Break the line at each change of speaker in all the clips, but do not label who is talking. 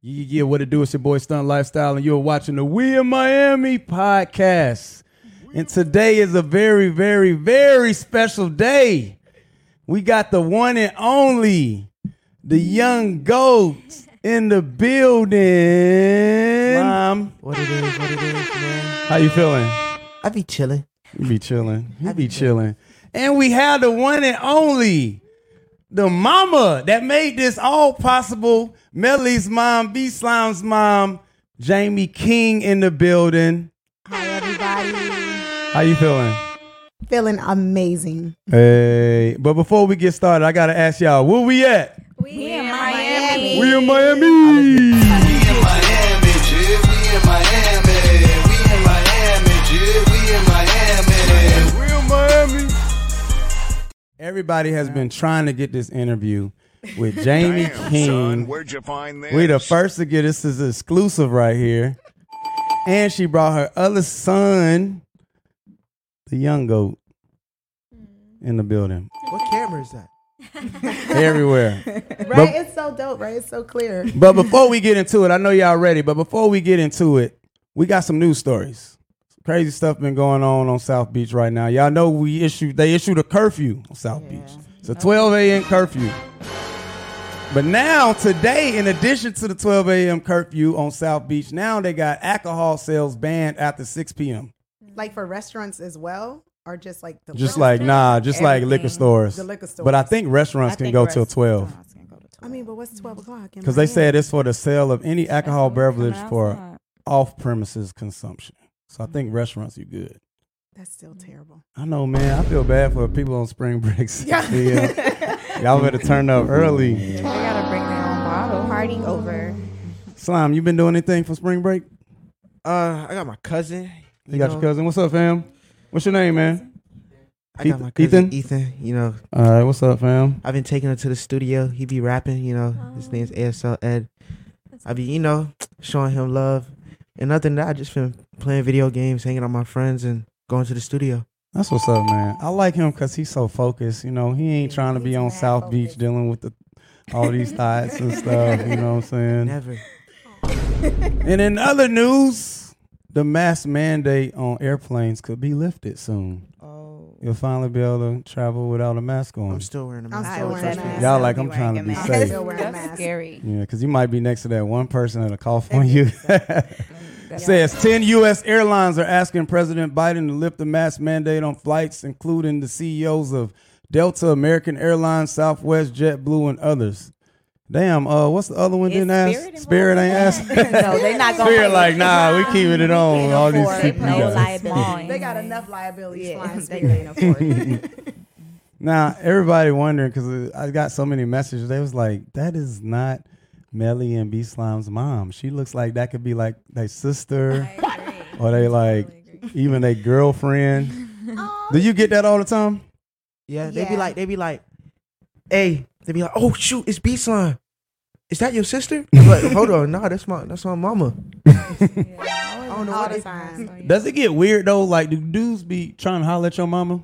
Yeah, yeah, what it do? It's your boy Stunt Lifestyle, and you're watching the We in Miami podcast. And today is a very, very, very special day. We got the one and only, the young goat in the building. Mom,
What it is, what it is, man.
how you feeling?
I be chilling.
You be chilling. You be chilling. And we have the one and only, the mama that made this all possible. Melly's mom, B Slime's mom, Jamie King in the building.
Hi, everybody.
How you feeling?
Feeling amazing.
Hey, but before we get started, I gotta ask y'all, where we at?
We, in Miami.
We in Miami.
We in Miami, G. We in Miami. We in Miami, G. We in Miami.
We in Miami. Everybody has been trying to get this interview with Jamie King.
where'd you find this?
We the first to get this is exclusive right here. And she brought her other son, the young goat, in the building.
What camera is that?
Everywhere.
Right? it's so dope, right? It's so clear.
But before we get into it, I know y'all ready, but before we get into it, we got some news stories. Crazy stuff been going on on South Beach right now. Y'all know we issued they issued a curfew on South Beach. It's a 12 a.m. curfew. But now today, in addition to the 12 a.m. curfew on South Beach, now they got alcohol sales banned after 6 p.m.
Like for restaurants as well, or just like the
Just like nah, just like liquor stores.
The liquor
But I
stores.
think restaurants can go till 12
I mean, but what's twelve o'clock?
because they said it's for the sale of any alcohol beverage for off-premises consumption. So I
Mm.
think restaurants you good.
that's still terrible.
I know, man. I feel bad for people on spring breaks.
Yeah.
Yeah. Y'all better turn up early.
They gotta bring their own bottle.
Party over.
Slime, you been doing anything for spring break?
Uh, I got my cousin.
You got your cousin. What's up, fam? What's your name, man?
I got my
Ethan?
cousin Ethan. You know,
All right, what's up, fam?
I've been taking him to the studio. He be rapping. You know,
Oh.
his name's ASL Ed. I be, you know, showing him love. And other than that, I just been playing video games, hanging out with my friends, and going to the studio.
That's what's up, man. I like him because he's so focused. You know, he ain't trying to be
He's
on
mad
South
focused.
Beach dealing with the all these thoughts and stuff. You know what I'm saying?
Never.
And in other news, the mask mandate on airplanes could be lifted soon.
Oh.
You'll finally be able to travel without a mask on.
I'm still wearing a
I'm
mask.
still wearing a
Trust me.
mask.
Y'all like
I'll
I'm trying to
wearing
be
a mask.
safe.
Still wearing a mask.
That's scary.
Yeah, because you might be next to that one person that'll cough on you. Says 10 U.S. airlines are asking President Biden to lift the mask mandate on flights, including the CEOs of Delta, American Airlines, Southwest, JetBlue, and others. Damn, uh, what's the other one
Is
didn't ask?
Spirit
Spirit ain't asked.
no, they not gonna.
Spirit like, nah, we keeping it on.
can't
All these
afford
people.
it. No
got.
liability.
They got enough liabilities
Yeah,
flying
they
Spirit.
can't afford it.
Now everybody wondering because I got so many messages. They was like, "That is not Melly and B Slime's mom. She looks like that could be like their sister, or they like even their girlfriend." Do you get that all the time?
Yeah, they be
Yeah.
like, they be like, hey, they be like, oh shoot, it's B slime. Is that your sister? I'm like, hold on, nah, that's my that's my mama.
I don't
All the time.
Does it get weird though? Like, do dudes be trying to holler at your mama,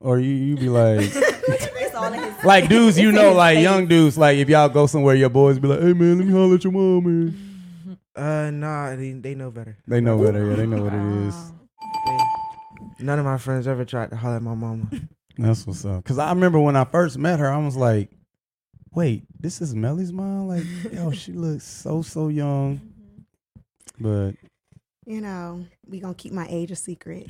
or you you be like,
Mm. It's all in his.
like dudes you know, like young dudes, like if y'all go somewhere, your boys be like, "Hey man, let me holler at your mom." Man.
Uh, nah, they, they know better.
They know what it is. They know what it is.
None of my friends ever tried to holler at my mama.
That's what's up. Cause I remember when I first met her, I was like, "Wait, this is Melly's mom? Like, yo, she looks so so young." But
You know, we gonna keep my age a secret.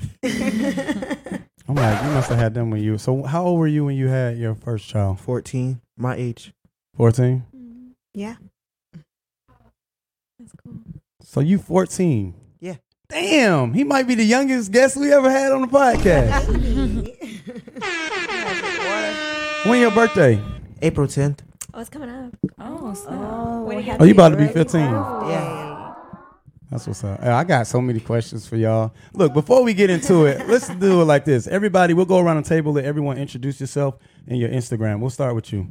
I'm like, you must have had them when you. So how old were you when you had your first child?
Fourteen, my age.
Fourteen.
yeah.
So you fourteen.
Yeah.
Damn, he might be the youngest guest we ever had on the podcast. when your birthday?
April tenth.
Oh, it's coming up.
Oh,
Oh, you about to be fifteen.
Yeah.
That's what's up. Hey, I got so many questions for y'all. Look, before we get into it, let's do it like this. Everybody, we'll go around the table. Let everyone introduce yourself and your Instagram. We'll start with you.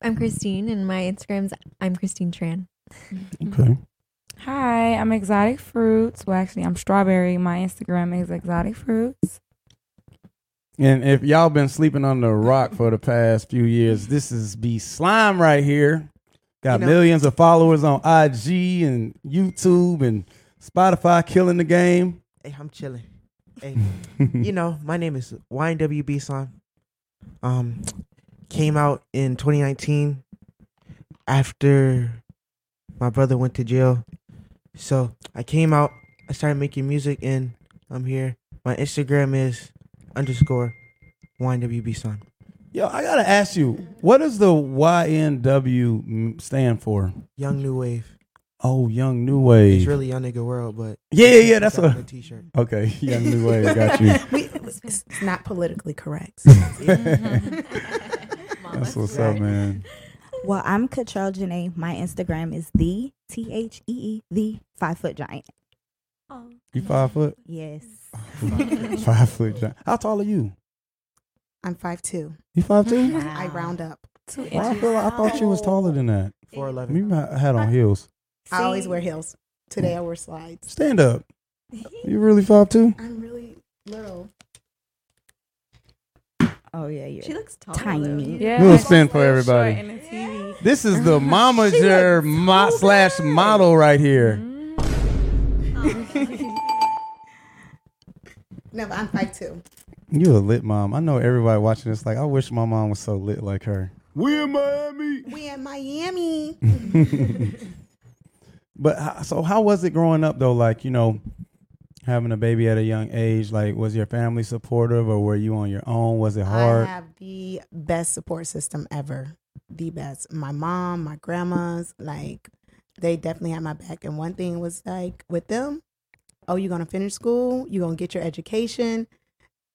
I'm Christine, and my Instagram's I'm Christine Tran.
Okay.
Hi, I'm Exotic Fruits. Well, actually, I'm Strawberry. My Instagram is Exotic Fruits.
And if y'all been sleeping on the rock for the past few years, this is B Slime right here. Got
You know-
millions of followers on IG and YouTube and Spotify killing the game.
Hey, I'm chilling. Hey, you know, my name is YNWB Son. Um, came out in 2019 after my brother went to jail. So I came out, I started making music, and I'm here. My Instagram is underscore YNWB Son.
Yo, I gotta ask you, what does the YNW m- stand for?
Young New Wave.
Oh, Young New
It's
Wave.
really Young Nigga World, but
yeah, yeah, yeah, that's
a
what.
t-shirt.
Okay, Young New Wave, got you.
We, it's not politically correct.
Mm-hmm.
That's what's up, man.
Well, I'm Catrell Janae. My Instagram is the T H E E the five foot giant.
You five foot?
Yes.
Five foot. Giant. How tall are you?
I'm five two.
You five two?
I round up.
Two
Well, I
inches.
feel like I thought you was taller than that.
411.
You might- had on heels.
I always wear heels. Today I wore slides.
Stand up. You really five two?
I'm really little.
Oh yeah, yeah.
She looks tall.
Tiny.
though.
Little spin for everybody.
And it's TV.
This is the momager mo- slash model right here.
Mm-hmm.
No, but I'm five two.
Mm-hmm. You a lit mom. I know everybody watching this like I wish my mom was so lit like her. We in Miami.
We in Miami.
But h- so how was it growing up though? Like you know, having a baby at a young age. Like was your family supportive or were you on your own? Was it
I
hard?
have the best support system ever. The best. My mom, my grandmas, like they definitely had my back. And one thing was like with them, oh, you're gonna finish school, you're gonna get your education,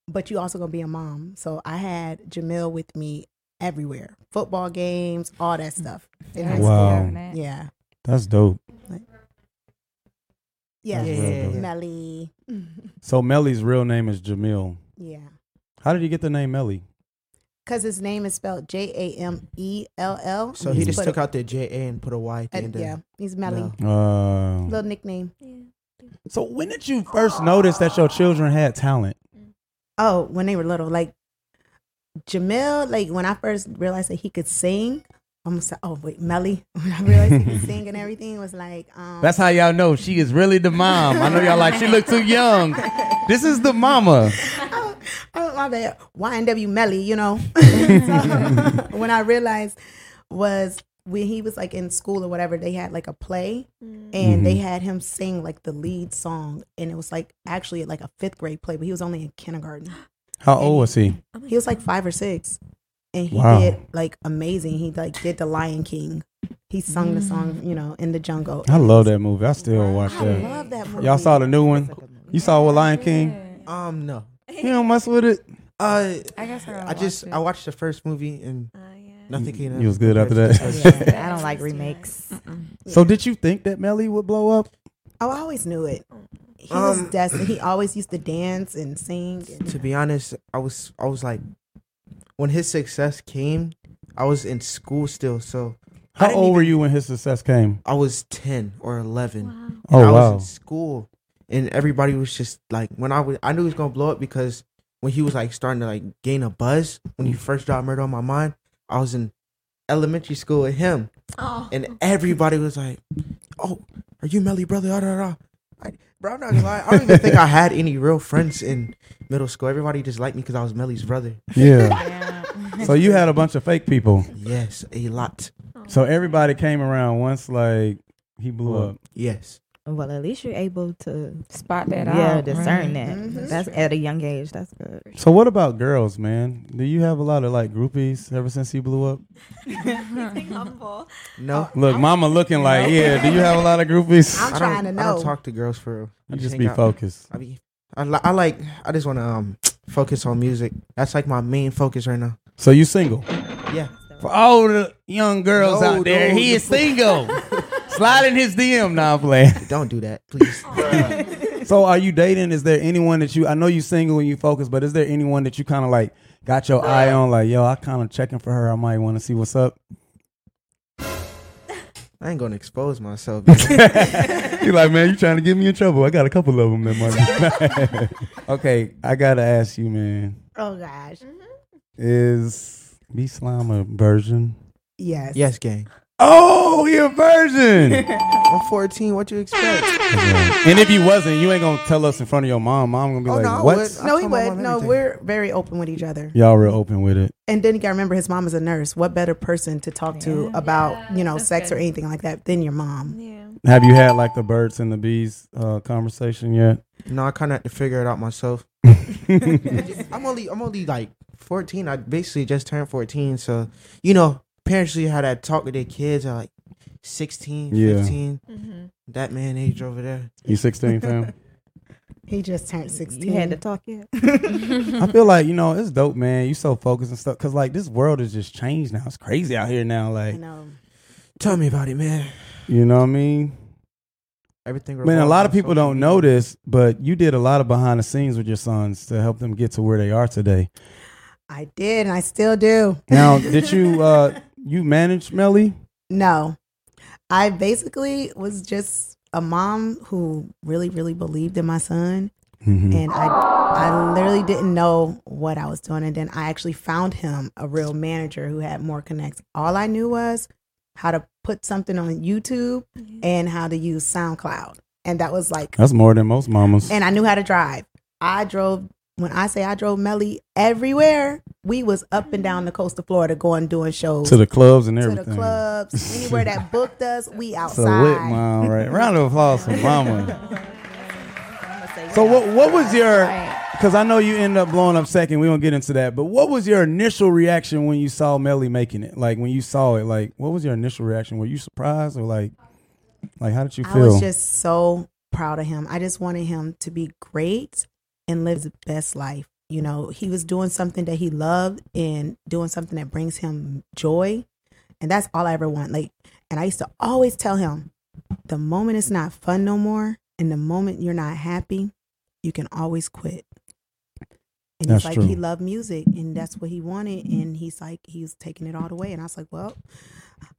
but you also gonna be a mom. So I had Jamil with me everywhere. Football games, all that stuff. In high
Wow.
school. Yeah.
That's dope.
Yeah.
That's real dope.
Yeah.
Melly.
So Melly's real name is Jamil.
Yeah.
How did you get the name Melly?
Cause his name is spelled J A M E L L.
So he
He's
just
put
took
a-
out the J A and put a Y at the
and-
end of
yeah,
it.
he's Melly.
Mel.
Uh,
Little nickname.
so when did you first notice that your children had talent?
Oh, when they were little, like Jamil, like when I first realized that he could sing, I'm gonna say, oh wait, Melly. When I realized he could sing and everything, it was like, um,
That's how y'all know she is really the mom. I know y'all like she look too young. This is the mama.
oh, oh, my bad, YNW Melly, you know. So, when I realized was when he was like in school or whatever, they had like a play and
Mm.
they had him sing like the lead song, and it was like actually like a fifth grade play, but he was only in kindergarten.
How old was he?
Oh
He was like five or six, and he
Wow.
did like amazing. He like did the Lion King. He sung the song,
Mm.
you know, in the jungle.
I love that movie. I still watch
I
that.
love that movie.
Y'all saw the new one? You saw with Lion King?
Um, no.
You don't mess with it.
Uh,
I guess I, gotta
I just
watch it.
I watched the first movie and
Uh, yeah.
nothing came.
You was good after that.
Yeah, I don't like remakes.
So did you think that Melly would blow up?
Oh, I always knew it. He
Um,
was destined. He always used to dance and sing. And
to be honest, I was I was like, when his success came, I was in school still, so I
How
didn't
old
even-
were you when his success came?
I was ten or eleven.
Oh
I was
wow.
in school, and everybody was just like, when I was, I knew he was gonna blow up because when he was like starting to like gain a buzz when he first dropped Murder on My Mind, I was in elementary school with him,
Oh.
and everybody was like, "Oh, are you Melly brother?" Da, da, da. I, bro, I'm not gonna lie. I don't even think I had any real friends in middle school. Everybody just liked me because I was Melly's brother.
Yeah. So you had a bunch of fake people.
Yes, a lot.
So everybody came around once like he blew up.
Yes.
Well, at least you're able to
spot that out.
yeah,
right?
discern
Mm-hmm.
that.
Mm-hmm.
That's at a young age. That's good.
So what about girls, man? Do you have a lot of like groupies ever since he blew up?
humble.
No.
Look, mama looking like, yeah, do you have a lot of groupies?
Oh, I'm
I
trying to
don't-
know.
I don't talk to girls for real. I
You just
hang
be
out.
focused.
I be, I, li- I like, I just want to um focus on music. That's like my main focus right now.
So you single.
Yeah.
For all the young girls
No,
out there,
no,
he
no.
is single. Slide in his DM now, I'm playing.
Don't do that, please.
So are you dating? Is there anyone that you I know you single and you focus, but is there anyone that you kinda like got your eye on? Like, yo, I kinda checking for her. I might want to see what's up.
I ain't gonna expose myself. man.
He like, man, you trying to get me in trouble. I got a couple of them that might be. okay, I gotta ask you, man.
oh gosh,
Is B Slime a virgin?
yes,
yes, gang.
Oh, he a virgin.
I'm 14. What you expect?
and if you wasn't, you ain't gonna tell us in front of your mom. Mom gonna be
Oh,
like,
no, I
"What?
would. I
No, he
told my
would.
mom
No,
everything.
we're very open with each other.
Y'all real open with it."
And then you gotta remember his mom is a nurse. What better person to talk to about, you know, sex or anything like that than your mom?
Yeah.
Have you had like the birds and the bees uh, conversation yet?
No, I kind of had to figure it out myself. I'm only I'm only like 14. I basically just turned 14, so you know, parents usually how that talk with their kids at like 16,
Yeah.
15.
Mm-hmm.
That man age over there.
You sixteen, fam.
He just turned
You
sixteen.
had to talk yet.
I feel like you know it's dope, man. You so focused and stuff, cause like this world has just changed now. It's crazy out here now.
I
Like,
know.
Tell me about it, man.
you know what I mean?
Everything.
Man, a
revolves
lot of
around
people
social
don't
media.
know this, but you did a lot of behind the scenes with your sons to help them get to where they are today.
I did and I still do.
Now, did you uh you manage Melly?
No. I basically was just a mom who really, really believed in my son.
Mm-hmm.
And I I literally didn't know what I was doing. And then I actually found him a real manager who had more connects. All I knew was how to put something on YouTube and how to use SoundCloud. And that was like
That's more than most mamas.
and I knew how to drive. I drove when I say I drove Melly everywhere, we was up and down the coast of Florida going doing shows
to the clubs and
to
everything.
the clubs, anywhere that booked us, we
It's a lit
outside.
mom, right? Round of applause for mama. So what what was your because I know you end up blowing up second, we don't get into that, but what was your initial reaction when you saw Melly making it? Like when you saw it, like what was your initial reaction? Were you surprised or like like how did you
I
feel?
was just so proud of him. I just wanted him to be great and live his best life. You know, he was doing something that he loved and doing something that brings him joy. And that's all I ever want. Like, and I used to always tell him the moment it's not fun no more and the moment you're not happy, you can always quit. And
That's
it's like
true.
he loved music and that's what he wanted. And he's like, he's taking it all the way. And I was like, well,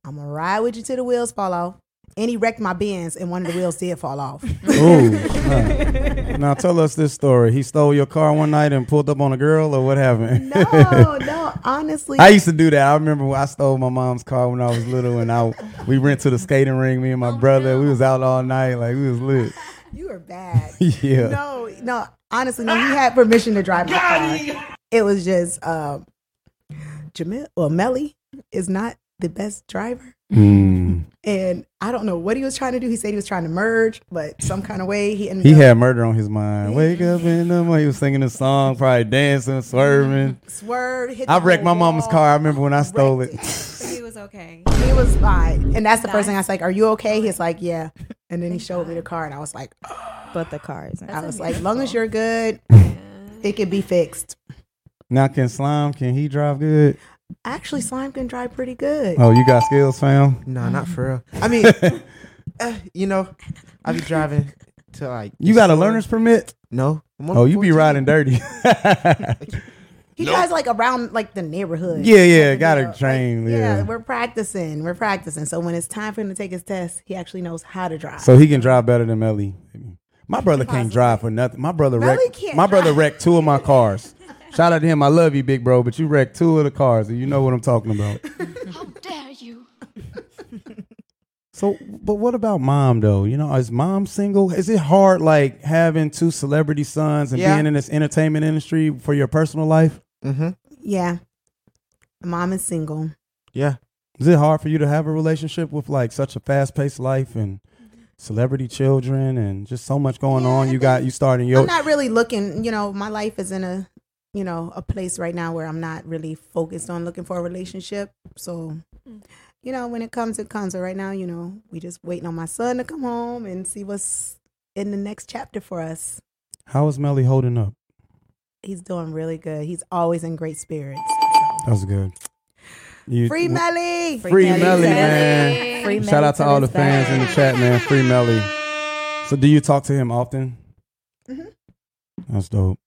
I'm going to ride with you till the wheels fall off. And he wrecked my bins and one of the wheels did fall off.
Ooh. huh. Now tell us this story. He stole your car one night and pulled up on a girl, or what happened?
no, no, honestly.
I used to do that. I remember when I stole my mom's car when I was little, and I we went to the skating ring. Me and my brother, we was out all night, like we was lit.
you are bad.
yeah.
No, no, honestly, no, he had permission to drive my car. It was just um Jamil well Melly is not the best driver.
Mm.
And I don't know what he was trying to do. He said he was trying to merge, but some kind of way he ended
He
up
had murder on his mind. Wake up in the morning. He was singing a song, probably dancing, swerving.
swerved. Hit
I
the
wrecked my
whole
mama's
wall,
car. I remember when I stole it.
wrecked
He was okay.
He was fine. And that's the first thing I
That's-
was like, Are you okay? He's like, Yeah. And then he showed me the car and I was like, "Ah."
But the car isn't.
I was like, as long as you're good, it can be fixed.
Now can slime? Can he drive good?
Actually, slime can drive pretty good.
Oh, you got skills, fam.
No, not for real. I mean, eh, you know, I be driving to like.
You
the
got a
store.
learner's permit?
No. I'm only
Oh, you be
14.
riding dirty.
He drives like around like the neighborhood.
Yeah, yeah, got
You know,
a train.
like,
yeah.
we're practicing. We're practicing. So when it's time for him to take his test, he actually knows how to drive.
So he can drive better than Melly. My brother can't drive for nothing. My brother
Melly
wrecked.
can't
My brother
drive.
wrecked two of my cars. Shout out to him. I love you, big bro, but you wrecked two of the cars, and you know what I'm talking about.
How dare you?
So, but what about mom though? You know, is mom single? Is it hard like having two celebrity sons and
Yeah.
being in this entertainment industry for your personal life?
Mhm.
yeah, mom is single.
Yeah.
Is it hard for you to have a relationship with like such a fast paced life and celebrity children and just so much going
Yeah,
on?
I
You got
think-
you starting your
I'm not really looking. You know, my life is in a you know a place right now where I'm not really focused on looking for a relationship. So. You know, when it comes, it comes. But right now, you know, we just waiting on my son to come home and see what's in the next chapter for us.
How is Melly holding up?
He's doing really good. He's always in great spirits.
That's good. Oh, You,
Free Melly.
Free Melly, man.
Free
Shout out to all the
Melly
fans in the chat, man. Free Melly. So, do you talk to him often?
Mhm.
That's dope.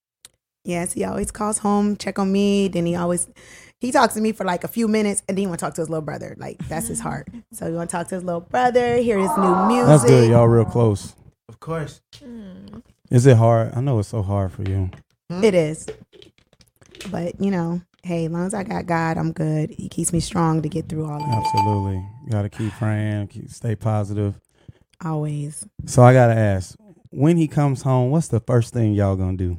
Yes, he always calls home, check on me. Then he always he talks to me for like a few minutes, and then he want to talk to his little brother. Like that's his heart. So he want to talk to his little brother, hear his new music.
Mm-hmm. That's good. Y'all real close.
Of course.
Hmm.
Is it hard? I know it's so hard for you.
It is, but you know, hey, as long as I got God, I'm good. He keeps me strong to get through all of it.
Absolutely. Got to keep praying, keep, stay positive.
Always.
So I got to ask, when he comes home, what's the first thing y'all going to do?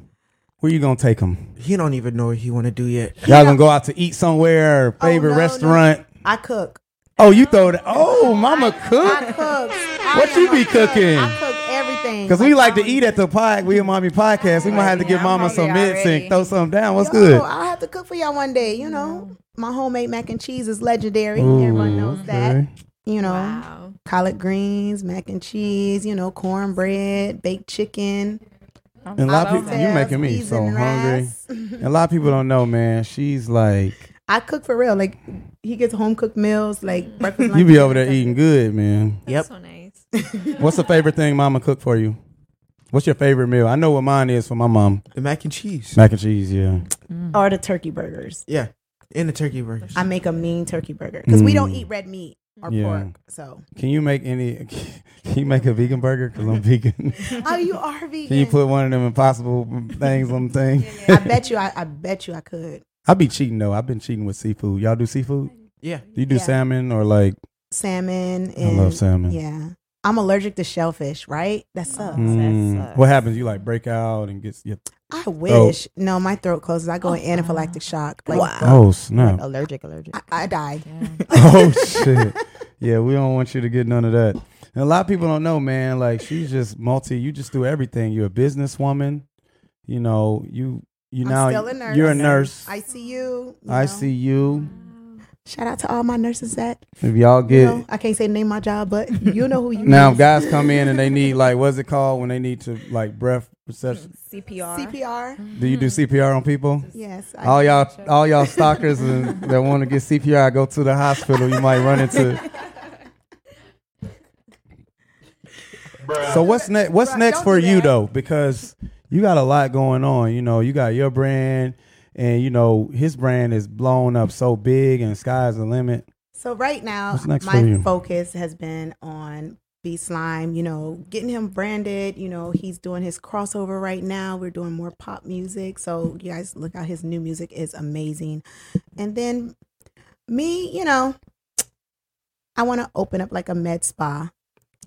Where you going to take him?
He don't even know what he want to do yet.
Y'all going to go out to eat somewhere, or favorite
Oh, no, no.
restaurant?
I cook.
Oh, you throw that. Oh, mama
I
cook.
cook. I
What you be
am a cook.
cooking?
I cook everything.
Because we like to eat at the pod. We and mommy podcast. We might have to give
I'm
mama some
hungry
mints and
already.
throw something down. What's
Yo,
good?
I'll have to cook for y'all one day. You know, my homemade mac and cheese is legendary. Everyone knows that.
okay.
You know,
Wow.
collard greens, mac and cheese. You know, cornbread, baked chicken.
And a lot of people, you
oxtails,
making me
peas
so
and
hungry.
rice.
And a lot of people don't know, man. She's like,
I cook for real. Like he gets home cooked meals, like breakfast.
you
lunch,
be
dinner,
over there
stuff.
eating good, man.
Yep.
So nice.
What's the favorite thing mama cook for you? What's your favorite meal? I know what mine is for my mom.
The mac and cheese.
Mac and cheese, yeah.
or the turkey burgers.
Yeah. And the turkey burgers.
I make a mean turkey burger because we don't
Mm.
eat red meat or
Yeah.
pork. So
Can you make any, can you make a vegan burger? Because I'm vegan.
oh, you are vegan.
Can you put one of them impossible things on the thing?
I bet you. I, I bet you I could.
I be cheating though. I've been cheating with seafood. Y'all do seafood?
Yeah.
Do you do
Yeah.
salmon or like
Salmon.
I
And,
love salmon.
Yeah, I'm allergic to shellfish. Right? That sucks.
Mm.
sucks.
What happens? You like break out and get your
I wish. No, my throat closes. I go in anaphylactic shock. Like,
oh
uh,
snap.
Allergic, allergic.
I, I died.
oh shit. Yeah, we don't want you to get none of that. And a lot of people don't know, man. Like she's just multi. You just do everything. You're a businesswoman. You know you you
I'm
now
still a nurse.
you're a nurse.
I see you. you
I
know.
see you.
Shout out to all my nurses that
If y'all get
you know, I can't say the name of my job, but you know who you
now, if
is.
guys come in and they need like what's it called when they need to like breath perception.
CPR.
CPR.
Do you do CPR on people?
Yes. I,
All y'all, all y'all stalkers and that want to get CPR, go to the hospital. You might run into. So what's next? What's
Bruh,
next
don't
for
do
you
that.
though? Because you got a lot going on. You know, you got your brand, and you know his brand is blown up so big, and sky's the limit.
so right now,
What's next for
my
you?
focus has been on B Slime. You know, getting him branded. You know, he's doing his crossover right now. We're doing more pop music. So you guys look out. His new music is amazing. And then me, you know, I want to open up like a med spa.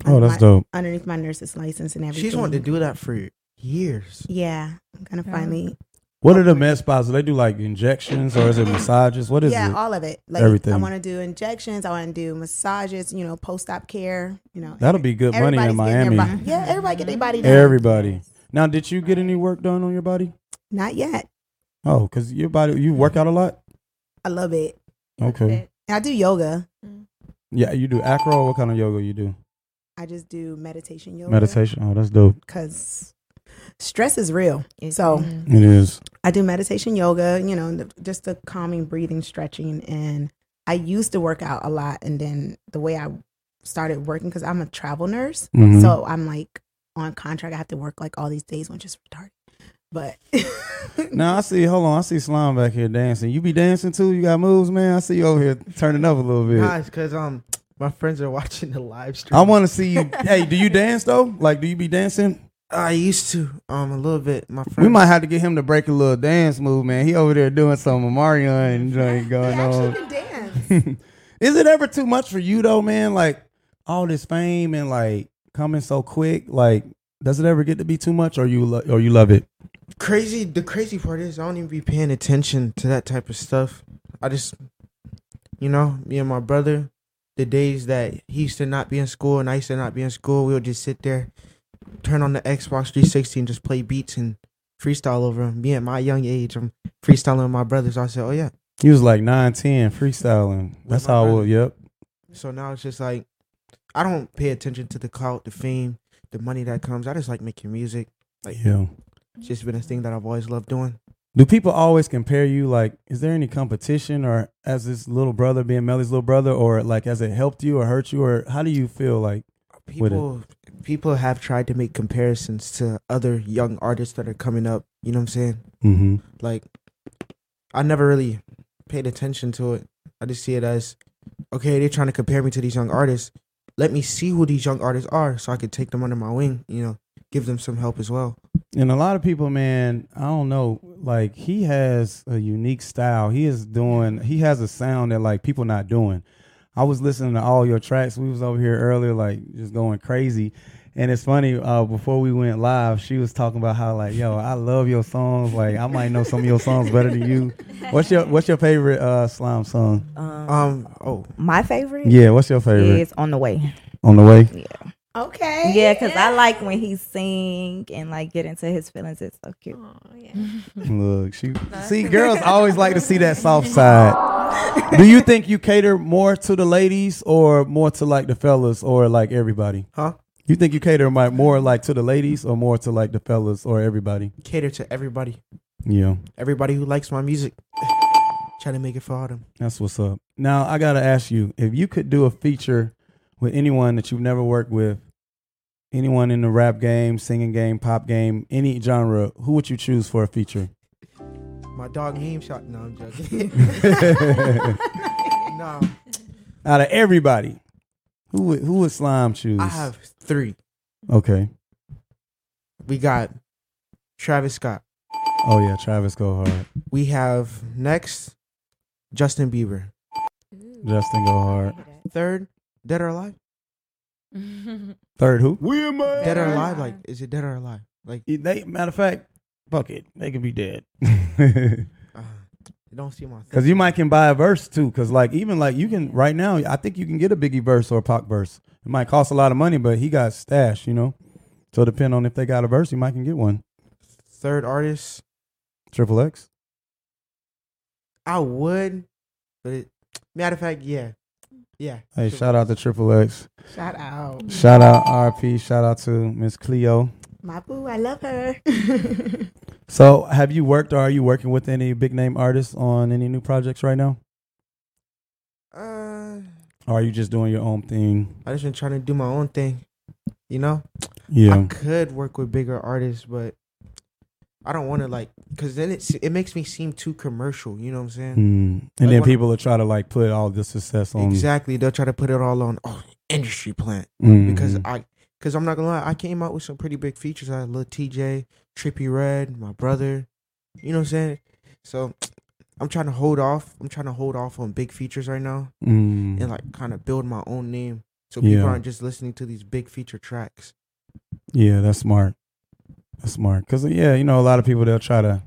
Oh, that's
My-
dope.
Underneath my nurse's license and everything.
She's wanted to do that for years.
Yeah, I'm gonna
Yeah.
finally
What are the med spas? Do they do like injections or is it massages? What is
yeah,
it?
all of it. Like
Everything.
I want to do injections. I want to do massages. You know, post op care. You know,
That'll be good money in
everybody's
Miami.
getting their bo- yeah, everybody get their body done.
Everybody. Now, did you get any work done on your body?
Not yet.
Oh, because your body, you work out a lot?
I love it.
Okay.
And I do yoga.
Yeah, you do acro. What kind of yoga you do?
I just do meditation yoga.
Meditation. Oh, that's dope.
Because stress is real. So
It is.
I do meditation yoga. You know, and just the calming breathing, stretching, and I used to work out a lot. And then the way I started working, because I'm a travel nurse.
Mhm.
So I'm like on contract. I have to work like all these days, which is retarded. But
now I see. Hold on, I see slime back here dancing. You be dancing too. You got moves, man. I see you over here turning up a little bit.
Nah, it's because um, my friends are watching the live stream.
I want to see you. hey, do you dance though? Like, do you be dancing?
I used to um a little bit. My friend.
We might have to get him to break a little dance move, man. He over there doing some Mario and joint
I
going
actually
on.
can dance.
Is it ever too much for you though, man? Like all this fame and like coming so quick, like does it ever get to be too much, or you lo- or you love it?
crazy. The crazy part is I don't even be paying attention to that type of stuff. I just, you know, me and my brother, the days that he used to not be in school and I used to not be in school, we would just sit there, turn on the Xbox 360 and just play beats and freestyle over them. Me at my young age, I'm freestyling with my brothers. I said, oh yeah.
He was like nine, ten, freestyling. That's
my
how I
brother.
was. Yep.
So now it's just like I don't pay attention to the clout, the fame, the money that comes. I just like making music. Like
Yeah.
it's just been a thing that I've always loved doing.
Do people always compare you? Like, is there any competition, or as this little brother being Melly's little brother, or like has it helped you or hurt you, or how do you feel? Like, With it.
People people have tried to make comparisons to other young artists that are coming up. You know what I'm saying?
mm-hmm.
Like I never really paid attention to it. I just see it as okay, they're trying to compare me to these young artists. Let me see who these young artists are so I could take them under my wing, you know, give them some help as well.
and a lot of people, man, I don't know. like he has a unique style. He is doing. He has a sound that like people not doing. I was listening to all your tracks. We was over here earlier, like just going crazy. And it's funny. Uh, before we went live, she was talking about how like, yo, I love your songs. Like, I might know some of your songs better than you. What's your What's your favorite uh, slime song?
Um,
Um. Oh,
my favorite
Yeah, what's your favorite?
is on the way.
On the way.
Okay.
Yeah, because I like when he sing and like get into his feelings. It's so cute.
Mm-hmm.
Look, she see girls always like to see that soft side. Do you think you cater more to the ladies or more to like the fellas or like everybody?
huh?
You think you cater mi- more like to the ladies or more to like the fellas or everybody?
Cater to everybody.
Yeah,
Everybody who likes my music. Try to make it for all them.
that's what's up. Now I gotta ask you if you could do a feature with anyone that you've never worked with, anyone in the rap game, singing game, pop game, any genre, who would you choose for a feature?
My dog name shot. No, I'm joking.
Out
no,
of everybody, who would who would slime choose?
I have three.
Okay.
We got Travis Scott.
Oh yeah, Travis go hard.
We have next Justin Bieber.
Justin go hard.
Third, Dead or Alive.
Third who? We
Dead or Alive. Like, is it Dead or Alive? Like,
they matter of fact, fuck it. They could be dead.
uh, it don't see my.
Cause you might can buy a verse too. Cause like even like you can right now, I think you can get a Biggie verse or a Pac verse. It might cost a lot of money, but he got stash, you know. So depend on if they got a verse, you might can get one.
Third artist,
Triple X.
I would, but it, matter of fact, yeah, yeah.
Hey,
sure.
shout out to Triple X.
Shout out.
Shout out RP. Shout out to Miss Cleo.
My boo, I love her.
So have you worked or are you working with any big name artists on any new projects right now?
Uh,
Or are you just doing your own thing?
I just been trying to do my own thing. You know, I
Yeah.
could work with bigger artists, but I don't want to like, cause then it it makes me seem too commercial. You know what I'm saying?
Mm. And
Like
then
when-
people will try to like put all this success on
Exactly. They'll try to put it all on oh industry plant
Mm.
because I because I'm not gonna lie, I came out with some pretty big features. I had Lil TJ, Trippy Red, my brother. You know what I'm saying? So I'm trying to hold off. I'm trying to hold off on big features right now
Mm.
and like kind of build my own name. So
Yeah.
people aren't just listening to these big feature tracks.
Yeah, that's smart. That's smart. Cause yeah, you know, a lot of people they'll try to,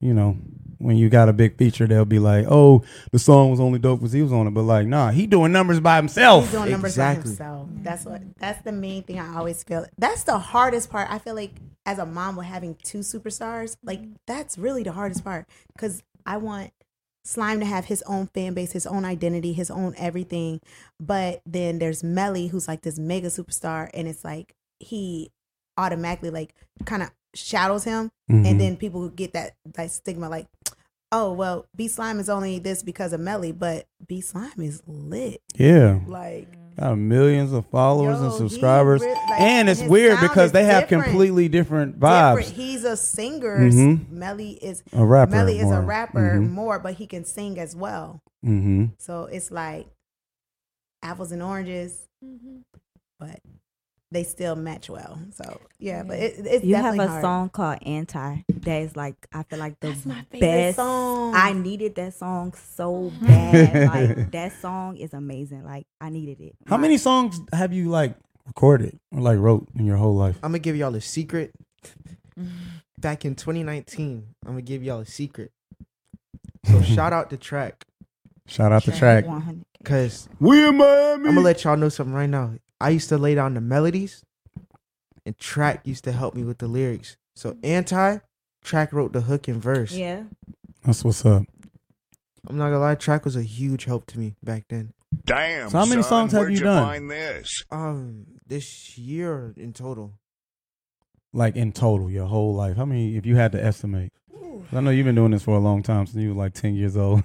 you know, when you got a big feature, they'll be like, "Oh, the song was only dope because he was on it." But like, nah, he doing numbers by
He's
himself.
doing numbers
Exactly.
by himself. That's what. That's the main thing I always feel. That's the hardest part. I feel like as a mom with having two superstars, like that's really the hardest part because I want Slime to have his own fan base, his own identity, his own everything. But then there's Melly, who's like this mega superstar, and it's like he automatically like kind of shadows him,
Mhm.
and then people who get that like stigma, like. Oh well, B slime is only this because of Melly, but B slime is lit.
Mm-hmm. yeah,
Like
got millions of followers
Yo,
and
he
subscribers,
re- like,
and it's
his
weird
sound
because
is
they have
different.
completely different vibes.
different. He's a singer.
Mhm.
Melly is
A rapper,
Melly is
more.
a rapper
Mhm.
more, but he can sing as well.
Mm-hmm.
So it's like apples and oranges,
Mm-hmm.
but they still match well. So yeah, but it, it's
You have
definitely
a
hard.
song called Anti that is like I feel like the
That's my favorite
best
song.
I needed that song so bad. like that song is amazing. Like I needed it.
How
My-
many songs have you like recorded or like wrote in your whole life?
I'm gonna give y'all a secret. Back in 2019, I'm gonna give y'all a secret. So shout out to track
Shout out the
Track
track.
100.
because
We in Miami.
I'm gonna let y'all know something right now. I used to lay down the melodies, and track used to help me with the lyrics. So anti, track wrote the hook and verse.
Yeah.
That's what's up.
I'm not gonna lie, track was a huge help to me back then.
Damn.
So how many
son,
songs have
where'd
you
you
done?
Find this?
Um, this year in total,
Like in total, your whole life. How many? If you had to estimate, 'Cause I know you've been doing this for a long time since you were like ten years old.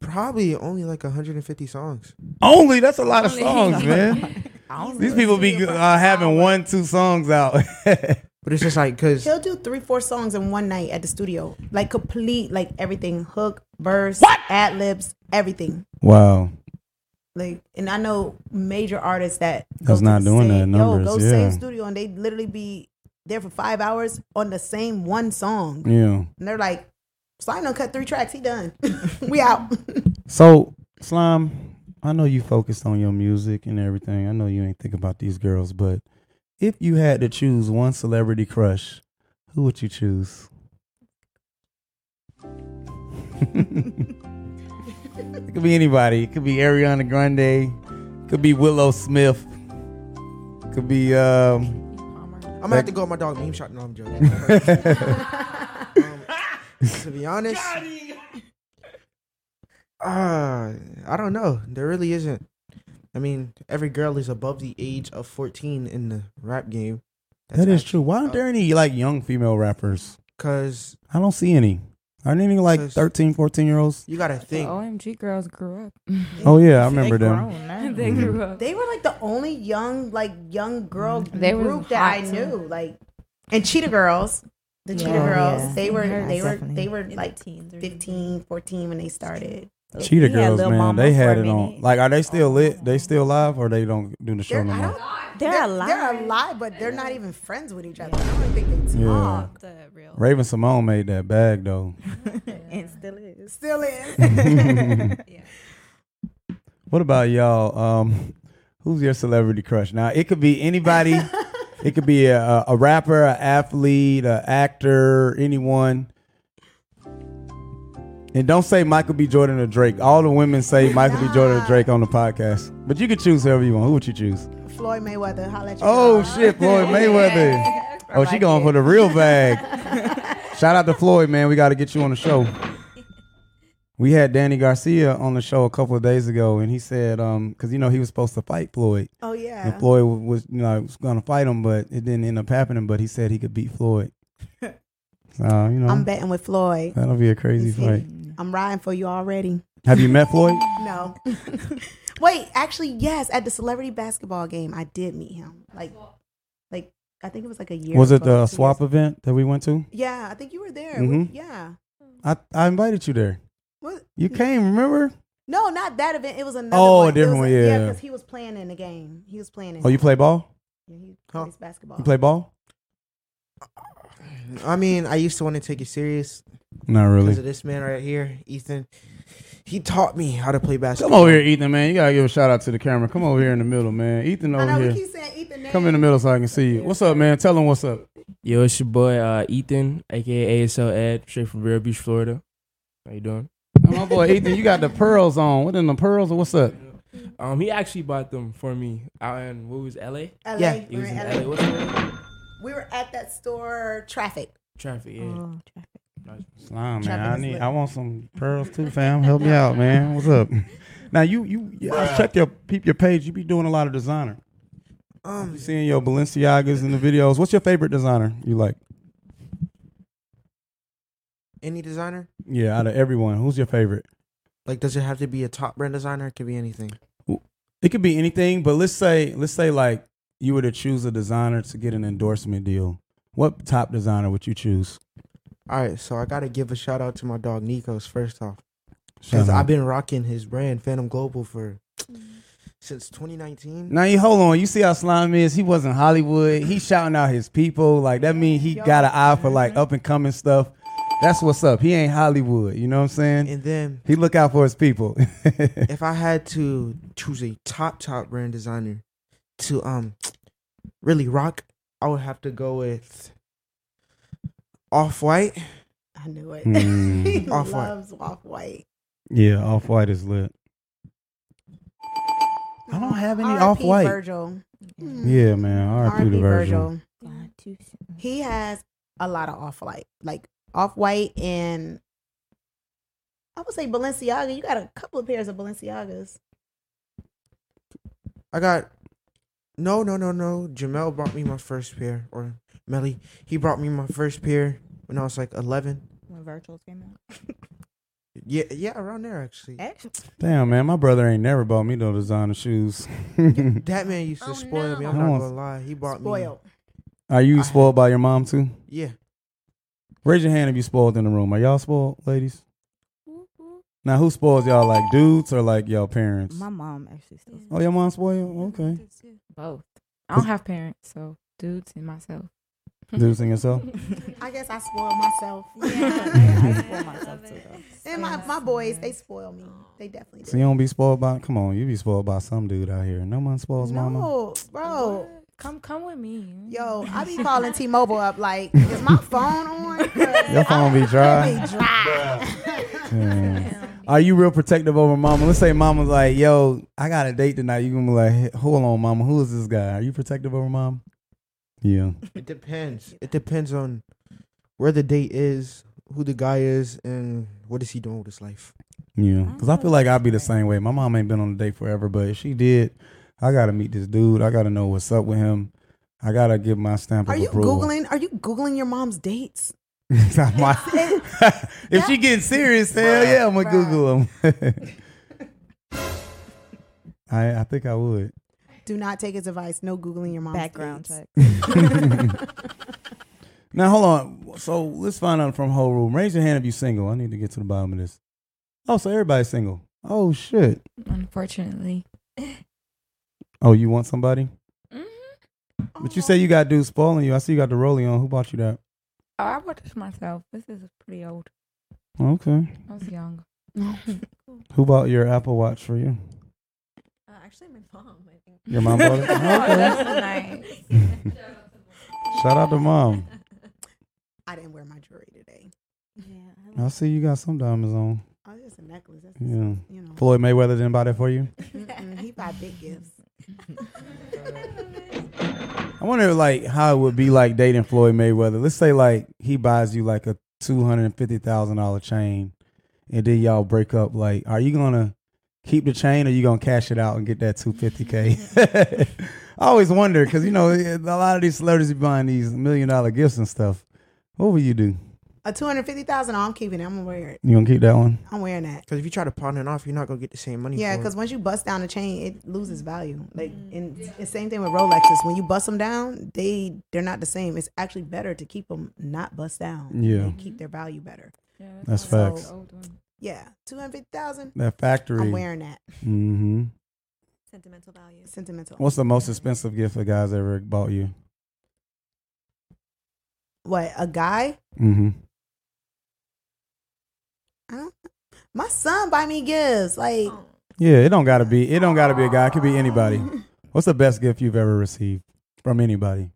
probably only like 150 songs.
Only that's a lot of
Only.
songs, man. These
He's
people be
singing for
uh, having
hours.
one, two songs out.
But it's just like because
He'll do three, four songs in one night at the studio, like complete, like everything, hook, verse, ad libs, everything.
wow.
Like, and I know major artists that
That's
go to
not
the
doing that
same-
in numbers,
Yo, go
yeah.
same studio and they literally be there for five hours on the same one song.
Yeah.
And they're like, Slime done cut three tracks. He done. we out.
So, Slime, I know you focused on your music and everything. I know you ain't think about these girls, but if you had to choose one celebrity crush, who would you choose? it could be anybody. It could be Ariana Grande. It could be Willow Smith. It could be um
I'm gonna have to go with my dog. Meme shot. No, I'm joking. Um, to be honest, uh, I don't know. There really isn't. I mean, every girl is above the age of 14 in the rap game.
That is true. Why aren't there any like young female rappers?
Because
I don't see any. Aren't any like
Cause-
13, 14 year olds?
you gotta
The
think.
OMG girls grew up.
Oh yeah, I remember them.
they
Mm-hmm.
grew up.
they were like the only young, like young girl
They were
group that I
hot,
knew.
too.
Like and Cheetah Girls. The Cheetah
Yeah.
Girls.
Yeah.
They were
Yeah,
they were
definitely.
they were
In the
like
teens or
15, 14 when they started.
Cheetah
We had
Girls,
Lil
man,
Mama
they
for
had
a
it on.
minute.
Like, are they still lit? They still live, or they don't do the show
They're,
no
I
more?
don't
They're, alive.
They're alive, but they're not even friends with each other. I don't think they
Yeah.
talk.
something. The real.
Raven Simone made that bag though.
and still is.
Still is.
What about y'all? Um, who's your celebrity crush? Now it could be anybody. it could be a, a- a rapper, an athlete, an actor, anyone. And don't say Michael B. Jordan or Drake. All the women say Michael B. Jordan or Drake on the podcast. But you could choose whoever you want. Who would you choose?
Floyd Mayweather, holla at you.
Oh shit, Floyd Mayweather. Oh, she going for the real bag. Shout out to Floyd, man. We got to get you on the show. We had Danny Garcia on the show a couple of days ago, and he said, um, because you know he was supposed to fight Floyd,
Oh
and
yeah.
Floyd wa- was you know was gonna fight him, but it didn't end up happening. But he said he could beat Floyd. So you know
I'm betting with Floyd.
that'll be a crazy
You see?
fight.
I'm riding for you already.
Have you met Floyd?
No. Wait, actually, yes. At the celebrity basketball game, I did meet him. Like, like I think it was like a year.
Was it
ago, two
the
years
swap
ago.
event that we went to?
Yeah, I think you were there.
Mhm.
Yeah.
I I invited you there.
What?
You came, remember?
No, not that event. It was another.
Oh, a
one. It
different
was
one,
Yeah,
yeah.
because he was playing in the game. He was playing. In
Oh, you play ball?
Yeah, he
Huh?
plays basketball.
You play ball?
I mean, I used to want to take it serious
Not
because
really.
of this man right here, Ethan. He taught me how to play
Come
basketball.
over here, Ethan, man. You gotta give a shout out to the camera. Come over here in the middle, man. Ethan
I
over
know
here.
we keep saying Ethan. Name.
Come in the middle so I can see you. What's up, man? Tell them what's up.
Yo, it's your boy uh, Ethan, aka ASL Ed, straight from Vero Beach, Florida. How you doing?
Oh, my boy Ethan, you got the pearls on. What in the pearls? What's up?
Um, he actually bought them for me out in what was it, LA?
LA.
Yeah,
we
He
were
was
in
in LA.
LA.
What's it?
We were at that store. Traffic.
Traffic. Yeah.
Oh,
Slime, man.
Trapping
I
is
need.
lit.
I want some pearls too, fam. Help me out, man. What's up? Now you you yeah, I check your peep your page. You be doing a lot of designer.
Um,
You seeing your Balenciagas in the videos. What's your favorite designer you like?
any designer?
Yeah, out of everyone, who's your favorite?
Like, does it have to be a top brand designer? It could be anything.
It could be anything, but let's say let's say like you were to choose a designer to get an endorsement deal. What top designer would you choose?
All right, so I gotta give a shout out to my dog Nikos first off, because
Uh-huh.
I've been rocking his brand Phantom Global for since 2019.
Now you hold on. You see how slime is? He wasn't Hollywood. He's shouting out his people. Like that mean he got an eye for like up and coming stuff. That's what's up. He ain't Hollywood. You know what I'm saying?
And then,
He look out for his people.
if I had to choose a top top brand designer to um really rock, I would have to go with Off White.
I knew it.
Mm.
he
Off-White.
loves off white.
yeah, off white is lit. I don't have any
RIP
Off-White.
Virgil. Mm. Mm-hmm.
Yeah, man. R. P.
RIP
to Virgil.
He has a lot of off white, like off white, and I would say Balenciaga. You got a couple of pairs of Balenciagas.
I got no, no, no, no. Jamel brought me my first pair, or Melly. He brought me my first pair when I was like 11.
When virtuals came out.
Yeah, yeah, around there actually.
Actually,
Damn, man. My brother ain't never bought me no designer shoes.
That man used to
Oh,
spoil me.
no.
I'm
I
not
want-
gonna lie. He bought
Spoiled.
Are
I-
you spoiled by your mom too?
me. Yeah.
Raise your hand if you spoiled in the room. Are y'all spoiled, ladies? Now who spoils y'all? Like dudes or like y'all parents?
my mom actually still.
Oh, your mom spoiled? Okay.
Both. I don't have parents, so dudes and myself.
Do sing yourself?
I guess I spoiled myself.
I spoil myself too, though.
and my, my boys, they spoil me. They definitely
So
do.
you don't be spoiled by? Come on, you be spoiled by some dude out here. No one spoils mama.
No, bro.
Come, come with me.
Oh. Yo, I be calling T-Mobile up like, is my phone on? 'Cause
Your phone be
I
dry.
be dry.
Damn. Are you real protective over mama? Let's say mama's like, yo, I got a date tonight. You gonna be like, "Hey, hold on, mama, who is this guy? Are you protective over mom? Yeah.
It depends. It depends on where the date is, who the guy is, and what is he doing with his life.
Yeah, because I feel like I'd be the same way. My mom ain't been on a date forever, but if she did, I gotta meet this dude. I gotta know what's up with him. I gotta give my stamp of
Are you
approval.
googling? Are you googling your mom's dates?
It's not my- if she getting serious, hell yeah, I'm gonna Google him. I I think I would.
Do not take his advice. No googling your mom's
Background
dates.
check.
Now hold on. So let's find out from whole room. Raise your hand if you're single. I need to get to the bottom of this. Oh, so everybody's single. Oh shit.
Unfortunately.
Oh, you want somebody?
hmm
Oh,
But you say you got dudes spoiling you. I see you got the rolly on. Who bought you that?
Oh, I bought this myself. This is pretty old.
Okay.
I was young.
Who bought your Apple Watch for you?
Uh, actually, my mom. I think.
Your mom bought it?
Oh,
Okay.
that's nice.
Shout out to mom.
I didn't wear my jewelry today.
I see you got some diamonds on.
Oh, it's just a necklace. That's
Yeah.
you know.
Floyd Mayweather didn't buy that for you?
Mm-hmm.
Mm-mm, he buy big gifts.
I wonder like how it would be like dating Floyd Mayweather. Let's say like he buys you like a two hundred and fifty thousand dollar chain, and then y'all break up. Like, are you gonna keep the chain or you gonna cash it out and get that two fifty k? I always wonder because you know a lot of these celebrities be buying these million dollar gifts and stuff. What will you do?
A two hundred fifty thousand. oh, I'm keeping it. I'm gonna wear it.
You gonna keep that one?
I'm wearing that.
Because if you try to pawn it off, you're not gonna get the same money.
Yeah,
for it.
because once you bust down a chain, it loses value. Like,
Mm.
and the same thing with Rolexes. When you bust them down, they they're not the same. It's actually better to keep them not bust down.
Yeah,
They keep their value better.
Yeah,
That's
why I bought
facts.
the old one.
Yeah, two hundred thousand.
that factory.
I'm wearing that.
hmm
Sentimental value.
Sentimental.
What's the most expensive gift a guy's ever bought you?
What a guy?
Mm-hmm.
I don't. My son buy me gifts.
Oh.
Like
Yeah, it don't gotta be. It don't gotta be a guy. It could be anybody. What's the best gift you've ever received from anybody?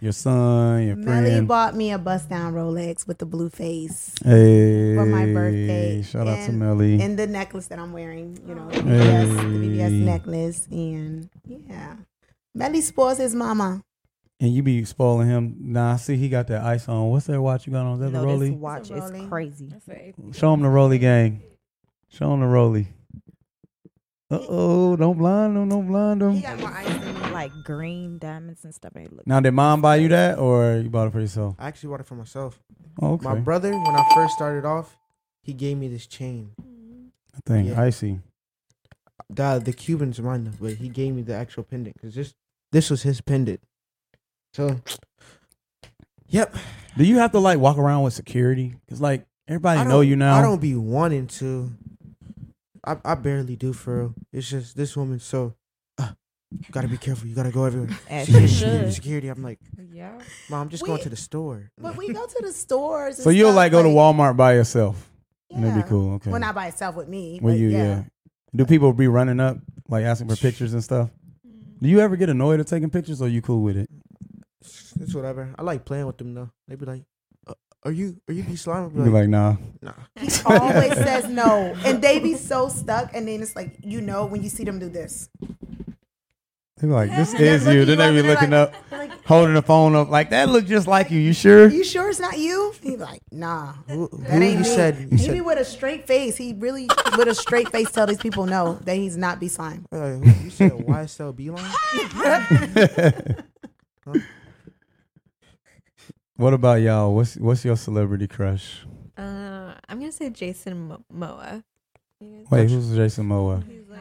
Your son, your
Melly
friend.
bought me a bust down Rolex with the blue face
hey,
for my birthday.
Shout out to
And-
Melly.
and the necklace that I'm wearing. You know, the BBS, the BBS
Hey.
necklace, and yeah, Melly spoils his mama.
and you be spoiling him. Nah, I see he got that ice on. What's that watch you got on? Is that the
No, this
Rolly?
It's
watch
a
is
Rolly.
crazy.
That's an AP.
Show him the Rolly gang. Show him the Rolly. Uh oh, don't blind him, don't blind him.
He got more ice than me.
Like green diamonds and stuff. They look.
Now, did mom buy you that or you bought it for yourself?
I actually bought it for myself.
Oh, okay.
My brother, when I first started off, he gave me this chain.
I think
yeah.
icy.
The the Cubans run, but he gave me the actual pendant because this this was his pendant. So, yep.
Do you have to like walk around with security? Cause like everybody
don't-
know you now.
I don't be wanting to. I, I barely do for real. It's just this woman. So, uh, you gotta be careful. You gotta go everywhere.
As
Security,
you
security,
should.
security. I'm like,
Yeah.
mom, I'm just
We-
going to the store.
But we go to the stores. and
So you'll
stuff,
like go to Walmart by yourself. And it'd
yeah.
be cool. Okay.
Well, not by itself with me.
Well,
but
you, yeah. Do people be running up, like asking for pictures and stuff?
Mm-hmm.
Do you ever get annoyed at taking pictures or you cool with it?
It's whatever. I like playing with them though. They be like, uh, "Are you are you be slime?"
You be like, nah.
nah.
always says no, and they be so stuck. And then it's like you know when you see them do this.
They be like, this
And they're
is you. Then
looking
they
you
be
up
looking
and they're
up,
They're like,
holding the phone up, like, that look just like you. You sure?
you sure it's not you? He like, nah.
Who, who
That ain't
you
me.
said? You
he
said
be with a straight face. He really with a straight face tell these people no that he's not be slime. Oh,
Wait, wait, uh, who- you said YSL Beeline?
What about y'all? What's what's your celebrity crush?
Uh, I'm gonna say Jason Mo- Moa. You guys-
Wait, who's Jason Moa?
He's like,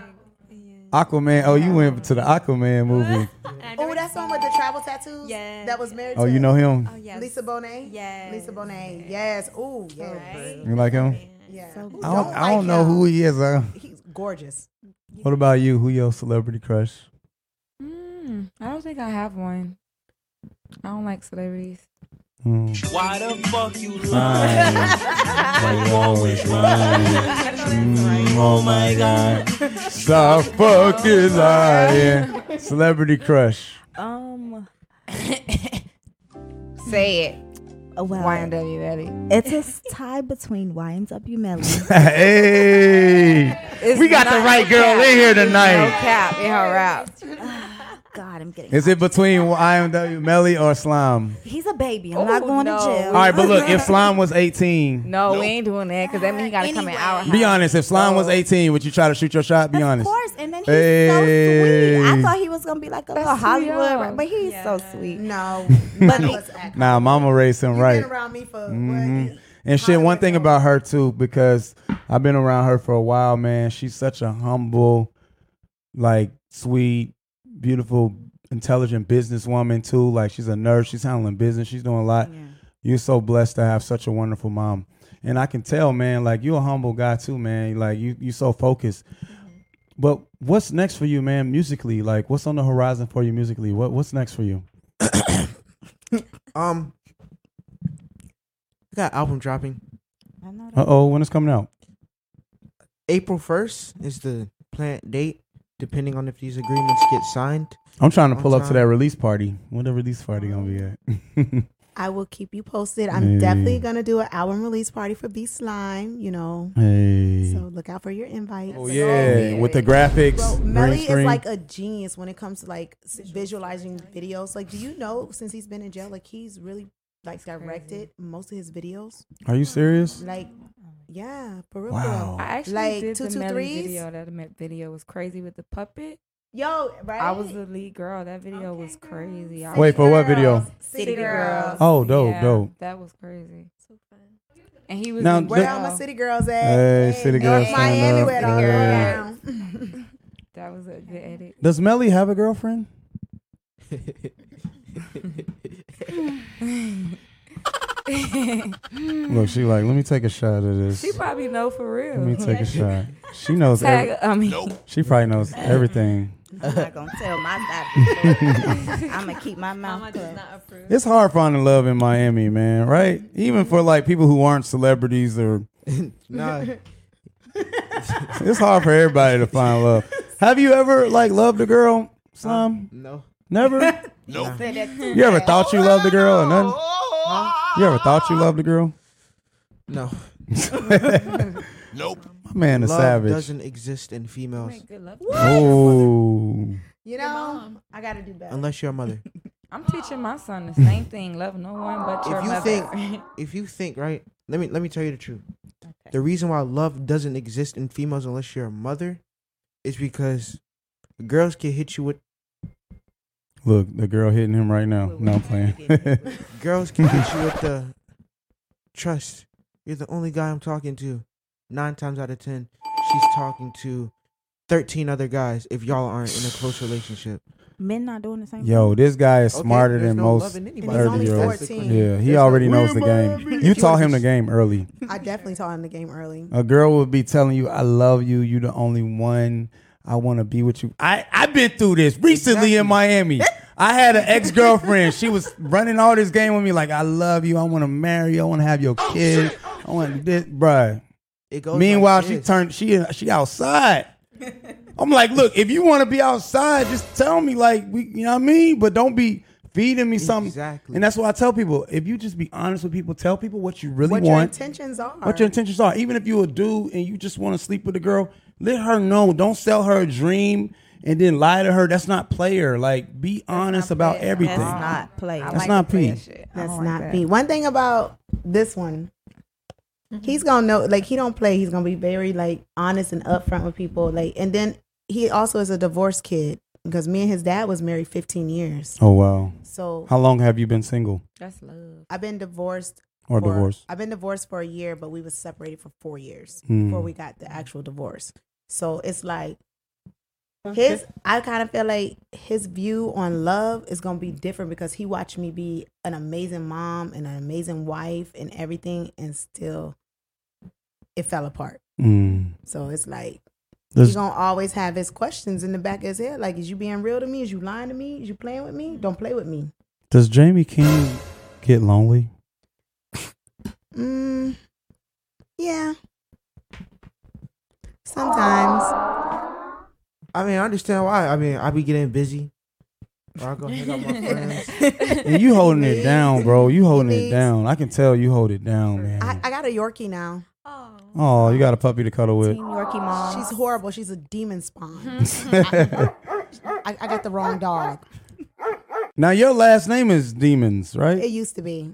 yeah.
Aquaman. Oh, you went to the Aquaman movie.
I
Oh,
never-
that's the one with the travel tattoos.
Yes.
that was married.
Oh,
to
you know him?
Oh yes.
Lisa Bonet.
Yes.
Lisa Bonet. Yes. Oh, yes.
Right?
You like him?
Yeah.
So
Who
I don't,
don't
I don't
like
know
him?
who he is. uh.
He's gorgeous.
What about you? Who your celebrity crush?
Mm, I don't think I have one. I don't like celebrities.
Mm.
Why the fuck you
lying. Like you always lying. Mm, oh my god.
Stop fucking lying. Celebrity crush.
Um,
Say it.
uh, well,
YNW Eddie.
it's a s- tie between YNW Melly.
hey, we got the right girl in here tonight.
Cap, it her out.
God, I'm getting.
Is it between IMW Melly or Slime?
He's a baby. I'm
Oh,
not going
no.
to jail.
All right, but look, if Slime was 18,
No, we ain't doing that because that means he got to come in our house.
be honest. If Slime was 18, would you try to shoot your shot? Be
Of
honest.
course, and then he's so sweet.
Hey.
I thought he was gonna be like a little
too
Hollywood,
young.
but he's so sweet.
No, none of us act.
Nah, Mama raised him
You've
right.
been around me for
Mhm.
what?
And shit, one thing about her too, because I've been around her for a while, man. She's such a humble, like sweet, beautiful, intelligent businesswoman too. Like she's a nurse. She's handling business. She's doing a lot. You're so blessed to have such a wonderful mom. And I can tell, man, like you're a humble guy too, man. Like you you so focused. But what's next for you, man, musically? Like what's on the horizon for you musically? What what's next for you?
Um, I got album dropping.
I know that.
Uh oh, when it's coming out.
April first is the plant date, depending on if these agreements get signed.
I'm trying to
On
pull up to
time.
that release party. When the release party gonna be at?
I will keep you posted. I'm
Yeah.
definitely gonna do an album release party for B Slime. You know,
hey.
so look out for your invite.
oh yeah, with the graphics,
Bro,
green
Melly is
screen.
like a genius when it comes to like s- visualizing videos. Like, do you know since he's been in jail, like he's really like directed most of his videos.
Are you serious?
Like, yeah, for real. for real.
Wow.
I actually
Like,
did the Melly
223s?
video. That Mel- video was crazy with the puppet.
Yo, right?
I was the lead girl. That video was crazy. I was-
Wait for what video?
City Girls.
Oh, dope,
Yeah,
dope.
That was crazy. So fun. And he was
Now,
in
Where
Where
all
all
jail.
my city girls at?
Hey, city girls
North
stand
Miami,
up.
where it all go
Yeah.
down.
That was a good edit.
Does Melly have a girlfriend?
Mm.
Look, she like, let me take a shot of this.
She probably know for
Let me
real.
take a shot. She knows.
Tag,
Every,
I mean,
she probably knows everything.
I'm not gonna tell my dad. I'm gonna keep my mouth closed.
It's hard finding love in Miami, man. Right? Even for like people who aren't celebrities or
Nah,
It's hard for everybody to find love. Have you ever like loved a girl? Slime?
no.
Never?
Nope.
You ever thought you loved a girl or nothing?
Oh,
You ever thought you loved a girl?
No.
My man is
Love
savage.
doesn't exist in females
make good love.
Oh.
you know, I gotta do better.
unless you're a mother.
I'm teaching my son the same thing. Love no one but
If
your
you
mother.
think- if you think right, let me let me tell you the truth. The reason why love doesn't exist in females unless you're a mother is because girls can hit you with
Look, the girl hitting him right now. No, I'm playing.
girls can hit you with the trust. You're the only guy I'm talking to. Nine times out of ten, she's talking to thirteen other guys if y'all aren't in a close relationship.
Men not doing the same.
Yo, this guy is
Okay,
smarter
there's
than
no
most
love in anybody.
and he's only
30-year-olds.
14.
Yeah, he
There's
already
no-
knows the game. You
If
taught
wanna
him the
be-
game early.
I definitely taught him the game early.
A girl would be telling you, "I love you. You the only one. I want to be with you." I I've been through this recently in
Exactly.
Miami. I had an ex girlfriend. She was running all this game with me, like, "I love you. I want to marry you. I want to have your
Oh,
kid. I want this, bruh."
It goes like
Meanwhile, she
this.
turned. She she outside. I'm like, look, if you want to be outside, just tell me. Like, we, you know what I mean. But don't be feeding me something.
Exactly.
And that's why I tell people: if you just be honest with people, tell people what you really
What your
want
intentions are?
what your intentions are. Even if you're a dude and you just want to sleep with a girl, let her know. Don't sell her a dream and then lie to her. That's not player. Like, be honest about everything.
That's not play.
That's not
the player
P.
shit. I
That's
don't like
not
that.
me. One thing about this one, he's gonna know. Like he don't play. He's gonna be very like honest and upfront with people. Like, and then he also is a divorced kid because me and his dad was married 15 years.
Oh wow!
So
How long have you been single
That's love.
I've been divorced
or
for-
divorced?
I've been divorced for a year, but we was separated for four years
Mm.
before we got the actual divorce. So it's like his. I kind of feel like his view on love is gonna be different because he watched me be an amazing mom and an amazing wife and everything, and still it fell apart.
Mm.
So it's like
Does-
he's gonna always have his questions in the back of his head. Like, is you being real to me? Is you lying to me? Is you playing with me? Don't play with me.
Does Jamie King get lonely?
Mm, yeah. Sometimes.
I mean, I understand why. I mean, I be getting busy. Or I go hang out with my friends.
And you holding it down, bro. You holding it down. I can tell you hold it down,
I,
man.
I got a Yorkie now.
Oh, you got a puppy to cuddle with.
Team Yorkie mom.
She's horrible. She's a demon spawn.
Mm-hmm. now
I, I got the wrong dog.
your last name is Demons,
It
right?
used to be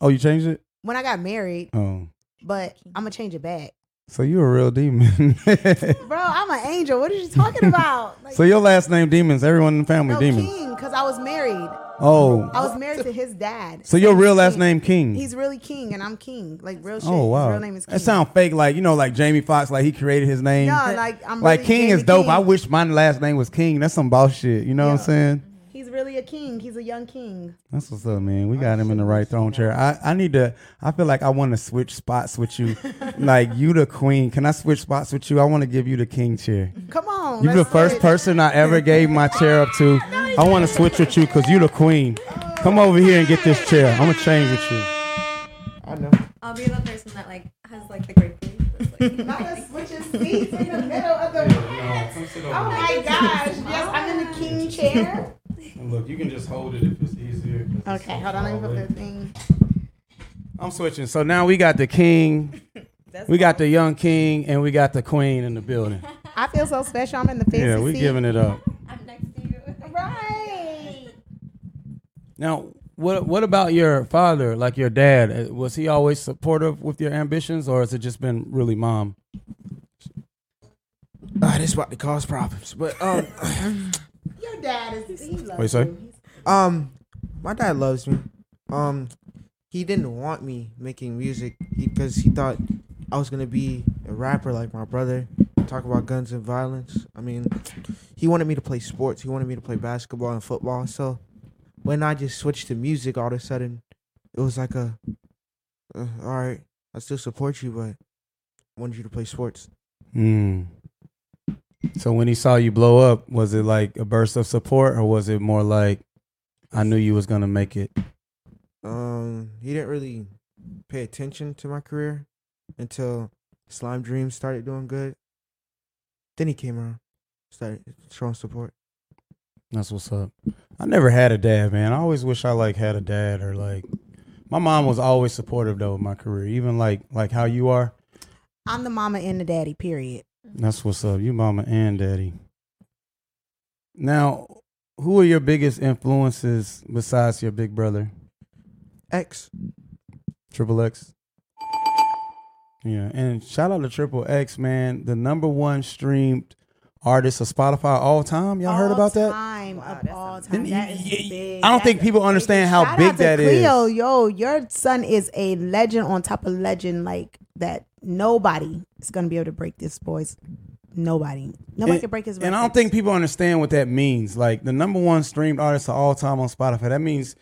Oh, you changed it?
when I got married,
Oh.
but I'm gonna change it back,
So you a real demon.
bro. I'm an angel. What are you talking about? Like,
so your last name Demons, everyone in the family
no,
Demons.
King, because I was married.
Oh.
I was married to his dad.
So your
He's
real last
King.
name King.
He's really King, and I'm King. Like real shit.
oh wow.
His real name is King.
That sound fake like, you know, like Jamie Foxx like he created his name.
No, like I'm
like
really
King is
Jamie
dope. I
King.
wish my last name was King. That's some boss shit. You know what I'm
Yeah.
saying?
He's really a king. He's a young king.
That's what's up, man. We got him in the right throne chair. I, I need to. I feel like I want to switch spots with you. like you, the queen. Can I switch spots with you? I want to give you the king chair.
Come on.
You the
let's do
first
it.
person I ever gave my chair up to. I want to switch with you because you the queen. Come over here and get this chair. I'm gonna change with you.
I know.
I'll be the person that like has like the great
Not us switching seats in the middle of the. oh my gosh! Yes, I'm in the king chair.
Look, you can just hold it if it's easier.
Okay, hold on. Let me put the thing.
I'm switching. So now we got the king. We got the young king and we got the queen in the building.
I feel so special. I'm in the fancy
Yeah, we
seat.
giving it up.
I'm next to you.
Right.
Now, what what about your father? Like your dad, uh, was he always supportive with your ambitions, or has it just been really mom?
Ah, this about to cause problems. But um,
Your dad is. He loves
What you say?
um, my dad loves me. Um, he didn't want me making music because he thought I was gonna be a rapper like my brother, talk about guns and violence. I mean, he wanted me to play sports. He wanted me to play basketball and football. So when I just switched to music, all of a sudden, it was like a, uh, all right, I still support you, but I wanted you to play sports.
Hmm. So when he saw you blow up, was it like a burst of support, or was it more like, I knew you was gonna make it?
Um, he didn't really pay attention to my career until Slime Dreams started doing good. Then he came around, started showing support.
That's what's up. I never had a dad, man. I always wish I like had a dad or like. My mom was always supportive though of my career, even like like how you are.
I'm the mama and the daddy. Period.
That's what's up. You mama and daddy. Now, who are your biggest influences besides your big brother,
X,
Triple X? Yeah, and shout out to Triple X, man, the number one streamed artist of Spotify all time. Y'all heard
All
about that?
Time of all
Didn't
time.
he-
That is
he-
big.
I don't
That
think
is
people
big.
understand how
Shout
big
out to
that is.
Cleo, yo, your son is a legend on top of legend, like that. Nobody is gonna be able to break this boy's. Nobody, nobody
And-
can break his.
And I don't
record.
think people understand what that means. Like the number one streamed artist of all time on Spotify. That means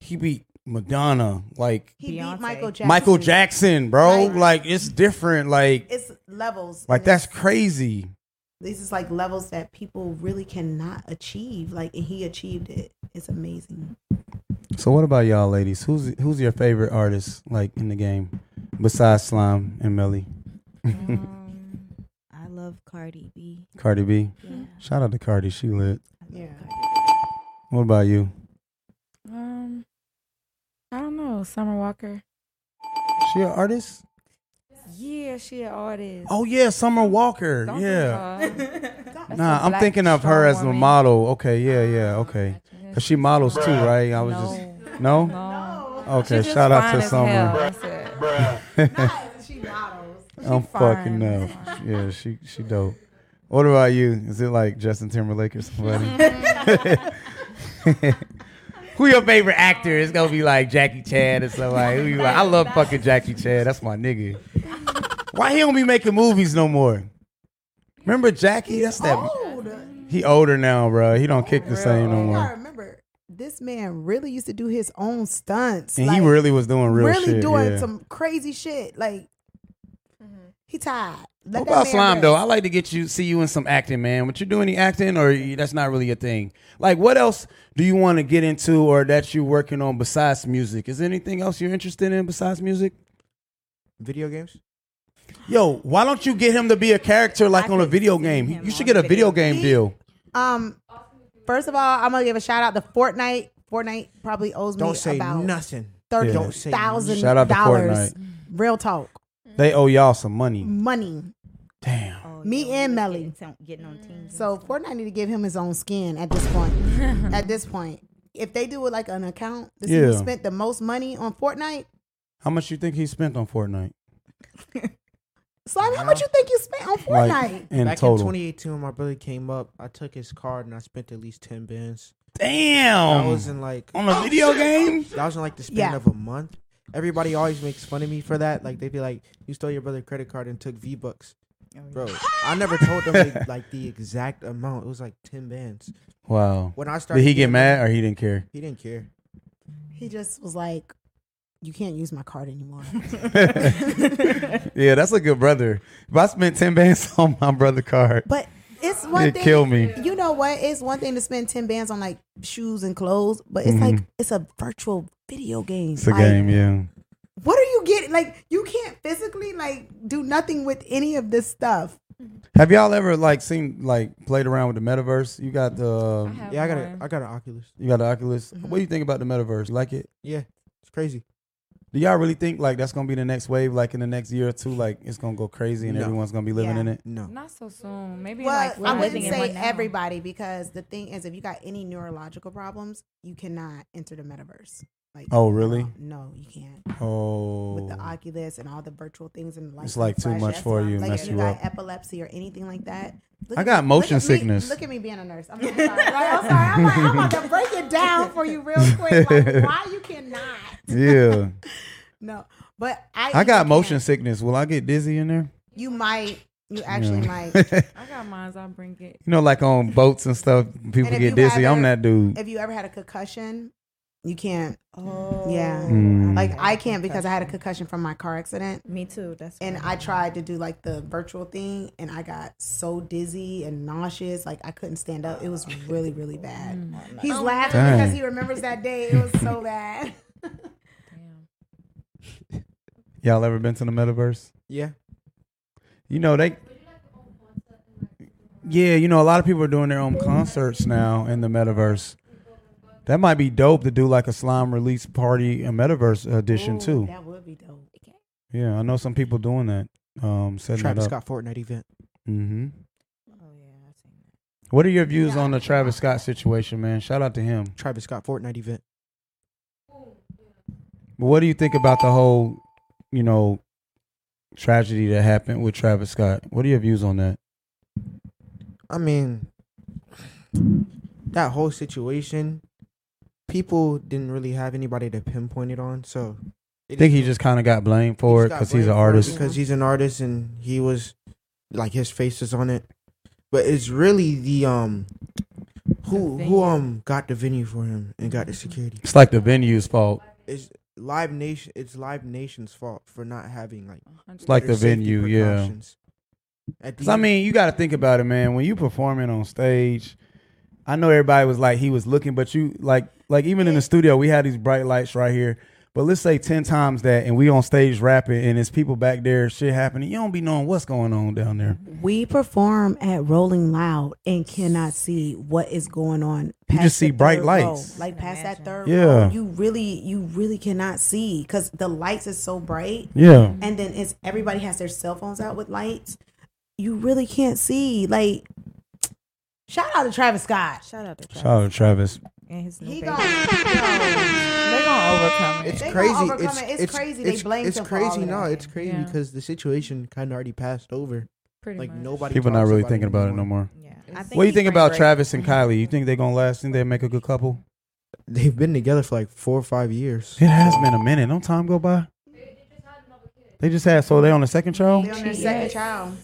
he beat Madonna, like
he
Beyonce.
beat Michael Jackson.
Michael Jackson, bro.
Right.
Like it's different. Like
It's levels.
like
and it's-
that's crazy.
These is like levels that people really cannot achieve. Like, and he achieved it. It's amazing.
So what about y'all ladies? Who's who's your favorite artist like in the game besides Slime and Melly?
Mm,
Um, I love Cardi B.
Cardi B.
Yeah.
Shout out to Cardi, she lit.
Yeah.
What about you?
Um, I don't know. Summer Walker.
She an artist?
Yeah, she an artist.
Oh yeah, Summer Walker.
Don't do
yeah.
her. That's a
Nah, I'm
black
thinking of her
strong
as a
woman.
model. Okay, yeah, yeah, okay.
Yeah,
'Cause she models too, right? I was just
no,
no.
no.
Okay,
She just
shout out
fine
to
as
Summer.
hell, that's it.
she models.
I'm fucking
fine.
no. Yeah, she she dope. What about you? Is it like Justin Timberlake or somebody? Who your favorite actor? It's gonna be like Jackie Chan or somebody. Who you like? I love fucking Jackie Chan. That's my nigga. Why he don't be making movies no more? Remember Jackie? That's that.
Old.
He older now, bro. He don't kick the same no
I
more.
remember this man really used to do his own stunts.
And he
like,
really was doing real
really
shit.
doing
yeah.
some crazy shit. Like He tired. Let
What
that
about
man
slime
rest.
though? I like to get you see you in some acting, man. Would you do any acting, or you- that's not really a thing? Like, what else do you want to get into, or that you're working on besides music? Is there anything else you're interested in besides music?
Video games?
Yo, why don't you get him to be a character like
I
on a
could
video
see
game?
him
You should
on
get a video
video
game deal.
Um, first of all, I'm gonna give a shout out to Fortnite. Fortnite probably owes me
Don't say
about
nothing.
thirty
Don't
say
thousand
Shout out to
dollars.
Fortnite.
Real talk,
They owe y'all some
Mm-hmm.
money.
money.
Damn.
Me and Melly.
Getting, getting on teams.
So Fortnite need to give him his own skin at this point. at this point, if they do it like an account, to see who
Yeah.
spent the most money on Fortnite.
How much you think he spent on Fortnite?
Slime, how much you think you spent on Fortnite?
Like in
Back in
total.
2018, when my brother came up, I took his card and I spent at least 10 bands.
Damn.
That was Oh, in like
on a video game?
that was in like the span
Yeah.
of a month. Everybody always makes fun of me for that. Like they'd be like, "You stole your brother's credit card and took V bucks." Bro, I never told them like, like the exact amount. It was like ten bands.
Wow.
When I started,
Did he get
getting-
mad or he didn't care?
He didn't care.
He just was like, "You can't use my card anymore."
Yeah, that's a good brother. If I spent ten bands on my brother card,
But it's one
It
thing.
killed me.
You know what? It's one thing to spend ten bands on like shoes and clothes, but it's like it's a virtual video
Mm-hmm.
game.
it's a
Like,
game. Yeah,
What are you getting? Like you can't physically like do nothing with any of this stuff.
have y'all ever like seen like played around with the metaverse? You got the um,
Yeah, I got a, I got an Oculus.
you got the Oculus.
Mm-hmm.
What do you think about the metaverse? You Like it?
Yeah, it's crazy.
Do y'all really think like that's gonna be the next wave? Like in the next year or two, like it's gonna go crazy and
No.
everyone's gonna be living
Yeah.
in it.
No,
Not so soon. Maybe
well,
like
I
we're
wouldn't
living in
say
one now.
everybody because the thing is, if you got any neurological problems, you cannot enter the metaverse. Like uh,
Oh, really?
No, you can't.
Oh,
With the Oculus and all the virtual things and like
It's, like, too
flash-
much
that's
for
why I'm
you,
Like
mess
if you
you
got
up.
epilepsy or anything like that. Look
I
at-
got
look
motion
at me-
sickness.
look at me being a nurse. I'm, so sorry. Like, I'm sorry. I'm like, I'm about to break it down for you real quick. Like, why you cannot?
yeah.
No, but I
I got
you
motion
can't.
sickness. Will I get dizzy in there?
You might. You actually might.
I got mine. I'll bring it.
You know, like on boats and stuff, people
if
get
you
dizzy.
have
I'm
a-
that dude.
If you ever had a concussion, you can't.
Oh.
Yeah.
Mm.
Like I can't because I had a concussion from my car accident.
Me too. That's
And
why.
I tried to do like the virtual thing and I got so dizzy and nauseous. Like I couldn't stand up. It was
Ah.
really, really bad. He's laughing
Mm. Oh, Dang.
because he remembers that day. It was so bad.
Y'all ever been to the metaverse?
yeah,
You know they. Yeah, you know a lot of people are doing their own concerts now in the metaverse. That might be dope to do like a slime release party and metaverse edition too.
That would be dope.
Yeah, I know some people doing that. Um, setting
Travis
that up.
Scott Fortnite event.
Mm-hmm. What are your views on the Travis Scott situation, man? Shout out to him.
Travis Scott Fortnite event.
But what do you think about the whole, you know, tragedy that happened with Travis Scott? What are your views on that?
I mean, that whole situation, people didn't really have anybody to pinpoint it on. So,
I think he just kind of got blamed for it
got
because he's an
blamed for it
artist.
Because he's an artist, and he was like his face is on it. But it's really the um, who who um got the venue for him and got the security.
It's like the venue's fault.
It's Live Nation. It's Live Nation's fault for not having like
It's like the
better safety
venue, yeah.
precautions. At
Cause I
the-
mean, you got to think about it, man. When you performing on stage, I know everybody was like he was looking, but you like like even in the studio, we had these bright lights right here. But let's say ten times that, and we on stage rapping, and it's people back there, shit happening. You don't be knowing what's going on down there.
We perform at Rolling Loud and cannot see what is going on.
You
past
just see
the
bright
third
lights.
row. like past that third
Yeah.
row. You really, you really cannot see because the lights is so bright,
Yeah,
and then it's everybody has their cell phones out with lights. You really can't see. Like, shout out to Travis Scott.
Shout out to Travis
shout out to Travis.
and his new
He
baby.
got yo,
They're gonna overcome it.
It's
They gonna
crazy.
overcome
It's,
it. It's crazy. They blamed
It's
him for all
crazy.
of
No,
that.
it's crazy
Yeah.
because the situation kind of already passed over.
Pretty
Like
much.
nobody.
People not
talks
really thinking about it no more.
Yeah.
What do you think about Travis and Kylie? You think they gonna last? Think they make a good couple?
They've been together for like four or five years.
It has been a minute. Don't time go by? They just had so they on the second child.
they on their second child.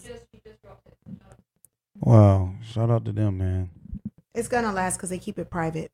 Wow, shout out to them, man.
It's gonna last because they keep it private.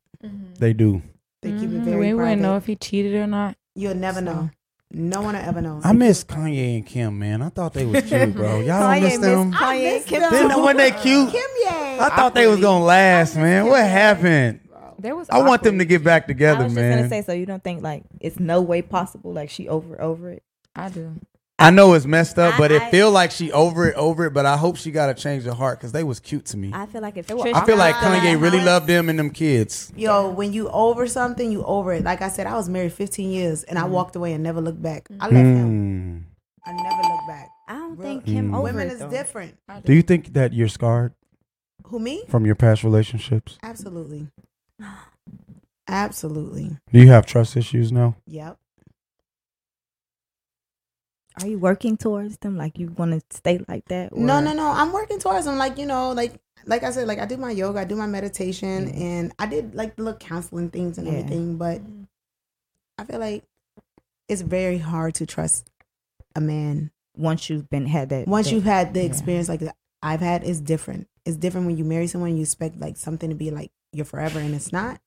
They do.
They keep it
Mhm.
very
we
private.
wouldn't know if he cheated or not.
You'll never
So-
know. No one will ever know.
I miss Kanye and Kim, man. I thought they was cute, bro. Y'all don't miss them.
Kanye
miss
Kim
them.
Didn't know when they cute.
Kim Ye.
I thought they was gonna last, man. What happened?
There was
I want them to
awkward.
get back
I
together,
was just
man.
gonna say, so you don't think like it's no way possible, like she over over it.
I do.
I know it's messed up,
I-
but
I-
it feel like she over it, over it. But I hope she got a change of heart because they was cute to me.
I feel like if
were
Trish-
I feel like
feel like
Kanye really
Alex-
loved them and them kids.
Yo, when you over something, you over it. Like I said, I was married 15 years and I walked away and never looked back. I left him.
Mm.
I never looked back.
I don't
Real-
think Kim
Mm.
over
Women
it,
is
though.
different.
I
Do you think that you're scarred
Who me?
from your past relationships?
Absolutely. Absolutely.
Do you have trust issues now?
Yep.
Are you working towards them? Like you want to stay like that?
No,
or-
no, no. I'm working towards them. Like, you know, like like I said, like I do my yoga, I do my meditation, and I did like the little counseling things and
Mm-hmm. Yeah. Mm-hmm.
everything, but I feel like it's very hard to trust a man
Once you've been had that,
once
that-
you've had the
yeah.
experience like that I've had, it's different. It's different when you marry someone, you expect like something to be like you're forever, and it's not.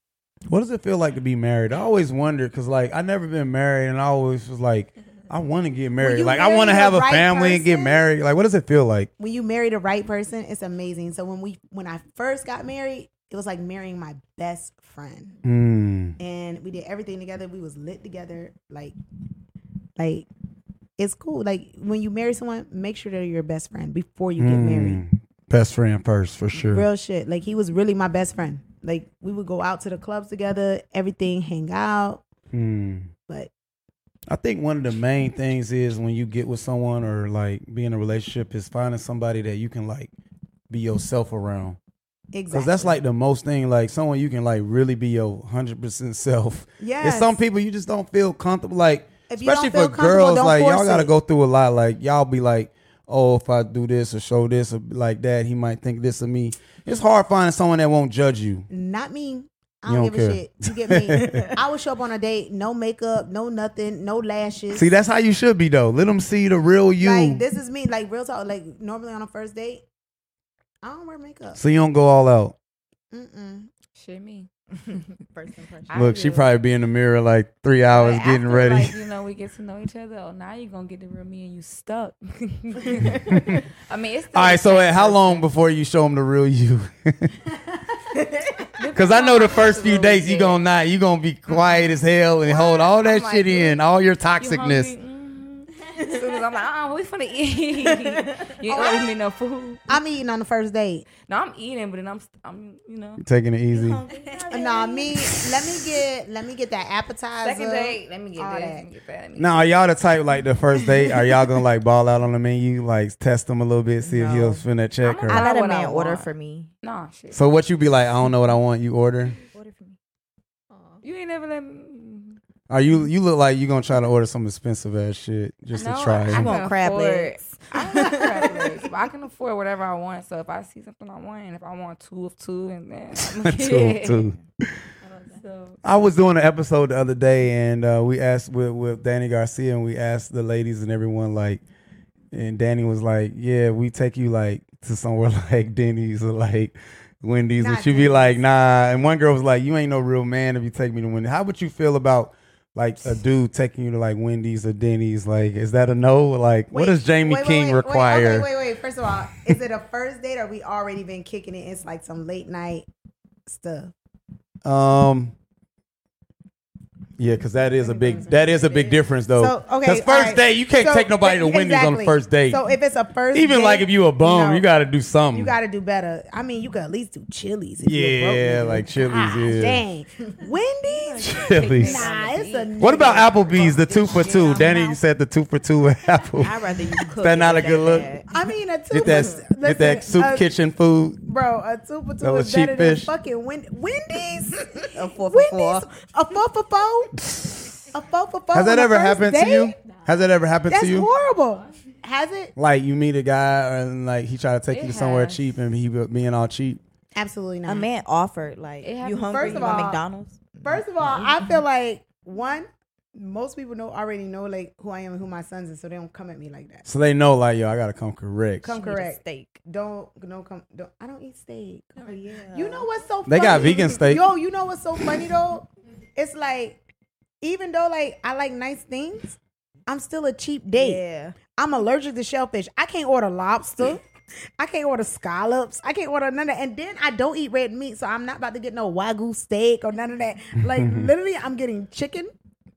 What does it feel like to be married? I always wondered because, like, I never been married, and I always was like, I want to get married.
you
Like, I
marry
want to
the
have a
right
family and get
person?
married. Like, what does it feel like?
When you marry the right person, it's amazing. So when we when I first got married, it was like marrying my best friend,
Mm.
and we did everything together. We was lit together, like like it's cool. Like when you marry someone, make sure they're your best friend before you get married.
Mm. Best friend first, for sure.
Real shit. Like he was really my best friend. Like we would go out to the clubs together, everything, hang out,
Mm.
but
I think one of the main things is when you get with someone or like be in a relationship is finding somebody that you can like be yourself around.
exactly.
Because that's like the most thing, like someone you can like really be your hundred percent self.
yeah.
There's some people you just don't feel comfortable, like
If you don't
especially
feel
for
comfortable,
girls,
don't
like y'all
force
gotta
it.
go through a lot. Like y'all be like, oh, if I do this or show this or like that, he might think this of me. It's hard finding someone that won't judge you.
Not me. I
You
don't,
don't
give a
care.
shit. You get me? I would show up on a date, no makeup, no nothing, no lashes.
See, that's how you should be though. Let them see the real you.
Like this is me. Like real talk. Like normally on a first date, I don't wear makeup.
so you don't go all out.
Mm-mm.
Shit, me.
First impression.
I
Look, she
do.
probably be in the mirror like three hours
But
getting
after,
ready.
Like, you know, we get to know each other. Oh, now you're gonna get the real me, and you stuck. I mean, it's still
All right,
the same
so at how
person.
long before you show them the real you? Because I know the first few days you gonna not, you gonna be quiet as hell and hold all that
I'm like,
shit in, all your
You
toxicness.
hungry? Mhm. As soon as I'm like, uh-uh, we finna eat. you ain't ordering me no food.
I'm eating on the first date.
No, I'm eating, but then I'm, st- I'm, you know.
Taking it easy.
Uh, Nah, me. Let me get. Let me get that appetizer.
Second date, let me get
all
this,
that.
let me get that. let me-
Now, are y'all the type like the first date? Are y'all gonna like ball out on the menu, like test them a little bit, see if
No.
he'll finna check
I'm a-
I
her?
let
Not
a
what I
man order
want.
for me.
Nah, shit.
So what you be like? I don't know what I want. You order?
Order for me.
You ain't never let me. mm-hmm.
Are you? You look like you gonna try to order some expensive ass shit just to
No,
try
I
it.
want
can
crab
afford-
legs.
I don't want crab legs, but I can afford whatever I want. So if I see something I want, and if I want two of two, and then I'ma
Two,
get it.
two.
So
I was doing an episode the other day, and uh, we asked with, with Danny Garcia, and we asked the ladies and everyone like, and Danny was like, "Yeah, we take you like to somewhere like Denny's or like Wendy's," and
Not
she'd be
Denny's.
like, "Nah." And one girl was like, "You ain't no real man if you take me to Wendy's." How would you feel about like a dude taking you to like Wendy's or Denny's? Like, is that a no? Like, what
Wait,
does Jamie
wait, wait,
King
wait, wait,
require?
okay, Wait, wait, wait. First of all, is it a first date or we already been kicking it? It's like some late night stuff.
Um. Yeah, because that is a big that is a big difference though.
So, okay,
Because
all
first
right.
date you can't
So,
take nobody to
th-
Wendy's on the
exactly.
first date.
So if it's a first,
Even
date,
like if you a bum,
no,
you got to do something.
you got to do better. I mean, you could at least do Chili's. If
yeah,
you're Ah,
like Chili's. yeah.
dang, Wendy's.
Chili's.
Nah, it's a.
What about Applebee's? The two for two. Danny said the two for two at Apple.
I'd rather you cook.
that not
it
a good
than
look?
that.
I mean, a two.
Get that get that soup
a,
kitchen food.
bro. A two for
That
two
was
is
cheap
better
fish.
than fucking Wen- Wendy's.
A four for
Wendy's.
four.
A four for four. A four for four.
Has
on
that
oh, the
ever
first
happened to
date?
you? Has that ever happened
That's
to you?
horrible. Has it?
Like you meet a guy and like he try to take
It
you to somewhere
has.
cheap and he be- being all cheap.
Absolutely not.
A man offered like
It
you
happened-
hungry?
First
you
of
want
all-
McDonald's?
First of all, I feel like one, most people know already know like who I am and who my sons is, so they don't come at me like that.
So they know like yo, I gotta come correct.
Come
Need a
correct.
Steak.
Don't don't come. Don't, I don't eat steak.
Oh yeah.
You know what's so funny?
They got vegan steak.
Yo, you know what's so funny though? It's like even though like I like nice things, I'm still a cheap date.
Yeah.
I'm allergic to shellfish. I can't order lobster. I can't order scallops. I can't order none of that. And then I don't eat red meat, so I'm not about to get no wagyu steak or none of that. Like literally, I'm getting chicken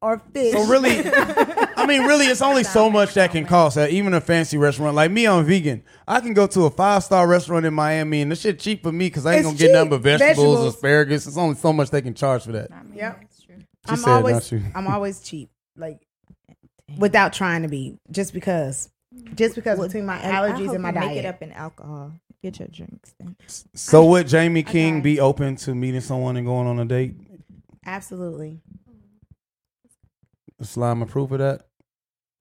or fish.
So really, I mean, really, it's only so much that can cost at even a fancy restaurant. Like me, I'm vegan. I can go to a five star restaurant in Miami, and the shit cheap for me because I ain't
It's
gonna get nothing but
cheap.
vegetables,
Vegetables.
asparagus. It's only so much they can charge for that.
Yep.
She
I'm
said, not
always
you.
I'm always cheap, like without trying to be, just because, just because between my allergies and my
Make it
diet.
up in alcohol. Get your drinks then.
So would Jamie King be open to meeting someone and going on a date?
Absolutely.
Is slime approve of that?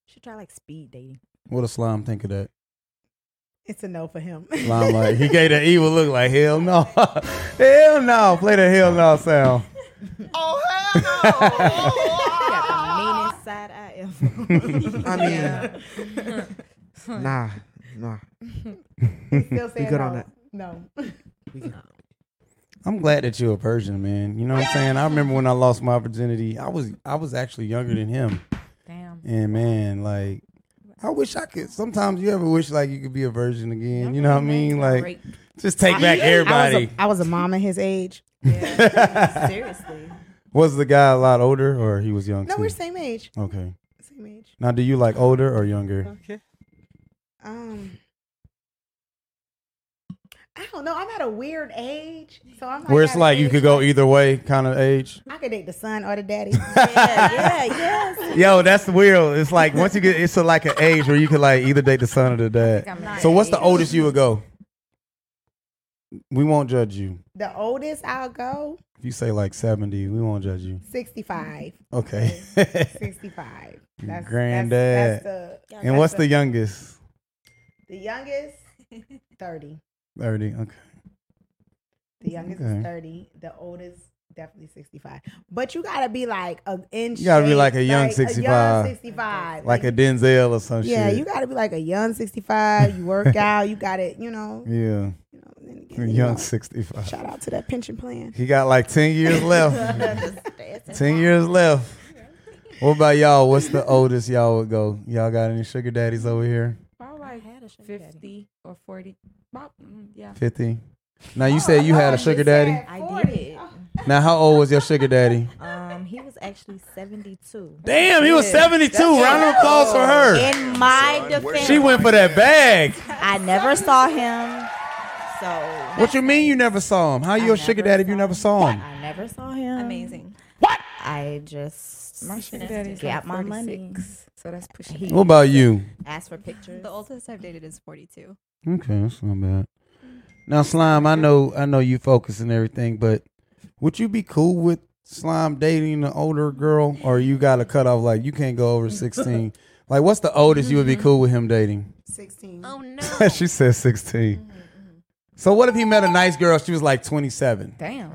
Should try like speed dating.
What does slime think of that?
It's a no for him.
Slime like he gave that evil look like hell no, hell no. Play the hell no sound.
oh,
Ah!
Got the meanest side eye
I
ever.
mean, nah, nah.
Still saying
good
no.
on that.
No.
We can-
I'm glad that you're a Persian, man. You know what I'm saying? I remember when I lost my virginity, I was I was actually younger than him.
Damn.
And man, like I wish I could sometimes you ever wish like you could be a virgin again. You know what I mean? Like just take back
I was,
everybody.
a, I was a mom at his age.
Seriously.
Was the guy a lot older or he was young?
No,
too?
we're same age.
Okay.
Same age.
Now do you like older or younger?
Um. I don't know. I'm at a weird age, so I'm.
Where it's
at a
like you
age-
could go either way kind of age.
I could date the son or the daddy.
yeah, yeah, yes.
Yo, that's weird. It's like once you get it's a, like an age where you could like either date the son or the dad.
I'm not
So what's the
age.
oldest you would go? We won't judge you.
the oldest I'll go
If you say like 70, we won't judge you.
65.
Okay.
65. That's,
Granddad.
That's, that's the,
and what's the youngest?
the youngest? 30.
30. Okay.
The youngest
Okay.
is 30. The oldest definitely 65. But you gotta be like a in
You gotta be
shape,
like a young 65.
65.
Like a Denzel or some
yeah,
shit.
you gotta be like a young 65. You work out. You got it. You know.
yeah.
You know, and then again, you
Young
know,
65.
Shout out to that pension plan.
He got like 10 years left. 10 years left. What about y'all? What's the oldest y'all would go? Y'all got any sugar daddies over here?
Probably like 50 or 40. About, mm, yeah.
50. Now you said you had a sugar daddy.
I did.
Now how old was your sugar daddy?
Um, he was actually 72.
Damn, he was 72. Round of applause for her.
In my defense,
She went for that bag.
I never saw him. So
What you mean you never saw him? How you a sugar
never
daddy if you
saw
never saw him?
I never saw him.
Um,
Amazing.
I just
My sugar daddy's like
got my money.
46, So that's pushing
He
it.
What about you?
asked for pictures.
The oldest I've dated is 42.
Okay, that's not bad. Now, slime, I know, I know you focus and everything, but would you be cool with slime dating an older girl, or you got to cut off like you can't go over sixteen? Like, what's the oldest you would
Mm-hmm.
be cool with him dating?
16.
Oh.
no.
she said 16
Mm-hmm.
So what if he met a nice girl? She was like twenty seven,
Damn.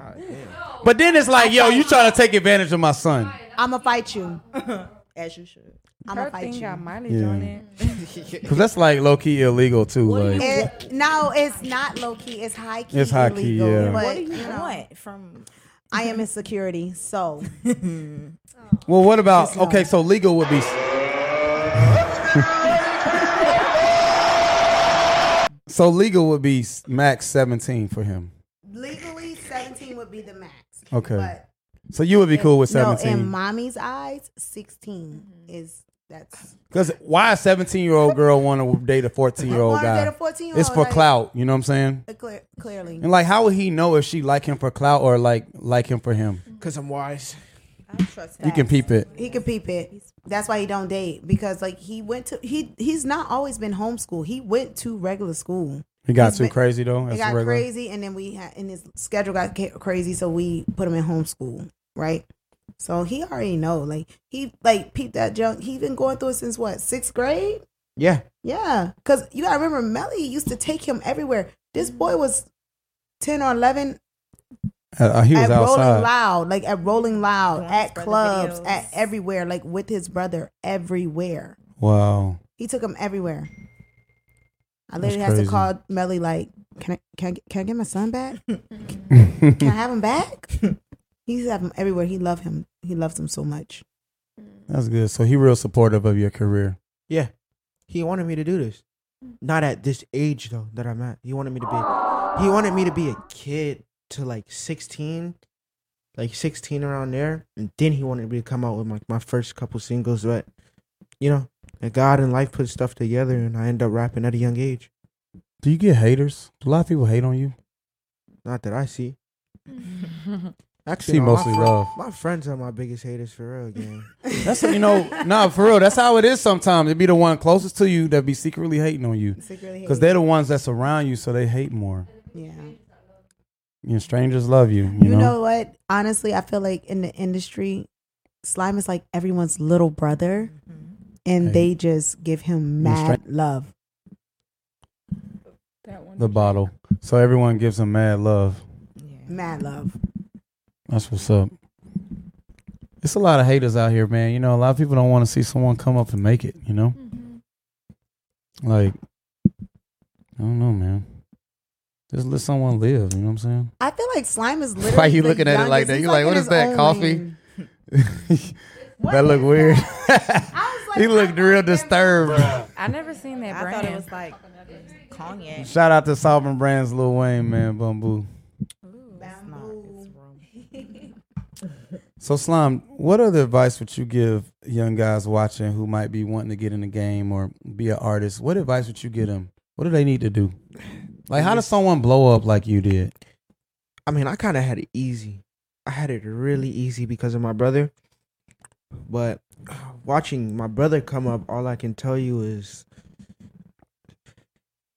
but then it's like, yo, you trying to take advantage of my son?
I'ma fight you.
as you should.
I'ma
Her
fight
thing
you.
got mileage
Yeah.
on it.
Because that's like low key illegal too. Like,
It, no, it's not low key. It's high key.
It's high key,
illegal,
yeah.
But,
What do you
know,
want from?
I am in security, so
well, what about okay? So legal would be. so legal would be max seventeen for him.
legally, seventeen would be the max.
Okay.
But
So you would be cool with
no, in
seventeen.
mommy's eyes, 16
Mm-hmm.
is that's.
Because why a seventeen year old girl want to date a fourteen year old
Wanna
guy?
date a 14-year-old,
It's for
like-
clout. You know what I'm saying?
uh, Clear, clearly,
And like, how would he know if she like him for clout or like like him for him?
Cause I'm wise.
I trust
You can peep it.
he could peep it. That's why he don't date because like he went to he he's not always been homeschooled. He went to regular school.
He got
It's
too
been-
crazy though.
it
as a
got
regular.
crazy, and then we had and his schedule got ca- crazy, so we put him in homeschool, right? So he already know, like he like peeped that junk. He been going through it since what sixth grade?
Yeah.
Yeah, because you gotta remember, Melly used to take him everywhere. This boy was ten or eleven
Uh, uh, he was
at Rolling
outside.
Loud, like at Rolling Loud,
Going to
at
brother
clubs,
videos.
at everywhere, like with his brother everywhere.
Wow.
He took him everywhere. I
That's
literally has to
crazy.
call Melly like, can I can I, get- can I get my son back? Can I have him back? He's have him everywhere. He love him. He loves him so much.
That's good. So he real supportive of your career.
Yeah. He wanted me to do this. Not at this age though that I'm at. He wanted me to be he wanted me to be a kid to like sixteen, like sixteen around there. And then he wanted me to come out with my, my first couple singles, but you know, and God and life put stuff together and I end up rapping at a young age.
Do you get haters? Do a lot of people hate on you?
Not that I see. Actually,
See
no, my
mostly
fri-
love.
My friends are my biggest haters for real, gang.
That's you know, nah, for real. That's how it is sometimes. It be the one closest to you that be secretly hating on you.
Secretly
Because
hate
they're the ones that's around you, so they hate more.
you. yeah.
You know, strangers love you. You,
You,
know?
know? what? Honestly, I feel like in the industry, Slime is like everyone's little brother, and
Mm-hmm. Hey.
they just give him
You're
mad love.
That one.
the bottle. So everyone gives them mad love.
Mad love.
That's what's up. It's a lot of haters out here, man. You know, a lot of people don't want to see someone come up and make it, you know?
Mm-hmm.
Like, I don't know, man. Just let someone live, you know what I'm saying?
I feel like Slime is literally.
Why you
the
looking at it like
youngest.
that?
He's,
You like, what
in
is
his
that,
own
coffee?
lane.
that looked weird.
I was like,
he looked real disturbed.
I never seen that
I
brand.
thought it was like cognac.
Shout out to Sovereign Brands, Lil Wayne, man, Bamboo. So, Slime, what other advice would you give young guys watching who might be wanting to get in the game or be an artist? What advice would you give them? What do they need to do? Like, how does someone blow up like you did?
I mean, I kind of had it easy. I had it really easy because of my brother. But watching my brother come up, all I can tell you is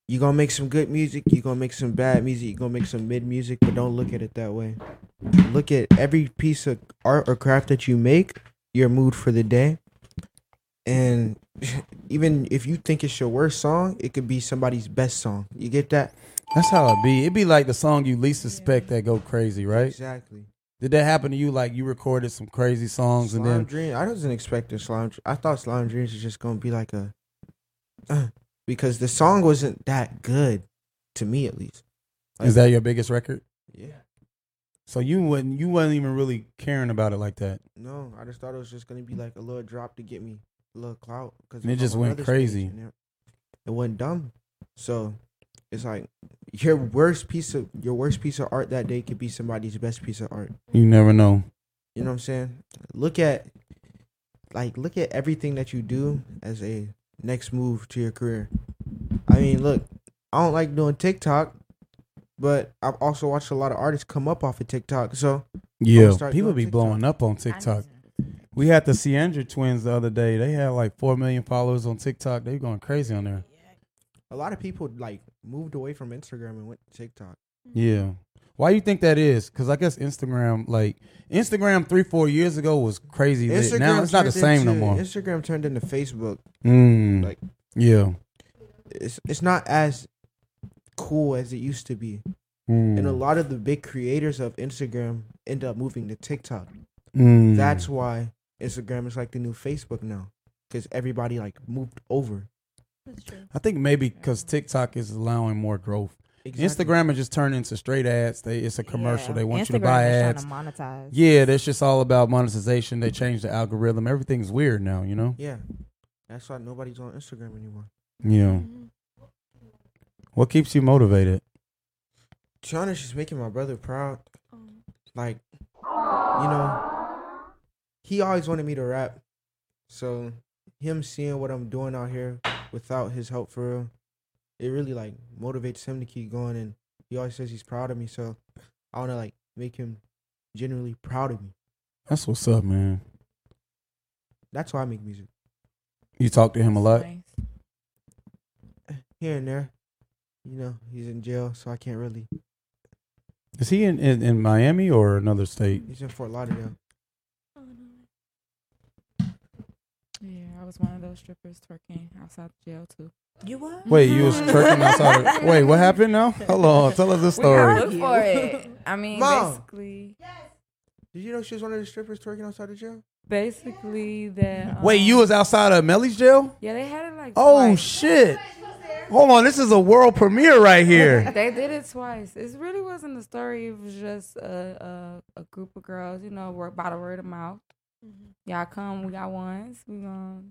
you going to make some good music, you going to make some bad music, you going to make some mid music, but don't look at it that way. Look at every piece of art or craft that you make, your mood for the day. And even if you think it's your worst song, it could be somebody's best song. You get that?
That's how it be. It be like the song you least suspect that go crazy, right?
Exactly.
Did that happen to you? Like, you recorded some crazy songs
Slime
and then
Dream. I wasn't expecting Slime. Dr- I thought Slime Dreams was just gonna be like a, uh, because the song wasn't that good, to me at least.
is that your biggest record?
Yeah.
So you wouldn't, you wasn't even really caring about it like that,
No, I just thought it was just gonna be like a little drop to get me a little clout. Cause
And it
I'm
just
on
went
another
crazy.
stage and It, it went dumb. So it's like your worst piece of your worst piece of art that day could be somebody's best piece of art.
you never know.
You know what I'm saying? Look at like look at everything that you do as a next move to your career. I mean, look, I don't like doing TikTok, but I've also watched a lot of artists come up off of TikTok. So
Yeah,
start
people
doing
be
TikTok.
blowing up on TikTok. We had the Ciandra twins the other day. They had like four million followers on TikTok. They going crazy on there.
a lot of people like moved away from Instagram and went to TikTok.
Yeah. Why you think that is? Because I guess Instagram, like Instagram, three four years ago was crazy. Lit. Now it's not the
turned
same no
into-
more.
Instagram turned into Facebook.
Mm.
like-
yeah.
It's it's not as cool as it used to be.
Mm.
And a lot of the big creators of Instagram end up moving to TikTok.
Mm.
That's why Instagram is like the new Facebook now, because everybody like moved over.
I think maybe because TikTok is allowing more growth. Instagram has just turned into straight ads. They it's a commercial. They want you to buy ads.
monetize.
Yeah, that's just all about monetization. They changed the algorithm. Everything's weird now. You know.
Yeah, that's why nobody's on Instagram anymore.
Yeah. What keeps you motivated?
Tiana is making my brother proud. Like, you know, he always wanted me to rap, so him seeing what I'm doing out here without his help for real, it really like motivates him to keep going. And he always says he's proud of me, so I want to like make him genuinely proud of me.
That's what's up, man.
That's why I make music
You talk to him a lot.
Nice.
here and there. You know, he's in jail, so I can't really.
Is he in, in, in Miami or another state?
He's in Fort Lauderdale.
Yeah, I was one of those strippers twerking outside the jail too.
You what?
Wait, you was twerking outside. Of, wait, what happened now? Hold on, tell us the
We
story.
gotta look for it. I mean,
Mom.
basically,
Did you know she was one of the strippers twerking outside the jail?
basically that. Um,
Wait, you was outside of Melly's jail?
Yeah, they had it like.
Oh
twice.
shit! Hold on, this is a world premiere right here.
They did it twice. It really wasn't a story. It was just a, a, a group of girls, you know, word by the word of mouth.
Mm-hmm.
Y'all come. We got ones. We gone.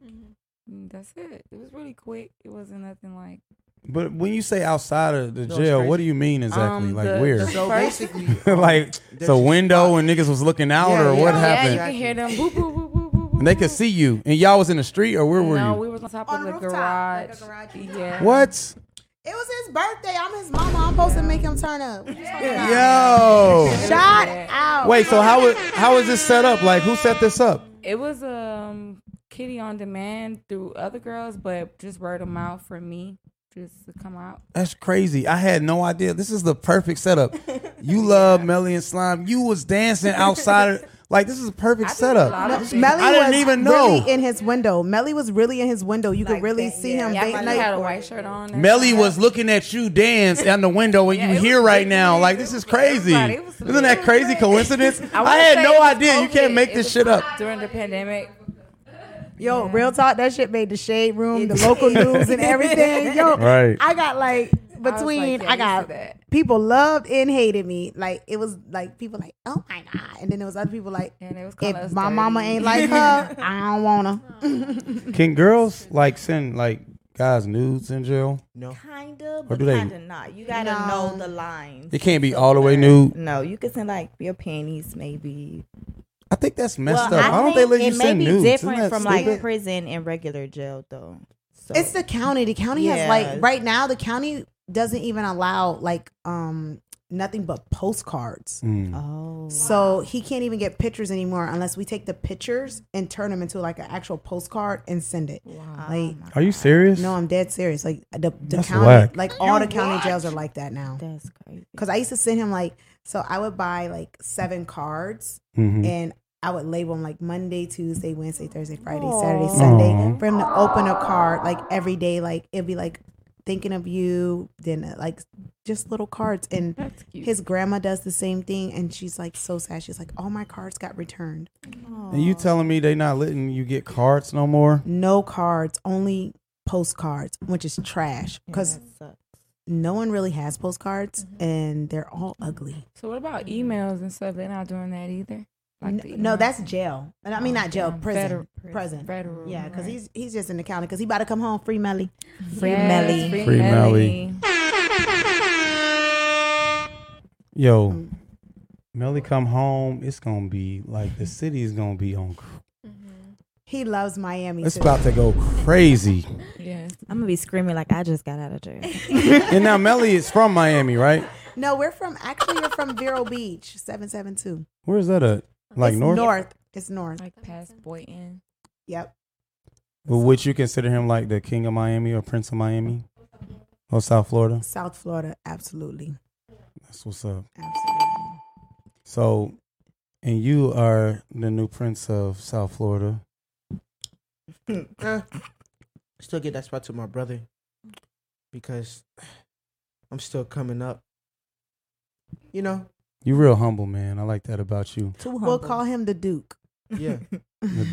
Mm, That's it. It was really quick. It wasn't nothing like.
But when you say outside of the
No, it's
jail, what do
crazy.
you mean exactly?
Um,
like
the-
where?
So
First-
basically,
like
there's
it's a
this
window
spot.
and niggas was looking out,
Yeah,
or
yeah.
what
Yeah,
happened?
Oh, Yeah, you can hear them. Boop boop boop boop boop. boop
And they
boop.
could see you, and y'all was in the street, or where were
no,
you?
we was on top
On
of
the
the,
rooftop,
garage.
like a garage.
Yeah.
What?
It was his birthday. I'm his mama. I'm supposed to make him turn up. What you talking about?
Yo.
Shout out.
Wait. So how is how is this set up? Like who set this up?
It was um Kitty on demand through other girls, but just word of mouth for me, just to come out.
That's crazy. I had no idea. This is the perfect setup. You love Melly and Slime. You was dancing outside. of- like this is a perfect
I did a lot
setup.
of-
Melly
I didn't
was
even know.
really in his window. Melly was really in his window. You could
Like
really
that,
see
yeah.
him.
Yeah,
date
I
night.
had a white shirt on. and
Melly
stuff.
was looking at you dance out the window, and
Yeah, it
you
was
here right now.
crazy.
Like this is crazy.
Everybody, it was
Isn't that
lit.
crazy coincidence? I,
wanna
had
say
no
it was
idea. You can't
COVID.
make
It
this
was
shit up.
During the pandemic,
Yo, real talk, that shit made the shade room, the local news, and everything. Yo,
Right.
I got like between,
yeah,
I,
you
got
said that.
people loved and hated me. Like it was like people like, oh my god, and then there was other people like,
and it was calling
if
us
my
dirty.
mama ain't like her, I don't wanna.
Can girls like send like guys nudes in jail?
No.
Kinda,
Or
but
do they-
kinda not. You gotta
No.
know the lines.
It can't be all the way nude.
No, you could send like your panties, maybe.
I think that's messed
Well,
up.
I
Why don't they
think
let you
it may
send
be
nudes? Isn't
different
that
from
stupid?
like prison and regular jail, though. So
It's the county. The county has
Yeah.
like right now. The county doesn't even allow like um nothing but postcards.
Mm.
oh,
So he can't even get pictures anymore unless we take the pictures and turn them into like an actual postcard and send it. Like
Are you serious?
No, I'm dead serious. Like the, the
That's
county,
whack.
like all the county jails are like that now.
that's crazy.
Because I used to send him like, so I would buy like seven cards
Mhm.
and I would label them like Monday, Tuesday, Wednesday, Thursday, Friday, Saturday,
Aw.
Sunday
Aw.
for him to open a card like every day. Like it'd be like thinking of you, then uh, like just little cards. And
That's cute.
his grandma does the same thing. And she's like so sad. She's like, all my cards got returned.
And you telling me they not letting you get cards no more?
No cards, only postcards, which is trash. Because no one really has postcards
Mm-hmm.
and they're all ugly.
so what about emails and stuff? They're not doing that either.
N-
the
no,
email-
that's jail. And I mean not jail,
damn,
prison.
federal-
prison.
federal.
Yeah, because
right?
he's he's just in the county because he about to come home free Melly.
free
Yes,
Melly.
Free,
Free Melly.
Melly.
Yo,
Mm.
Melly come home. It's gonna be like the city is gonna be on.
He loves Miami.
It's
too.
about to go crazy.
Yes.
I'm gonna be screaming like I just got out of jail.
and now Melly is from Miami, right?
no, we're from actually we're from Vero Beach, seven seven two.
Where's that at? Like
it's
north?
It's north.
Like past Boyton.
Yep.
But Would you consider him like the king of Miami or prince of Miami? Or South Florida?
South Florida, absolutely,
That's what's up.
absolutely.
So, and you are the new prince of South Florida.
Eh, still get that spot to my brother because I'm still coming up. You know,
You real humble, man. I like that about you.
Too
We'll call him the Duke.
yeah.
The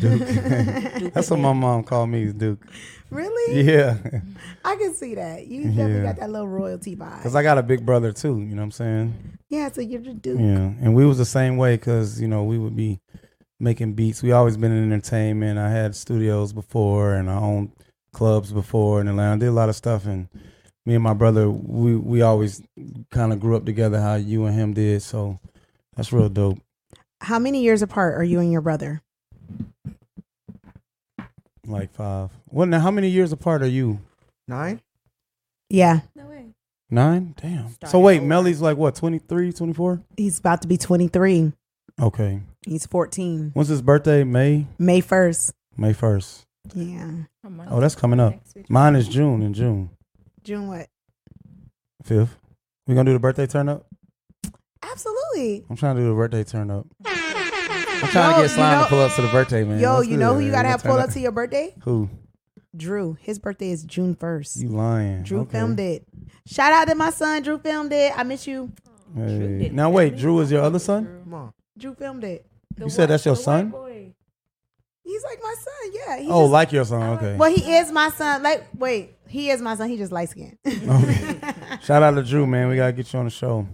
Duke. That's what my mom called me, Duke.
Really?
Yeah.
I can see that. You definitely
Yeah.
got that little royalty vibe.
Cause I got a big brother too, you know what I'm saying?
yeah, so you're the Duke.
Yeah, and we was the same way because you know we would be making beats. We always been in entertainment. I had studios before and I owned clubs before in Atlanta. I did a lot of stuff, and me and my brother, we we always kind of grew up together. How you and him did, so that's real dope.
How many years apart are you and your brother?
Like five. Well, now how many years apart are you?
Nine?
Yeah,
Nine. Damn. so
Starting
wait,
over.
Melly's like what? 23, 24?
he's about to be 23.
Okay.
He's 14.
When's his birthday? May.
May 1st.
May first.
Yeah.
Oh, that's coming up. Mine is June. In June
June what?
fifth. We gonna do the birthday turn up.
Absolutely.
I'm trying to do the birthday turn up. I'm trying to get slime
you know-
to pull up to the birthday, man.
Yo,
Let's
you
do
know
it.
who you gotta
We're
have
gonna
pull
turn
up to your birthday?
Who?
Drew. His birthday is June 1st.
You lying?
Drew
Okay.
filmed it. Shout out to my son. Drew filmed it. I miss you.
Hey.
didn't
Now
film
wait,
it.
Drew is your other son?
Come on.
Drew filmed it.
You said that's your son?
He's like my son. Yeah. He
Oh,
just-
like your son? Okay.
well, he is my son. Like, wait, he is my son. He just light skinned.
Okay. Shout out to Drew, man. We gotta get you on the show.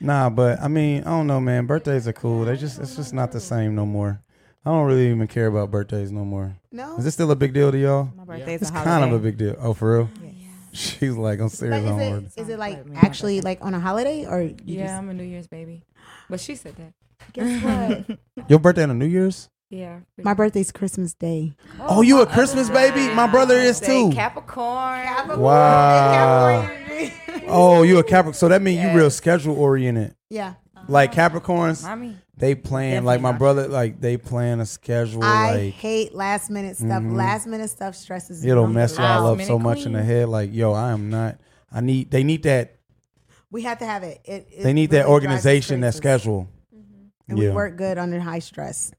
Nah, but I mean, I don't know, man. Birthdays are cool. They just it's just not the same no more. I don't really even care about birthdays no more.
No,
Is this still a big deal to y'all?
My birthday's
It's
a
kind of a
holiday.
big deal. Oh, for real?
Yeah.
She's like, I'm serious.
But
on
is,
word.
it, is it like
Sounds like me.
actually like on a holiday or you
yeah, I'm a New Year's baby. But she said that.
Guess what?
Your birthday on a New Year's?
Yeah.
just, my birthday's Christmas Day.
Oh,
uh,
you a Christmas baby? My brother is too.
Capricorn.
Wow. Oh, you a Capricorn. So that means you real schedule oriented.
yeah,
Like
Uh-huh.
Capricorns,
Mommy.
they plan like my brother, like they plan a schedule.
I
Like
hate last minute stuff.
Mhm.
Last minute stuff stresses me.
it'll
out.
mess y'all up
Last
so
minute
much in the
queen.
head. Like yo, I am not. I need. They need that.
We have to have it. it, it
They need that
really drives us
organization, that
crazy. Mm-hmm.
schedule.
And we work good under high stress.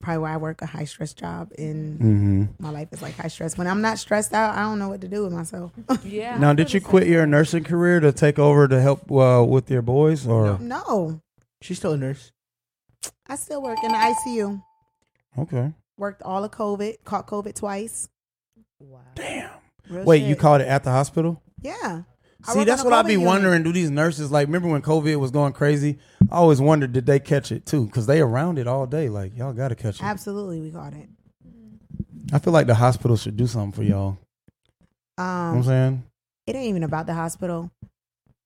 Probably why I work a high stress job and
Mm-hmm.
my life is like high stress. When I'm not stressed out, I don't know what to do with myself.
Yeah.
Now, did you quit your nursing career to take over to help uh, with your boys, or
no,
She's still a nurse.
I still work in the ICU.
okay?
Worked all of COVID. Caught COVID twice. Wow.
Damn.
Real
Wait,
shit.
you called it at the hospital?
Yeah. I
See,
work
that's
on
what
a
I'd be
COVID unit.
wondering. Do these nurses like? Remember when COVID was going crazy? I always wondered did they catch it too? Because they around it all day. Like y'all got to catch it.
Absolutely, we caught it.
I feel like the hospital should do something for y'all. You know
Um,
what I'm
it ain't even about the hospital.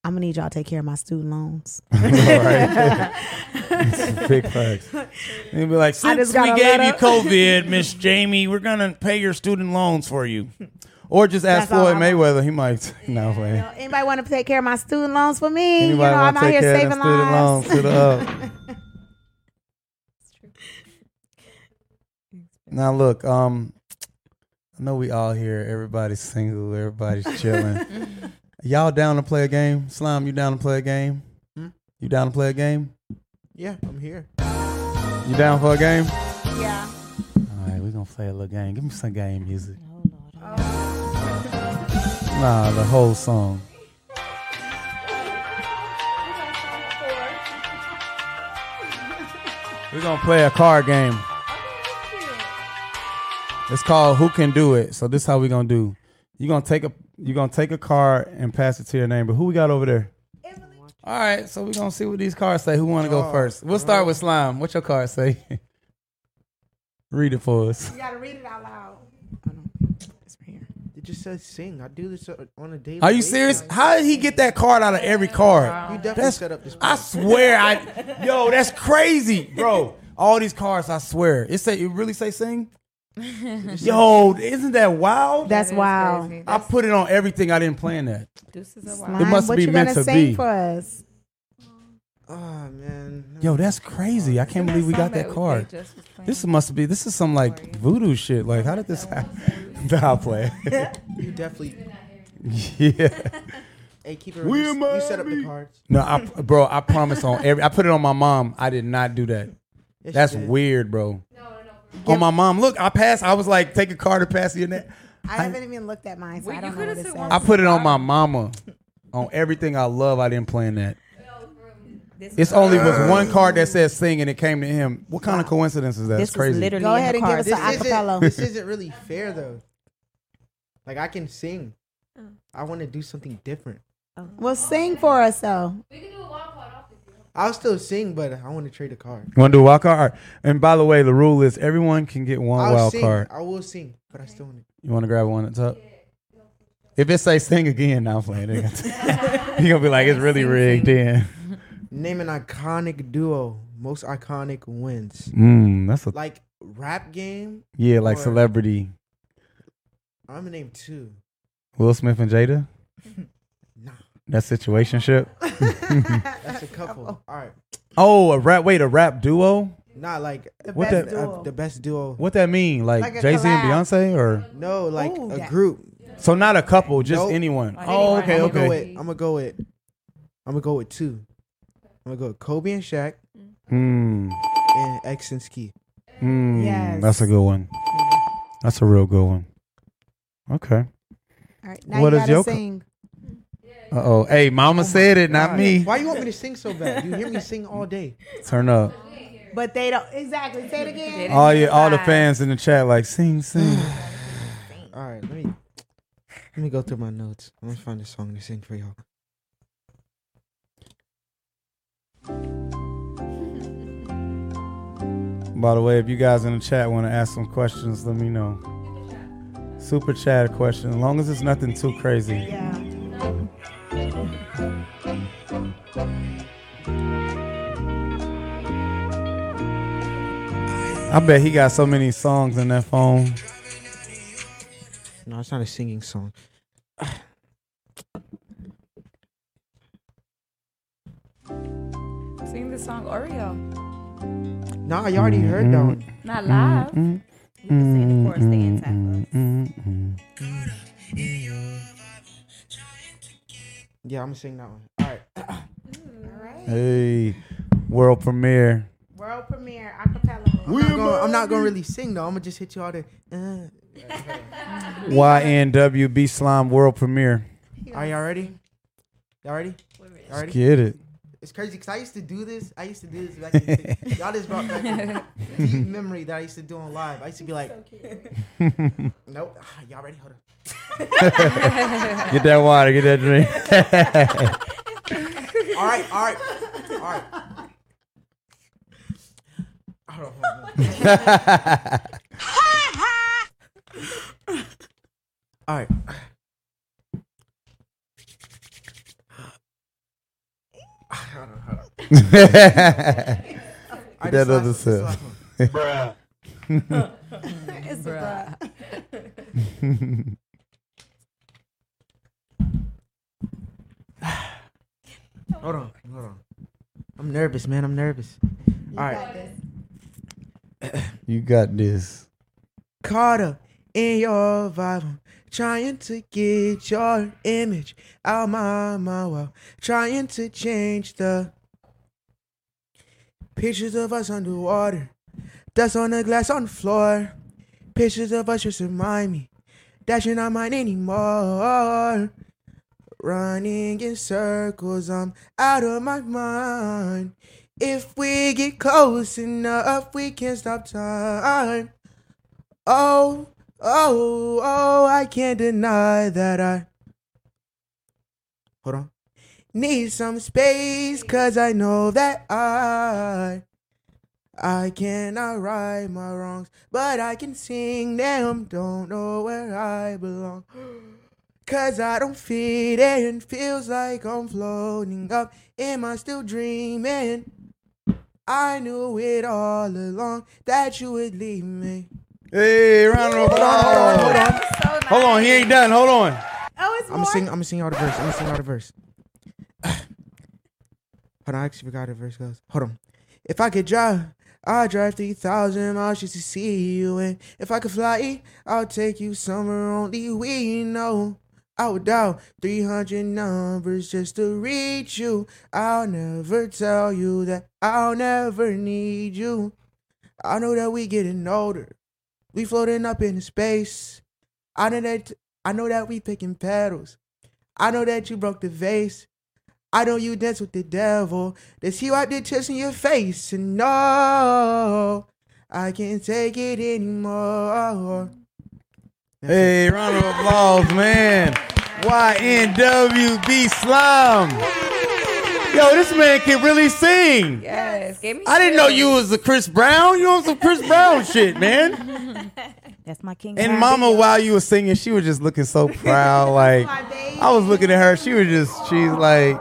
I'm gonna need y'all to take care of my student loans.
saying. right. Big facts. They'd be like,
I
since
just
we
got a
gave you
letter."
COVID, Miss Jamie, we're gonna pay your student loans for you. Or just ask
That's all
Floyd
I
Mayweather. He might. No way.
Anybody want to take care of my student loans for me?
Anybody
you know,
want
I'm
to
out
take
here
care of
saving
them student loans
lives.
to the up. Now look, um, I know we all here. Everybody's single. Everybody's chilling. Y'all down to play a game? Slime, you down to play a game?
Hmm?
You down to play a game?
Yeah, I'm here.
You down for a game?
yeah.
All right, we're gonna play a little game. Give me some game music. Nah, the whole song. We're gonna play a card game. Oh. It's called Who Can Do It. So this is how we're gonna do. You're gonna take a you're gonna take a card and pass it to your neighbor. Who we got over there? All right, so we're gonna see what these cards say. Who wanna go first? We'll start with slime. What your card say? Read it for us.
You gotta read it out loud. It's right here.
It just says sing. I do this on a daily.
Are you
basis.
serious? How did he get that card out of every card?
You definitely
That's-
set up this.
I swear, I yo, that's crazy, bro. All these cards, I swear, it say it really say sing. Yo, isn't that wild?
That's wow.
Crazy.
I put it on everything. I didn't plan that.
Deuces are wild.
Slime,
must
what
be
you
meant
gonna
to
sing
be.
for us?
Oh man.
Yo, that's crazy. I can't believe we got that card. This must be. This is some like voodoo shit. Like, how did this happen? nah, I play.
You definitely.
yeah.
Hey, keep it.
We
real.
in
You set up the
Miami.
cards.
No, I, bro, I promise on every. I put it on my mom. I did not do that.
Yes,
That's
you did.
weird, bro. On my mom, look, I passed. I was like, take a card to pass your neck.
I haven't even looked at mine, so
Well,
I
you
don't know
coulda
what it
said
says.
one
I put it on my mama. On everything I love, I didn't plan that. It's only was one card that says sing and it came to him. What kind of coincidence is that?
This
it's
is
crazy.
literally
Go
in
ahead
the
and give
card.
This
us an acapella.
isn't, this isn't really fair though. Like I can sing.
Oh.
I want to do something different.
Well, sing for us though.
I'll still sing, but I want to trade a card.
want to do a wild card? All right. And by the way, the rule is everyone can get one
I'll
wild
sing.
card.
I will sing, but I still want to.
You want to grab one at the top? If it say sing again, now I'm playing. You're gonna be like, it's really rigged in.
Name an iconic duo. Most iconic wins.
Mm, that's a
Like rap game.
yeah, like
or-
celebrity.
I'm gonna name two.
Will Smith and Jada.
Nah,
That situationship.
that's a couple. All right.
Oh, a rap. Wait, a rap duo.
Not like
The
What
best
that-
duo.
uh, the best duo.
What that mean? Like,
Like a
Jay Z and
collab.
Beyonce, or
No, like
Ooh,
a
that-
group.
so not a couple, just
Nope.
anyone.
Like
oh,
anyone.
okay,
I'm gonna go
okay.
with. I'm gonna go with. I'm gonna go with two. I'm gonna go with Kobe and Shaq
Hmm.
and X and Ski.
Hmm.
Yes.
That's a good one. That's a real good one. Okay.
All right, now
What
you
is
gotta
your co-
sing.
Uh oh. Hey, Mama said it, not
God,
me.
Why you want me to sing so bad? You hear me sing all day.
Turn up.
But they don't exactly say it again.
All your, all the fans in the chat, like sing, sing.
All right, let me let me go through my notes. I'm gonna find a song to sing for y'all.
By the way, if you guys in the chat want to ask some questions, let me know. Super chat a question, as long as it's nothing too crazy. I bet he got so many songs in that phone.
No, it's not a singing song.
Sing the song Oreo.
Nah, you already heard that one.
Not live.
Mm-hmm.
You can sing the chorus, they in time.
Mm-hmm.
Yeah, I'm gonna sing that one. All right.
Hey, world premiere.
World premiere acapella.
I'm not, gonna, I'm not gonna really sing though. I'm gonna just hit you all the. Uh.
YNWB Slime world premiere.
Are y'all ready? Y'all ready? Y'all ready?
Get it.
It's crazy because I used to do this. I used to do this back in the day. Y'all just brought back a deep memory that I used to do on live. I used to be like, nope. Ah, Y'all ready? Hold on.
Get that water, get that drink.
All right, all right, all right. Hold on, hold on, hold on. all right. Hold on, hold on. All right,
That
this last
other
one, this
sip.
last one.
Bruh.
Hold on, hold on. I'm nervous, man. I'm nervous. All right.
you got this.
caught up in your vibe. I'm trying to get your image out my mind while trying to change the pictures of us underwater. Dust on the glass on the floor. Pictures of us just remind me that you're not mine anymore. Running in circles, I'm out of my mind. If we get close enough, we can stop time. Oh, oh, oh, I can't deny that I. Hold on. Need some space, cause I know that I. I cannot right my wrongs, but I can sing them. Don't know where I belong. Cause I don't fit in. Feels like I'm floating up. Am I still dreaming? I knew it all along that you would leave me.
Hey, round of applause. Hold on, hold on, hold on. He ain't done. Hold on.
I'm gonna sing. I'm gonna sing y'all the verse. I'm gonna sing y'all the verse. Hold on, I actually forgot how the verse goes. Hold on. If I could drive, I'd drive three thousand miles just to see you. And if I could fly, I'll take you somewhere only we know. I would dial 300 numbers just to reach you. I'll never tell you that I'll never need you. I know that we getting older. We floating up in space. I know that I know that we picking petals. I know that you broke the vase. I know you dance with the devil. Does he wipe the tears in your face? And no, I can't take it anymore.
Hey, round of applause, man. YNWB Slime. Yo, this man can really sing.
Yes. Give me
I didn't know you was a Chris Brown. You on some Chris Brown shit, man.
That's my king.
And Mama, while you was singing, she was just looking so proud. Like I was looking at her, she was just, she's like,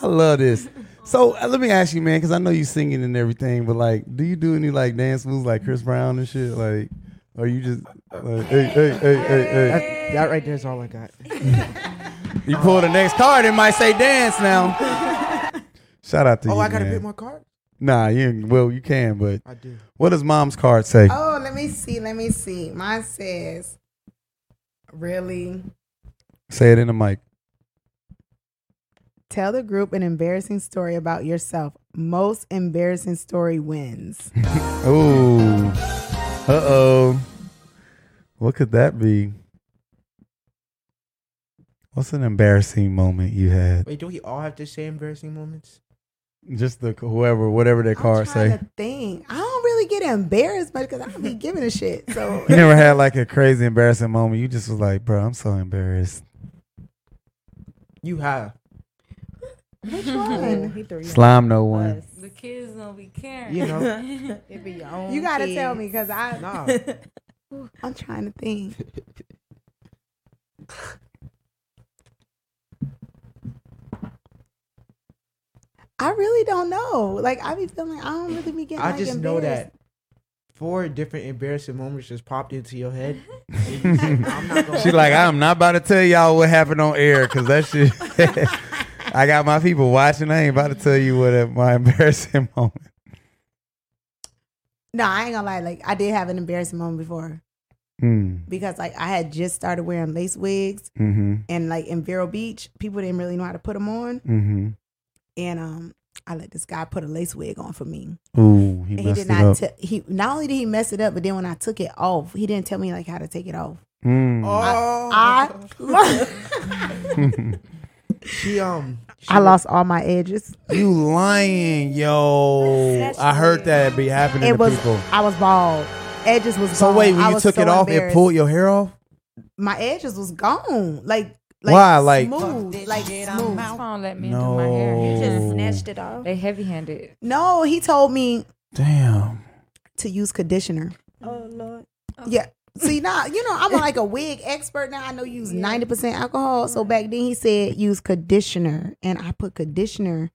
I love this. So uh, let me ask you, man, because I know you singing and everything, but like, do you do any like dance moves like Chris Brown and shit? Like, or you just like, hey, hey, hey, hey, hey?
That, that right there is all I got.
You pull the next card, it might say dance now. Shout out to
Oh,
you.
I gotta
man.
pick my card.
Nah, you ain't- well, you can, but
I do.
what does mom's card say?
Oh, let me see. Let me see. Mine says, really?
Say it in the mic.
Tell the group an embarrassing story about yourself. Most embarrassing story wins.
Oh, uh oh. What could that be? What's an embarrassing moment you had?
Wait, do we all have to say embarrassing moments?
Just the whoever, whatever their
I'm
card
trying
say.
to think. I don't really get embarrassed much because I don't be giving a shit. So
You never had like a crazy embarrassing moment. You just was like, bro, I'm so embarrassed.
You have.
Which one?
He threw you
Slime no one.
Us.
The kids gonna be caring.
You know,
It be your own
You gotta
kids.
tell me because I
nah.
I'm trying to think. I really don't know. Like I be feeling I don't really be getting.
I
like,
just know
embarrassed.
that four different embarrassing moments just popped into your head. And you said, I'm not gonna
She like, I'm not about to tell y'all what happened on air because that shit. I got my people watching. I ain't about to tell you what uh, my embarrassing moment.
No, I ain't gonna lie. Like I did have an embarrassing moment before
Mm,
because like I had just started wearing lace wigs
mm-hmm.
and like in Vero Beach, people didn't really know how to put them on,
Mm-hmm.
and um, I let this guy put a lace wig on for me.
Ooh, he
And he
messed
did
it up.
not. T- he not only did he mess it up, but then when I took it off, he didn't tell me like how to take it off.
Mm.
Oh,
I
she um. She
I lost all my edges.
You lying, yo. I heard that be happening
It
to
was
people.
I was bald. Edges was
So
gone.
wait, when
I
you
was
took
so
it off, it
embarrassed.
pulled your hair off?
My edges was gone. Like, like
Why? Like-
smooth. Like smooth.
My phone let me do my hair.
No.
Just snatched it off.
They heavy handed.
No, he told me
Damn.
to use conditioner.
Oh Lord.
Yeah. See now, you know I'm like a wig expert now. I know you use ninety percent alcohol. So back then he said use conditioner, and I put conditioner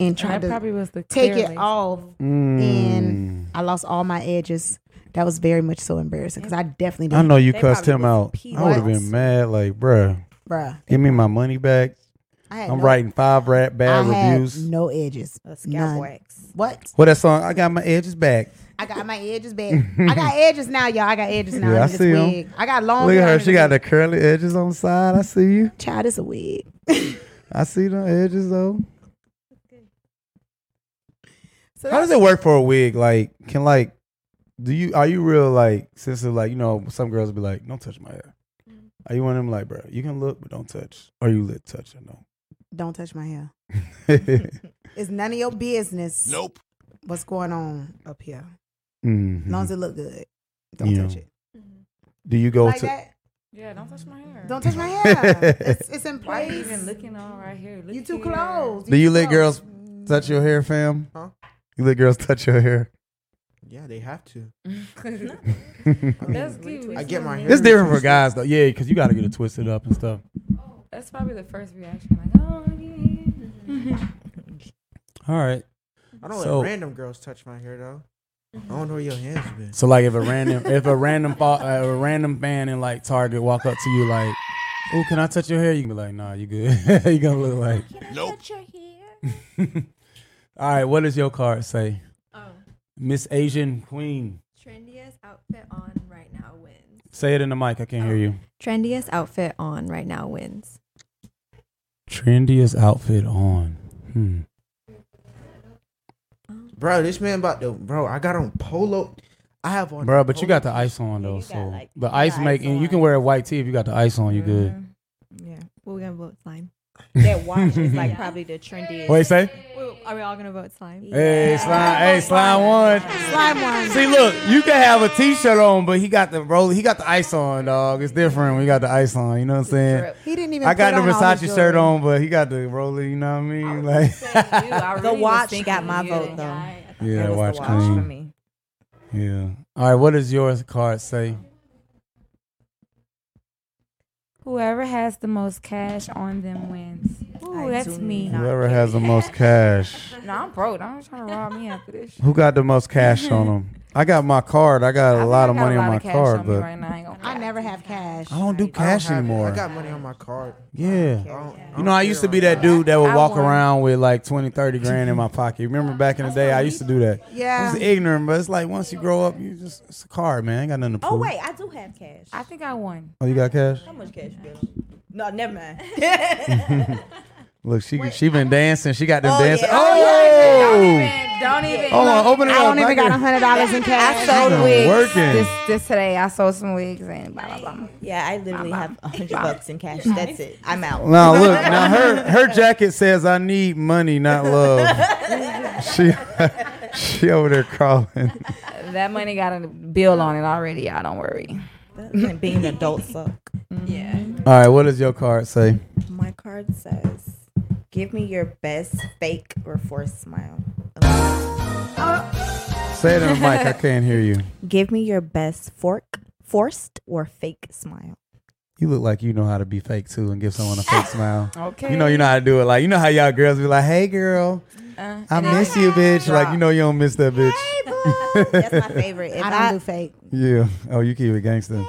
and
That
tried to
probably was the
take
clear
it
lace.
off.
Mm.
And I lost all my edges. That was very much so embarrassing because I definitely
I
didn't,
know you
They
cussed
probably
him
was
out.
peeing
I would have been
balls.
mad, like, bruh,
bruh.
give me my money back.
I had
I'm
no-
writing five rat
I
bad
had
reviews.
no edges.
A
None.
scalp wax.
What?
What that song? I got my edges back.
I got my edges back. I got edges now, y'all. I got edges now.
Yeah, I
under this
see 'em.
wig. Oh, I got long.
Look at
hair
her.
under
She
this
got the
wig.
curly edges on the side. I see you.
child. It's a wig.
I see the edges though.
So
How does it work for a wig? Like, can like, do you are you real like sensitive? Like, you know, some girls be like, "Don't touch my hair."
Mm-hmm.
Are you one of them? Like, bro, you can look, but don't touch. Are you lit touch or no?
Don't touch my hair. It's none of your business.
Nope.
What's going on up here?
Mhm.
As long as it look good, don't
Yeah.
touch it.
Do you go
Like
to?
that.
Yeah, don't touch my hair.
Don't touch my hair. it's, it's in
Why
place.
you even looking all right here? Look
You too
here.
close.
Do you
too
let
close.
girls touch your hair, fam?
Huh?
You let girls touch your hair.
Yeah, they have to.
That's cute.
I get my hair.
It's different for guys though, yeah, because you got to get it twisted up and stuff.
That's probably the first reaction. Like, oh, yeah.
All right.
I don't
So-
let random girls touch my hair though. I don't know where your hands been.
So like if a random if a random fa- uh, a random fan in like Target walk up to you like, "Oh, can I touch your hair?" You can be like, "Nah, you good." you gonna look like.
Nope.
All right, what does your card say?
Oh,
Miss Asian Queen.
trendiest outfit on right now wins.
Say it in the mic. I can't hear you.
Trendiest outfit on right now wins.
Trendiest outfit on. Hmm.
Bro, this man about to. Bro, I got on polo. I have on.
Bro, but you got the
polo
ice on though,
You got,
so
like,
the
you
ice
got
make
ice
and you
on.
can wear a white tee if you got the ice on. You good?
Mhm.
Yeah. Well, we're gonna vote slime.
That watch is like probably the trendiest.
What you say?
Well, are we all gonna vote slime?
Hey, slime. Hey, slime one.
Slime one.
See, look, you can have a T-shirt on, but he got the roll. He got the ice on, dog. It's different when you got the ice on. You know what I'm saying?
He didn't even.
I got the
put on all his
Versace shirt
jewelry.
on, but he got the roller. You know what I mean? Like,
The watch got my vote though.
yeah,
That was
watch
the watch for
clean.
me.
Yeah. All right, what does your card say?
Whoever has the most cash on them wins. Ooh,
I
that's
do
me.
not-
Whoever has the most cash.
No, I'm broke. Don't trying to rob me after this. Shit.
Who got the most cash on them? I got my card. I got a
I
lot
think
of
I got
money
a
on
lot
my
of cash
card,
on me
but
right now. I ain't gonna
I
lie.
never have cash.
I don't do
I don't
cash
have it.
anymore.
I got money on my card.
yeah.
I don't- I
You
don't
know, I
care
used to
about
be that dude that would
I
walk
won.
around with like 20, 30 grand in my pocket. Remember back in the day, I used to do that. I
Yeah.
was ignorant, but it's like once you grow up, you just it's a card, man. Ain't got nothing to prove.
Oh wait, I do have cash.
I think I won.
Oh, you got cash?
How much cash you got? No, never mind.
Look, she she been dancing. She got them dancing.
yeah.
Don't
Oh,
even. Don't even.
hold on, open it
I
up.
don't even got
can-
hundred dollars in
I
cash.
She's
sold wigs.
working.
This, this today, I sold some wigs and blah blah blah.
yeah, I literally have a hundred bucks in cash. That's it. I'm out.
Now look, now her her jacket says I need money, not love. she she over there crawling.
That money got a bill on it already. Y'all don't worry.
And being an adult suck.
Yeah.
All right, what does your card say?
My card says
Give me your best fake or forced smile.
Say it in the mic. I can't hear you.
Give me your best fork, forced or fake smile.
You look like you know how to be fake too and give someone a fake smile.
Okay.
You know you know how to do it. Like you know how y'all girls be like, "Hey girl,
Uh,
I miss you, bitch." Like you know you don't miss that bitch.
That's my favorite. If
I don't
I,
do fake.
Yeah. Oh, you keep it gangster.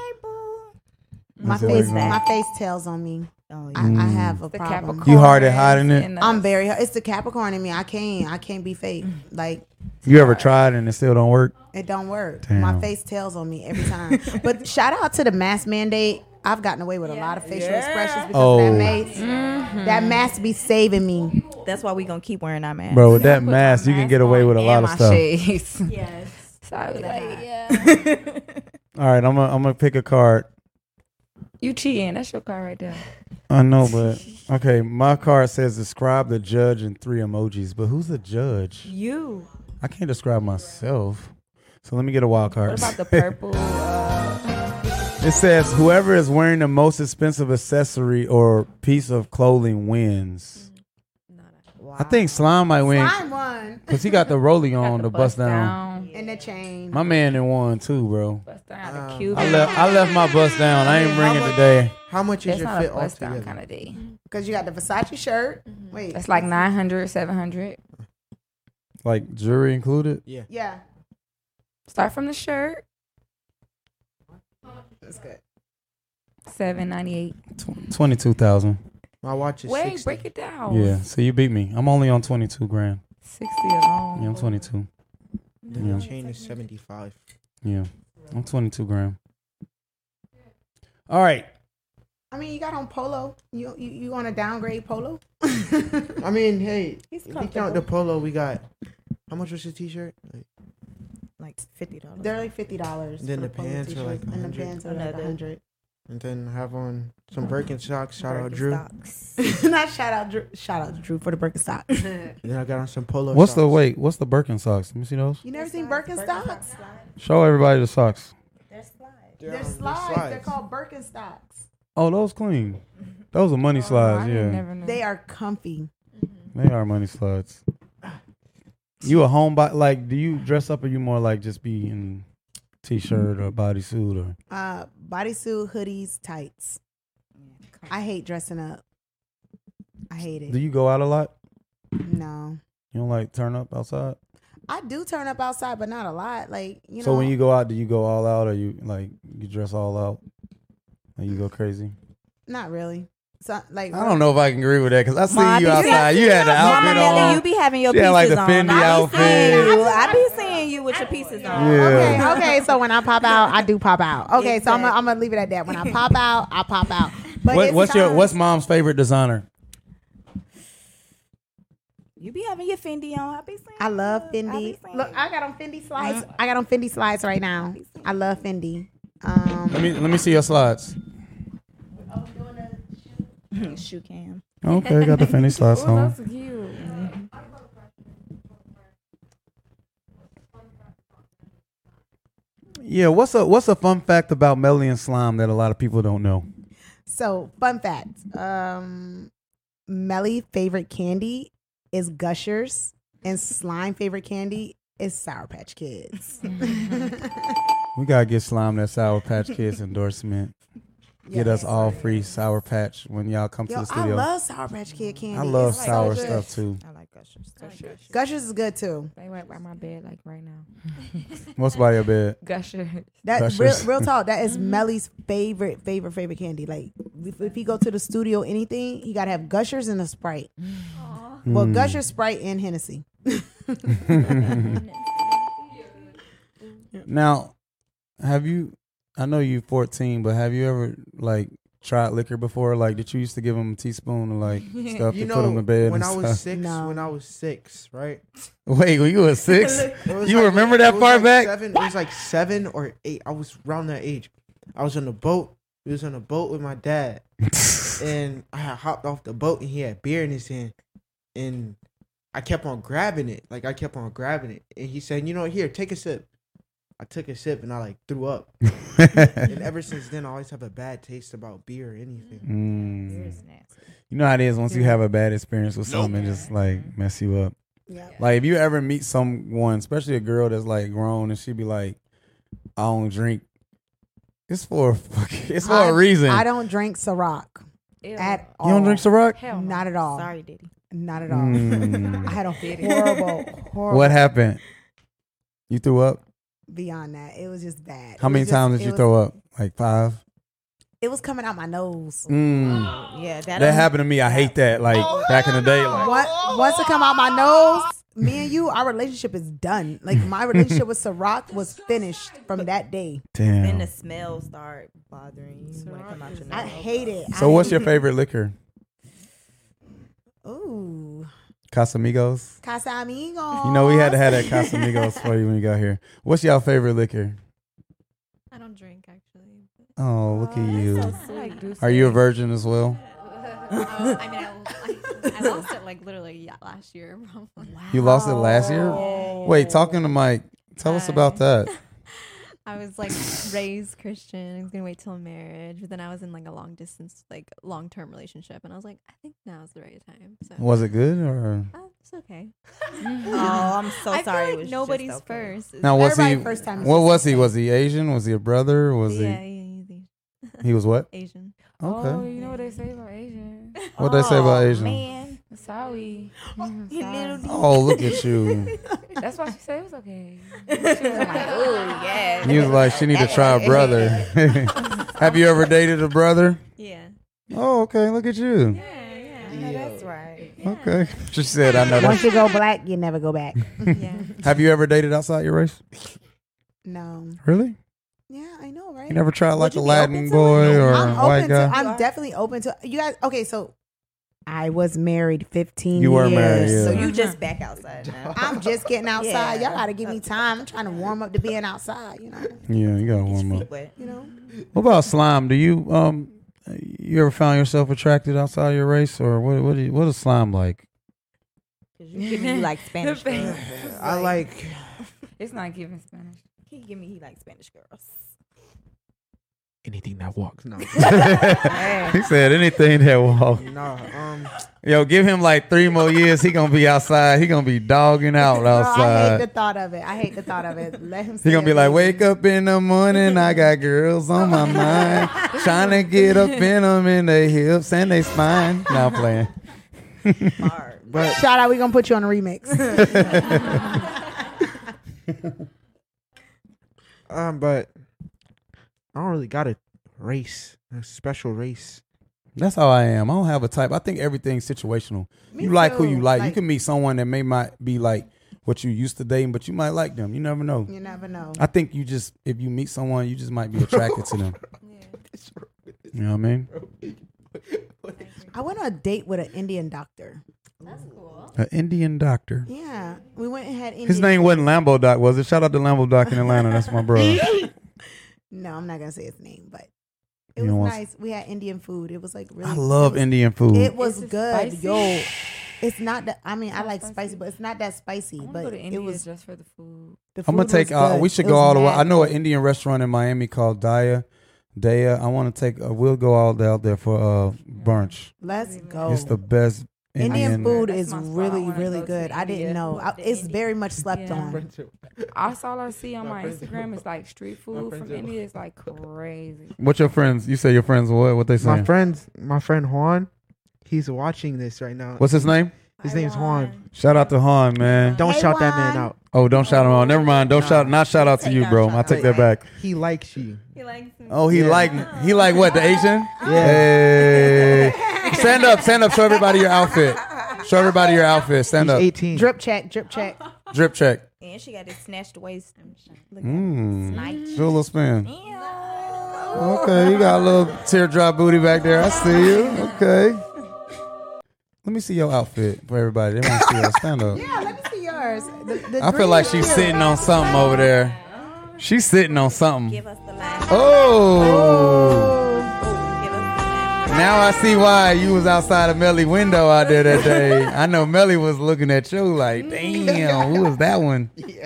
My
Is that
face,
what you Mm.
my
want?
face tells on me.
oh,
I,
yeah.
I have a
the
problem.
Capricorn.
You hard at hiding it?
and the-
I'm very. It's the Capricorn in me. I can't. I can't be fake. Like
You ever tried and it still don't work?
It don't work.
Damn.
My face tells on me every time. but shout out to the mask mandate. I've gotten away with a lot of facial expressions because of
Oh.
that mask.
Mm-hmm.
That mask be saving me.
That's why we gonna keep wearing our mask.
Bro, with that mask, you can get away with a
and
lot of
my
stuff.
shades. Yes. So I was like, yeah.
All right, I'm gonna I'm gonna pick a card.
You cheating. That's your card right there.
I know, but okay. My card says describe the judge in three emojis. But who's the judge?
You.
I can't describe myself. So let me get a wild card.
What about the purple? Uh,
It says whoever is wearing the most expensive accessory or piece of clothing wins. I think Slime might win
I won
because he got the rolly
got
on the bust down.
in the chain.
My man in one too, bro.
Bust down the Cuban.
I left I left my bust down. I ain't bringing today.
How much is
That's
your
not a
fit
bust down
altogether?
kind of day.
Because you got the Versace shirt. Wait.
Mm-hmm. That's like 900, 700.
Like jewelry included.
Yeah.
Start from the shirt.
That's good.
798.
Twenty two thousand.
My watch is
Wait,
60.
break it down.
Yeah. So you beat me. I'm only on twenty two grand.
60 alone.
Yeah, I'm twenty two. Yeah.
The chain is 75.
Yeah. I'm twenty two grand. All right.
I mean, you got on polo. You you, you want to downgrade polo?
I mean, hey,
He's
if you count the
comfortable.
polo we got, how much was your t-shirt? Like,
Like fifty dollars.
They're like fifty dollars.
Then the pants are like
and the
100.
pants are like
Another.
hundred.
and then have on some Birkenstocks. Shout out Drew. And
Not shout out Drew. Shout out to Drew for the Birkenstock.
then I got on some polo
What's
socks.
the wait? What's the Birkin socks? Let me see those.
you never seen Birkenstocks?
Show everybody the socks.
They're,
They're
on- they're
slides. They're called Birkenstocks.
Oh, those clean. Those are money slides.
Oh, I
Yeah,
never knew.
They are comfy.
they are money slides. You a homebody? Like, do you dress up, or you more like just be in t-shirt or bodysuit or?
Uh, bodysuit, hoodies, tights. I hate dressing up. I hate
Do
it.
you go out a lot?
No,
You don't like turn up outside.
I do turn up outside, but not a lot. Like you know.
so when you go out, do you go all out, or you like you dress all out, and you go crazy?
not really. So like
I don't know if I can agree with that because I see
Mom,
you
you
outside. You had the
Mama
outfit
Millie,
on.
you be having your
She had,
pieces
like, the
on.
Fendi
I be seeing
outfit.
you. I be seeing you with your pieces on.
yeah.
Okay, okay. So when I pop out, I do pop out. Okay, so I'm gonna, I'm gonna leave it at that. When I pop out, I pop out. But
What,
it's
what's your
time-
What's mom's favorite designer?
You be having your Fendi on. I be seeing.
Mm, I Mm. love
you.
Fendi.
I be
Look, I got on Fendi slides. I got on Fendi slides right now. I love Fendi. Um,
Let me Let me see your slides.
seeing you. shoe cam.
Okay, got the Fendi slides
Oh,
on.
that's cute.
Yeah, what's a what's a fun fact about Melly and Slime that a lot of people don't know?
So, fun fact. Um Melly favorite candy is Gushers and Slime favorite candy is Sour Patch Kids.
We gotta get Slime that Sour Patch Kids endorsement. Get us all free Sour Patch when y'all come
Yo,
to the
I
studio.
love Sour Patch Kid candy.
I love
It's so
sour
good.
stuff too.
I like gushers.
Gushers is good too.
They right by my bed, like right now.
What's by your bed?
Gusher.
That real,
Gushers.
real talk. That is Melly's favorite, favorite, favorite candy. Like if, if he go to the studio, anything he gotta have Gushers and a Sprite.
Mm.
Well,
Hmm.
Gushers, Sprite, and Hennessy.
Now, have you? I know you 14, but have you ever like tried liquor before? Like, did you used to give them a teaspoon of like stuff
You
to
know,
put them to bed?
when
and
I
stuff?
was six,
No.
when I was six, right?
wait, when you were six?
It was
You
like-
remember
it
that
was
far
like
back?
Seven, it was like seven or eight. I was around that age. I was on the boat. We was on a boat with my dad, and I had hopped off the boat, and he had beer in his hand, and I kept on grabbing it, like I kept on grabbing it, and he said, "You know, here, take a sip." I took a sip and I like threw up. and ever since then, I always have a bad taste about beer or anything.
Mm.
It's nasty.
You know how it is once you have a bad experience with something, it just like mess you up. Like if you ever meet someone, especially a girl that's like grown and she be like, I don't drink. It's for a fucking, it's for a reason.
I don't Oh, drink Ciroc
Ew.
at all.
you don't drink Ciroc?
Hell no.
Not at all.
Sorry, Diddy.
Not at all.
Mm.
I had a horrible, horrible.
what happened? You threw up?
Beyond that, it was just bad.
How
It was
many
just-
times did
it
you
was-
throw up? Like five?
It was coming out my nose.
Mm.
Yeah, that,
That happened to me. I hate that. Like
Oh,
back in the day, like
What, once it come out my nose, me and you, our relationship is done. Like my relationship with Ciroc was finished from that day.
Then the
damn.
smell start bothering you when it come out your nose.
I hate it.
So
I
what's
hate
your favorite liquor?
it. Ooh,
Casamigos.
Casamigos.
You know we had to have that Casamigos for you when you got here. What's y'all favorite liquor?
I don't drink actually.
Oh, look at you.
Like, do
Are you a virgin as well?
Oh, I mean, I, I, I lost it like literally yeah, last year. Probably.
You lost it last year?
Oh.
Wait, talking to Mike. Tell us about that.
Um, I was like raised Christian. I was gonna wait till marriage, but then I was in like a long distance, like long term relationship, and I was like, I think now's the right time. So
Was it good or
uh, it's okay.
Oh, I'm so
I feel
sorry.
like
it was
nobody's
just okay.
first. It's-
now? Was he?
Everybody first time is
What
just
was he?
okay.
Was he Asian? Was he a brother? Was
yeah,
he?
yeah, he's Asian.
He was what?
Asian.
Oh,
Okay.
you know what they say about Asians?
What they say about
Oh,
Asian?
Man,
Sorry.
he little dude.
Oh, look at you.
That's why she said it was okay.
I'm like, oh yeah.
You was like, she need to try a brother. Have you ever dated a brother?
Yeah.
Oh, okay. Look at you.
Yeah, yeah.
No, that's right.
Okay. She said, I know
Once
that.
you go black, you never go back.
yeah.
Have you ever dated outside your race?
No.
Really?
Yeah, I know, right?
You never tried like a
you be
Latin
open to
boy
it?
or
I'm
a white
open To,
guy?
I'm definitely open to you guys. Okay, so I was married 15
You were
years,
married, yeah.
So
So
you,
you just back outside now.
I'm just getting outside.
Yeah.
Y'all got to give me time. I'm trying to warm up to being outside. You know,
Yeah, you
Get
gotta warm
your
up.
feet wet.
you know.
What about slime? Do you um you ever found yourself attracted outside your race or what what do you, what is slime like?
'Cause you give me like Spanish girls.
I like
It's not giving Spanish.
He give me he like Spanish girls.
Anything that walks.
no,
He said anything that walk.
no. Um,
Yo, give him like three more years. He gonna be outside. He gonna be dogging out
Girl, I hate
outside.
the thought of it. I hate the thought of it. Let him.
He gonna be like, wake up in the morning. I got girls on my mind, trying to get up in them in their hips and they spine. Now playing.
Hard.
but
Shout out. We gonna put you on a remix.
um, but I don't really got a race, a special race.
That's how I am. I don't have a type. I think everything's situational. you like who you
too.
like. You
Like-
can meet someone that may not be like what you used to dating, but you might like them. You never know.
you never know.
I think you just if you meet someone, you just might be attracted to them. You know what I mean?
I went on a date with an Indian doctor.
An Indian doctor.
Yeah, we went and had Indian.
His name wasn't Lambo Doc, was it? Shout out to Lambo Doc in Atlanta. That's my brother.
No, I'm not gonna say his name, but
You
it
know
was
what's-
nice. We had Indian food. It was like really.
I love
it was-
Indian food.
It was
Is it
good,
spicy?
yo. It's not that. I mean, I
not
like spicy.
spicy.
but it's not that
I
spicy.
want to
But
go to India
it was.
just for the food.
The food
I'm gonna take.
Was
Uh,
good.
we should
It
go
was
all the way.
mad
I know an
good.
Indian restaurant in Miami called Daya. Daya. I want to take. Uh, we'll go all out there for uh, brunch.
Let's go.
It's the best
Oh. Indian
Indian,
food
That's
is
my spot. I
really,
wanna
really
go to
good. I
India.
didn't know. I, it's very much slept
Yeah.
on.
I saw her see on
My
my
friends do.
Instagram. It's like street food
friends
from
do.
India. It's like crazy.
What your friends? You say your friends what? What they
My
saying?
friend, my friend Juan, he's watching this right now.
What's his name?
his name's Juan?
Shout out to Han, man.
Don't
Hey,
shout that man
Juan.
out.
Oh, don't shout him out. Never mind. Don't shout. Not shout out to you, bro. I take that back.
He likes you.
He likes me.
Oh, he
Yeah.
like he like what? The Asian?
Yeah.
Hey. Stand up, stand up. Show everybody your outfit. Show everybody your outfit. Stand
He's
up.
18.
Drip check, drip check.
Drip check.
And she got it snatched waist. Look
Mm.
at it.
Do a little spin.
Damn.
Okay, you got a little teardrop booty back there. I see you. Okay. Let me see your outfit for everybody. They want to see your stand up.
Yeah, let me see yours. The, the
I feel
green
like
is
she's
cute.
sitting on something over there. She's sitting on something.
Give us the line.
Oh.
Give us the line.
Now I see why you was outside of Melly window out there that day. I know Melly was looking at you like, damn, who was that one?
Yeah,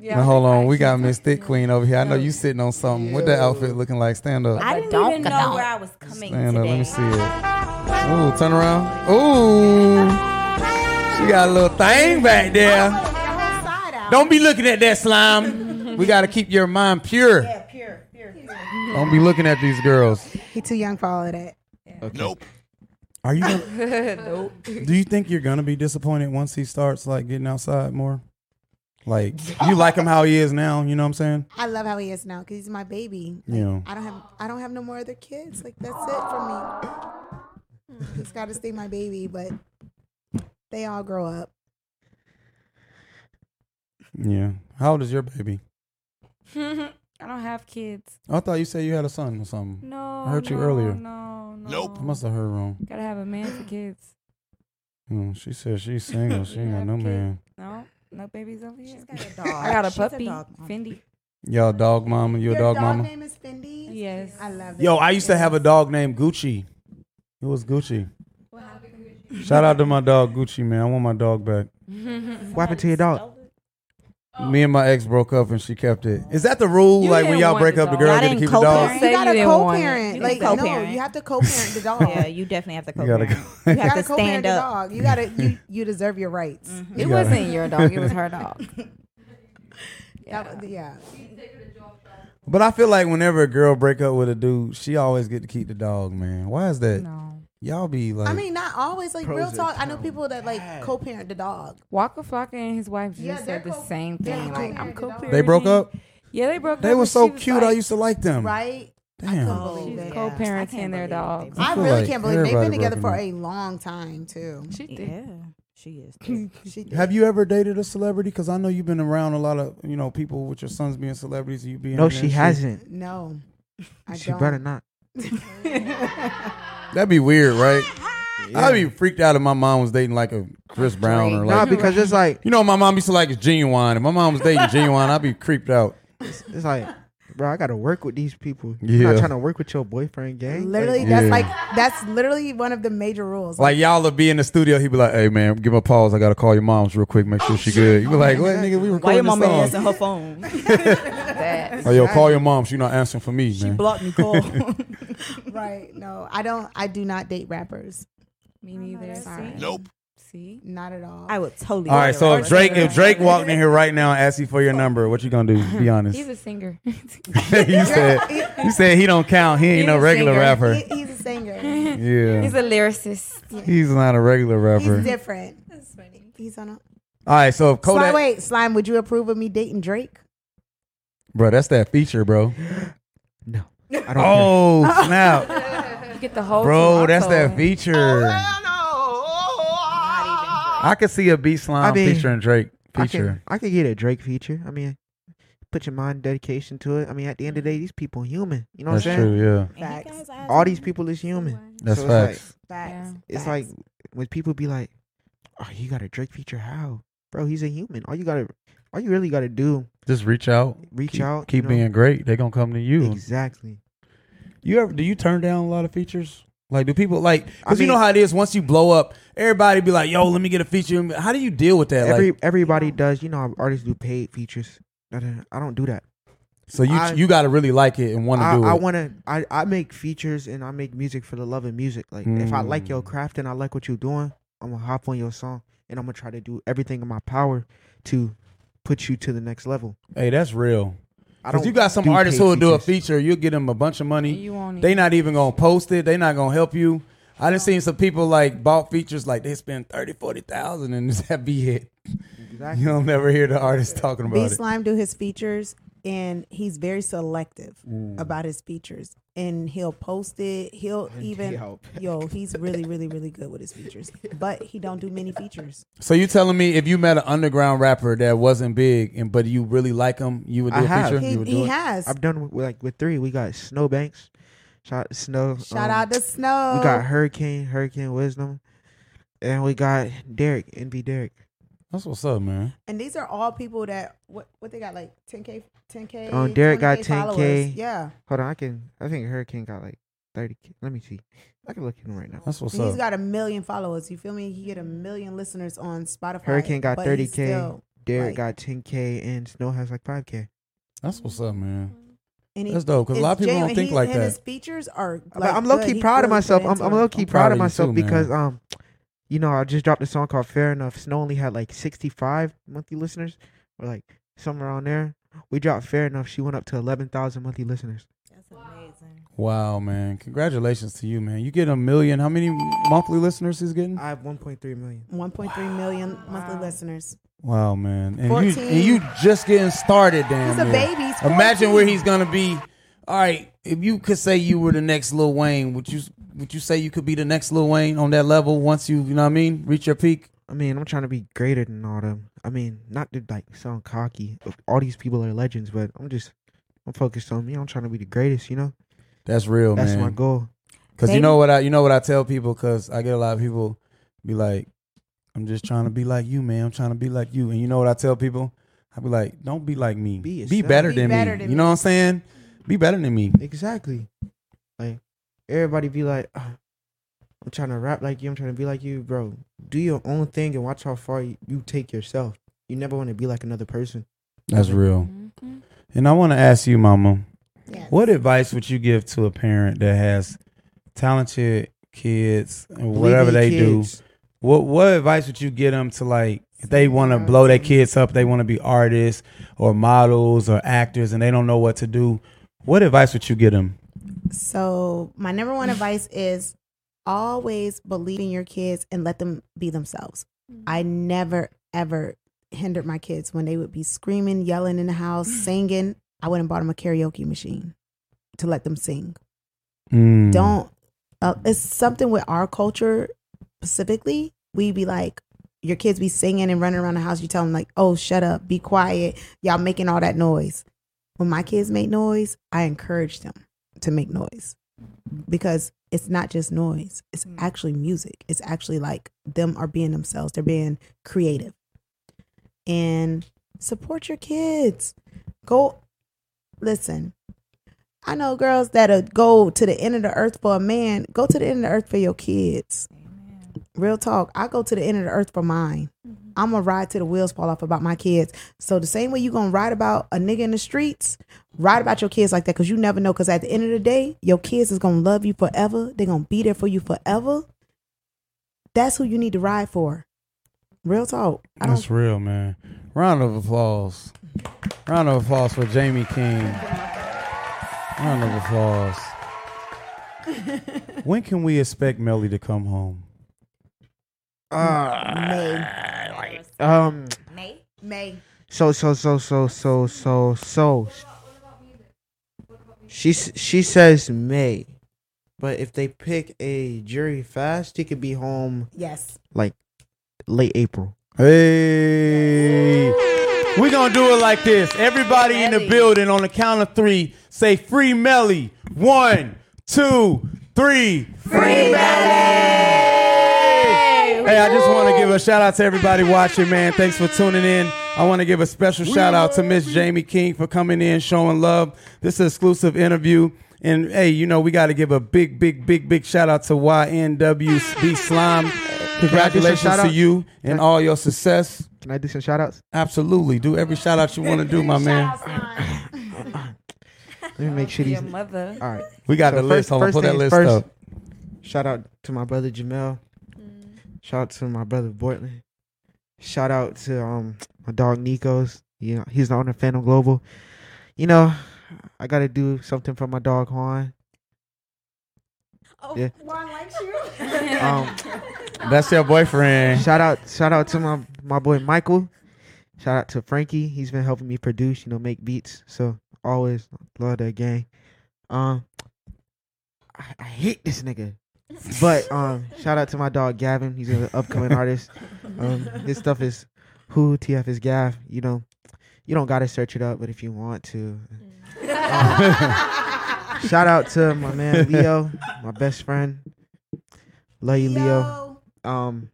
now
I'm
hold
like,
on, we
"Actually,
got
I'm
Miss Thick
not-
Queen over here. I know
Yeah.
you sitting on something. What that outfit looking like? Stand up.
I didn't even know where I was coming
Stand up.
today.
Let me see it. Ooh, turn around. Ooh, she got a little thing back there. Don't be looking at that slime. we got to keep your mind pure.
Yeah, pure, pure, pure.
Don't be looking at these girls.
He too young for all of that.
Nope.
Are you? Gonna, Do you think you're gonna be disappointed once he starts like getting outside more? Like you like him how he is now. You know what I'm saying?
I love how he is now because he's my baby. Like,
You know.
I don't have I don't have no more other kids. Like that's it for me.
Hmm.
He's got to stay my baby, but they all grow up.
Yeah. How old is your baby?
I don't have kids.
I thought you said you had a son or something.
No.
I heard you
no,
earlier.
No, no.
Nope.
I must have heard wrong.
Gotta have a man for kids.
Hmm, she said she's single. She ain't got no
Okay.
man.
No, no babies over here.
got a dog.
I got a
She's a
puppy,
dog mom.
Fendi.
Y'all dog mama. You a
Your
dog
dog,
mama?
name is Fendi.
Yes.
I love it.
Yo, I used to have a dog named Gucci. It was Gucci. Shout out to my dog Gucci, man. I want my dog back.
What happened to your dog?
Me and my ex broke up and she kept it. Is that the rule?
You
like when
didn't
y'all
want
break
the
up, the
dog.
girl
Y'all
get to
didn't
keep the
co-parent?
dog?
You
Say
gotta
you didn't want it.
co-parent.
You
Like
can
no,
co-parent.
you have to co-parent the dog.
Yeah, you definitely have to
You gotta
co-parent.
go.
You, have to
gotta co-parent
stand
the
up. Mm-hmm.
dog. You gotta you you deserve your rights.
It
You gotta-
wasn't your dog. It was her dog.
That was- yeah.
But I feel like whenever a girl break up with a dude, she always get to keep the dog, man. Why is that?
No.
Y'all be like,
I mean, not always. Like real
Pros are
talk, I know
so
people that like co-parent the dog.
Waka Flocka and his wife just
Yeah, they're
said the
co-
same
they're
thing. Like I'm
co-
co-parenting.
they broke up.
Yeah, they broke
They
up.
were
and
so
she was
cute. I
like-
used to like them.
Right?
Mm. Damn.
Believe
Oh,
She's
it.
I
co-parenting
can't
their
believe they
dog.
broke
I
I
feel
really
like
can't believe they've been
everybody
together for
broken
a long time too.
She did.
Yeah, she is. thick.
She did.
Have you ever dated a celebrity? Because I know you've been around a lot of you know people with your sons being celebrities. You being
No,
in that
she
shit.
hasn't.
No, I
She
don't.
better not.
That'd be weird, right? I'd be freaked out if my mom was dating like a Chris Brown or
Nah,
like
because it's like
you know my mom used to like is genuine. If my mom was dating genuine, I'd be creeped out.
it's like, bro, I gotta work with these people.
Yeah.
You're not trying to work with your boyfriend, gang.
Literally,
Yeah.
that's like that's literally one of the major rules.
Like y'all would be in the studio, he'd be like, "Hey man, give me a pause. I gotta call your mom's real quick, make sure she good." You be like, "What nigga? We
Why your
recording
mama
this
answering
song."
her phone?
Oh yo, call your mom. She not answering for me,
She
man.
blocked me call.
right? No, I don't. I do not date rappers.
Me neither.
Sorry.
Nope.
See?
Not at all.
I would totally.
All right, so if
Or
Drake if
Instagram.
Drake walked in here right now and asked you for your number, what you gonna do? Be honest.
He's a singer.
you said you said he don't count. He ain't
He's
no
a
regular
singer.
rapper.
He- he's a singer.
yeah,
He's a lyricist.
he's not a regular
he's
rapper.
different. He's on a
All right, so if
slime.
Kodak,
Wait, slime. Would you approve of me dating Drake?
bro, that's that feature, bro.
No, I don't. care.
Oh snap,
You get the
Oh,
whole
bro, that's
tomato.
that feature. I could see a B slime
I mean,
featuring Drake
I can,
feature.
I can get a Drake feature. I mean, put your mind and dedication to it. I mean, at the end of the day, these people human. You know
That's
what I'm saying?
true. Yeah,
Facts.
All these people is human.
that's
So it's like-
facts.
Facts.
It's like
Facts.
when people be like, "Oh, you got a Drake feature? How, bro? He's a human. All you gotta, all you really gotta do,
Just reach out,
reach
keep,
out,
keep
you know?
being great. They gonna come to you.
exactly.
You ever do you turn down a lot of features? Like do people like because
I
you know
mean-
how it is once you blow up, everybody be like, "Yo, let me get a feature." How do you deal with that?
Every
like,
everybody does. You know, how artists do paid features. I don't I don't do that.
so you
I-
you got to really like it and want to
I,
do
I
it.
want to. I, I make features and I make music for the love of music. Like if I like your
Mm.
craft and I like what you're doing, I'm gonna hop on your song and I'm gonna try to do everything in my power to put you to the next level.
hey, that's real.
I
Because you got some
do
artists
paid
who will do a
features.
feature, you'll get them a bunch of money.
You won't
they
even-
not even gonna post it. They not gonna help you. I done seen some people like bought features like they spend 30, 40,000 and that be it.
Exactly.
You'll never hear the artist talking about
B
it.
Slime do his features and he's very selective
Mm.
about his features. And he'll post it. He'll even
help.
yo, he's really, really, really good with his features. But he don't do many features.
So you telling me if you met an underground rapper that wasn't big and but you really like him, you would do
I
a
have.
feature?
He,
you would
he
do it?
has.
I've done with, like with three. We got Snowbanks, shout Snow.
Shout
um,
out to Snow.
We got Hurricane, Hurricane Wisdom, and we got Derek, NB Derek.
That's what's up, man.
and these are all people that what what they got like 10k 10k.
Oh, Derek got
20K
10K.
followers. Yeah.
Hold on, I can. I think Hurricane got like thirty. K. Let me see. I can look at him right now.
That's what's
He's
up.
got a million followers. You feel me? He get a million listeners on Spotify.
Hurricane got
but he's
30K.
still-
Derek
Like-
got 10k and Snow has like 5k.
That's what's up, man.
And he-
That's dope because a
it's
lot of people
genuine.
don't think
He-
like
and
that.
His features are.
But
like,
I'm low
good.
key
He
proud of
really put
myself. I'm,
into
I'm
it.
low key
I'm
proud,
proud
of
of you
myself
too, man.
because um, you know, I just dropped a song called Fair Enough. Snow only had like 65 monthly listeners, or like somewhere on there. We dropped Fair Enough. She went up to 11,000 monthly listeners.
That's amazing.
Wow, man! Congratulations to you, man. You get a million. How many monthly listeners he's
Uh,
getting?
I have 1.3 million.
1.3 million monthly
Wow.
listeners.
Wow, man! And you
14.
and you just getting started, damn.
He's a
near.
baby. He's
Imagine
14.
where he's gonna be. All right, if you could say you were the next Lil Wayne, would you would you say you could be the next Lil Wayne on that level once you you know what I mean reach your peak?
I mean, I'm trying to be greater than all them. I mean, not to like sound cocky. All these people are legends, but I'm just, I'm focused on me. I'm trying to be the greatest. You know,
That's real,
that's
Oh, man.
my goal.
Cause you
Baby.
know what I you know what I tell people because I get a lot of people be like, I'm just trying to be like you, man. I'm trying to be like you. And you know what I tell people? I be like, don't be like me.
Be
Be,
yourself.
better
Be
than
better
me.
than
you know what I'm saying? Be better than me.
Exactly. Like everybody be like, "Ah, I'm trying to rap like you. I'm trying to be like you, bro. Do your own thing and watch how far you, you take yourself. You never want to be like another person.
That's real.
Mhm.
And I want to ask you, Mama,
Yes.
what advice would you give to a parent that has talented kids and
Believe
whatever
in your
they do?
kids.
What what advice would you give them to like if they want to blow their kids up? They want to be artists or models or actors, and they don't know what to do. What advice would you give them?
So my number one advice is always believe in your kids and let them be themselves. I never ever hindered my kids when they would be screaming, yelling in the house, singing. I wouldn't bought them a karaoke machine to let them sing.
Mm.
Don't. Uh, it's something with our culture specifically. We be like, your kids be singing and running around the house. You tell them like, oh, shut up, be quiet. Y'all making all that noise. When my kids make noise, I encourage them to make noise because it's not just noise. It's actually music. It's actually like them are being themselves. They're being creative. And support your kids. Go listen. I know girls that'll go to the end of the earth for a man. Go to the end of the earth for your kids. Real talk. I go to the end of the earth for mine. I'm gonna ride till the wheels fall off about my kids. So the same way you gonna ride about a nigga in the streets, ride about your kids like that because you never know. Because at the end of the day, your kids is gonna love you forever. They're gonna be there for you forever. That's who you need to ride for. Real talk. I don't
That's real, man. Round of applause. Round of applause for Jamie King. Round of applause. when can we expect Melly to come home?
Ah, Um.
May?
May.
So so so so so so so. She s- she says May, but if they pick a jury fast, he could be home
Yes.
like late April.
Hey. We're going to do it like this. Everybody in the building on the count of three, say free Melly. One, two, three. Free Melly. Hey, I just want to give a shout out to everybody watching, man. Thanks for tuning in. I want to give a special shout out to Miss Jamie King for coming in, showing love. This is an exclusive interview. And hey, you know, we got to give a big, big, big, big shout out to YNWB Slime. Congratulations
shout
to
out?
you and all your success.
Can I do some shout outs?
Absolutely. Do every shout out you want to do, my man.
Let me make sure
Your
these.
mother.
All right.
We got
So
the list.
first-
Hold on,
first
pull that
things
list
first.
up.
Shout out to my brother Jamel.
Mm-hmm.
Shout out to my brother Bortland. Shout out to um my dog Nico's. You know, he's the owner of Phantom Global. You know, I gotta do something for my dog Juan.
Oh,
Yeah.
Juan likes you.
Um,
That's your boyfriend.
shout out, shout out to my my boy Michael. Shout out to Frankie. He's been helping me produce. You know, make beats. So always love that gang. Um, I, I hate this nigga. But um, shout out to my dog Gavin. He's an upcoming artist. Um, his stuff is who TF is Gav. You know, you don't gotta search it up, but if you want to. Um, shout out to my man Leo, my best friend. Love you, Leo. Um,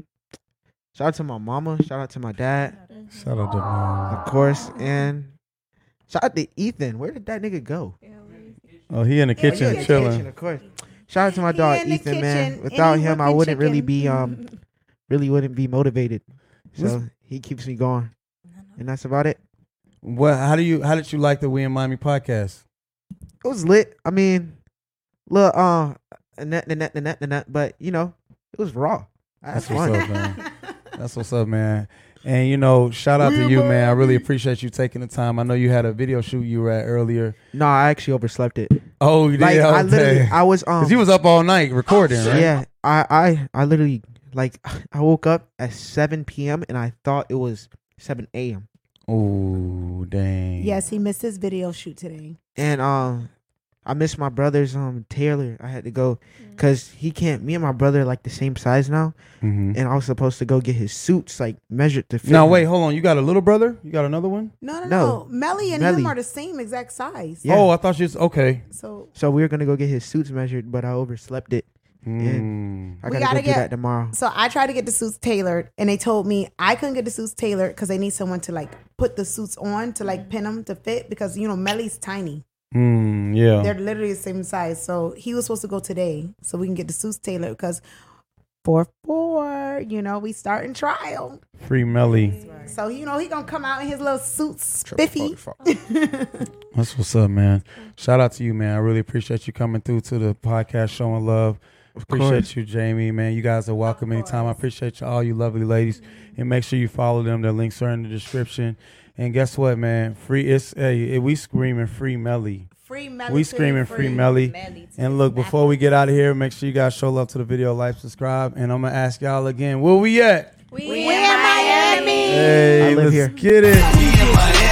shout out to my mama. Shout out to my dad,
Mm-hmm.
Shout out to mom.
of course, and shout out to Ethan. Where did that nigga go?
Oh, he in the
Yeah,
kitchen
in the kitchen,
chilling.
of course. Shout out to my dog
in the
Ethan, man.
kitchen,
Without
and he
him, I wouldn't
whipping
really um,
chicken.
be um, really wouldn't be motivated. So he keeps me going. And that's about it.
What? How do you? How did you like the We in Miami podcast?
It was lit. I mean, look, uh, net, net, net, net, net, but you know, it was raw.
That's
That's
what's
fun.
up, man. That's what's up, man. And you know, shout out to you, man. I really appreciate you taking the time. I know you had a video shoot you were at earlier.
No, I actually overslept it.
Oh, you
Like
did.
I literally,
okay.
I was um, Oh,
Cause you was up all night recording, right?
yeah, I, I, I literally like I woke up at 7 p.m. and I thought it was 7 a.m.
Oh, dang.
Yes, he missed his video shoot today.
and um I miss my brother's um Taylor. I had to go
Mm.
because he can't. Me and my brother are, like the same size now,
hmm
and I was supposed to go get his suits like measured to fit.
Now
him.
wait, hold on. You got a little brother? You got another one?
No, no,
No.
no. Melly and
Melly.
him are the same exact size.
Yeah.
Oh, I thought she was okay.
So
So we were gonna go get his suits measured, but I overslept it.
Mm.
I
We
gotta,
gotta
go
get-
do that tomorrow.
so I tried to get the suits tailored, and they told me I couldn't get the suits tailored because they need someone to like put the suits on to like pin them to fit because you know Melly's tiny.
Mm, yeah.
Oh.
They're literally the same size. So he was supposed to go today so we can get the suits tailored because four four, you know, we starting trial.
Free Melly.
So you know he gonna come out in his little suit spiffy.
That's what's up, man. Shout out to you, man. I really appreciate you coming through to the podcast, showing love. appreciate you, Jamie, man. You guys are welcome anytime. I appreciate you all, you lovely ladies, and make sure you follow them. Their links are in the description. And guess what, man? Free it's hey, we screaming free Melly.
Free Melly.
We
to the
screaming free Melly. And look, before we get out of here, make sure you guys show love to the video, like, subscribe, and I'm gonna ask y'all again, where we at?
We in Miami.
Hey,
I live
let's
here.
get it.
We in Miami.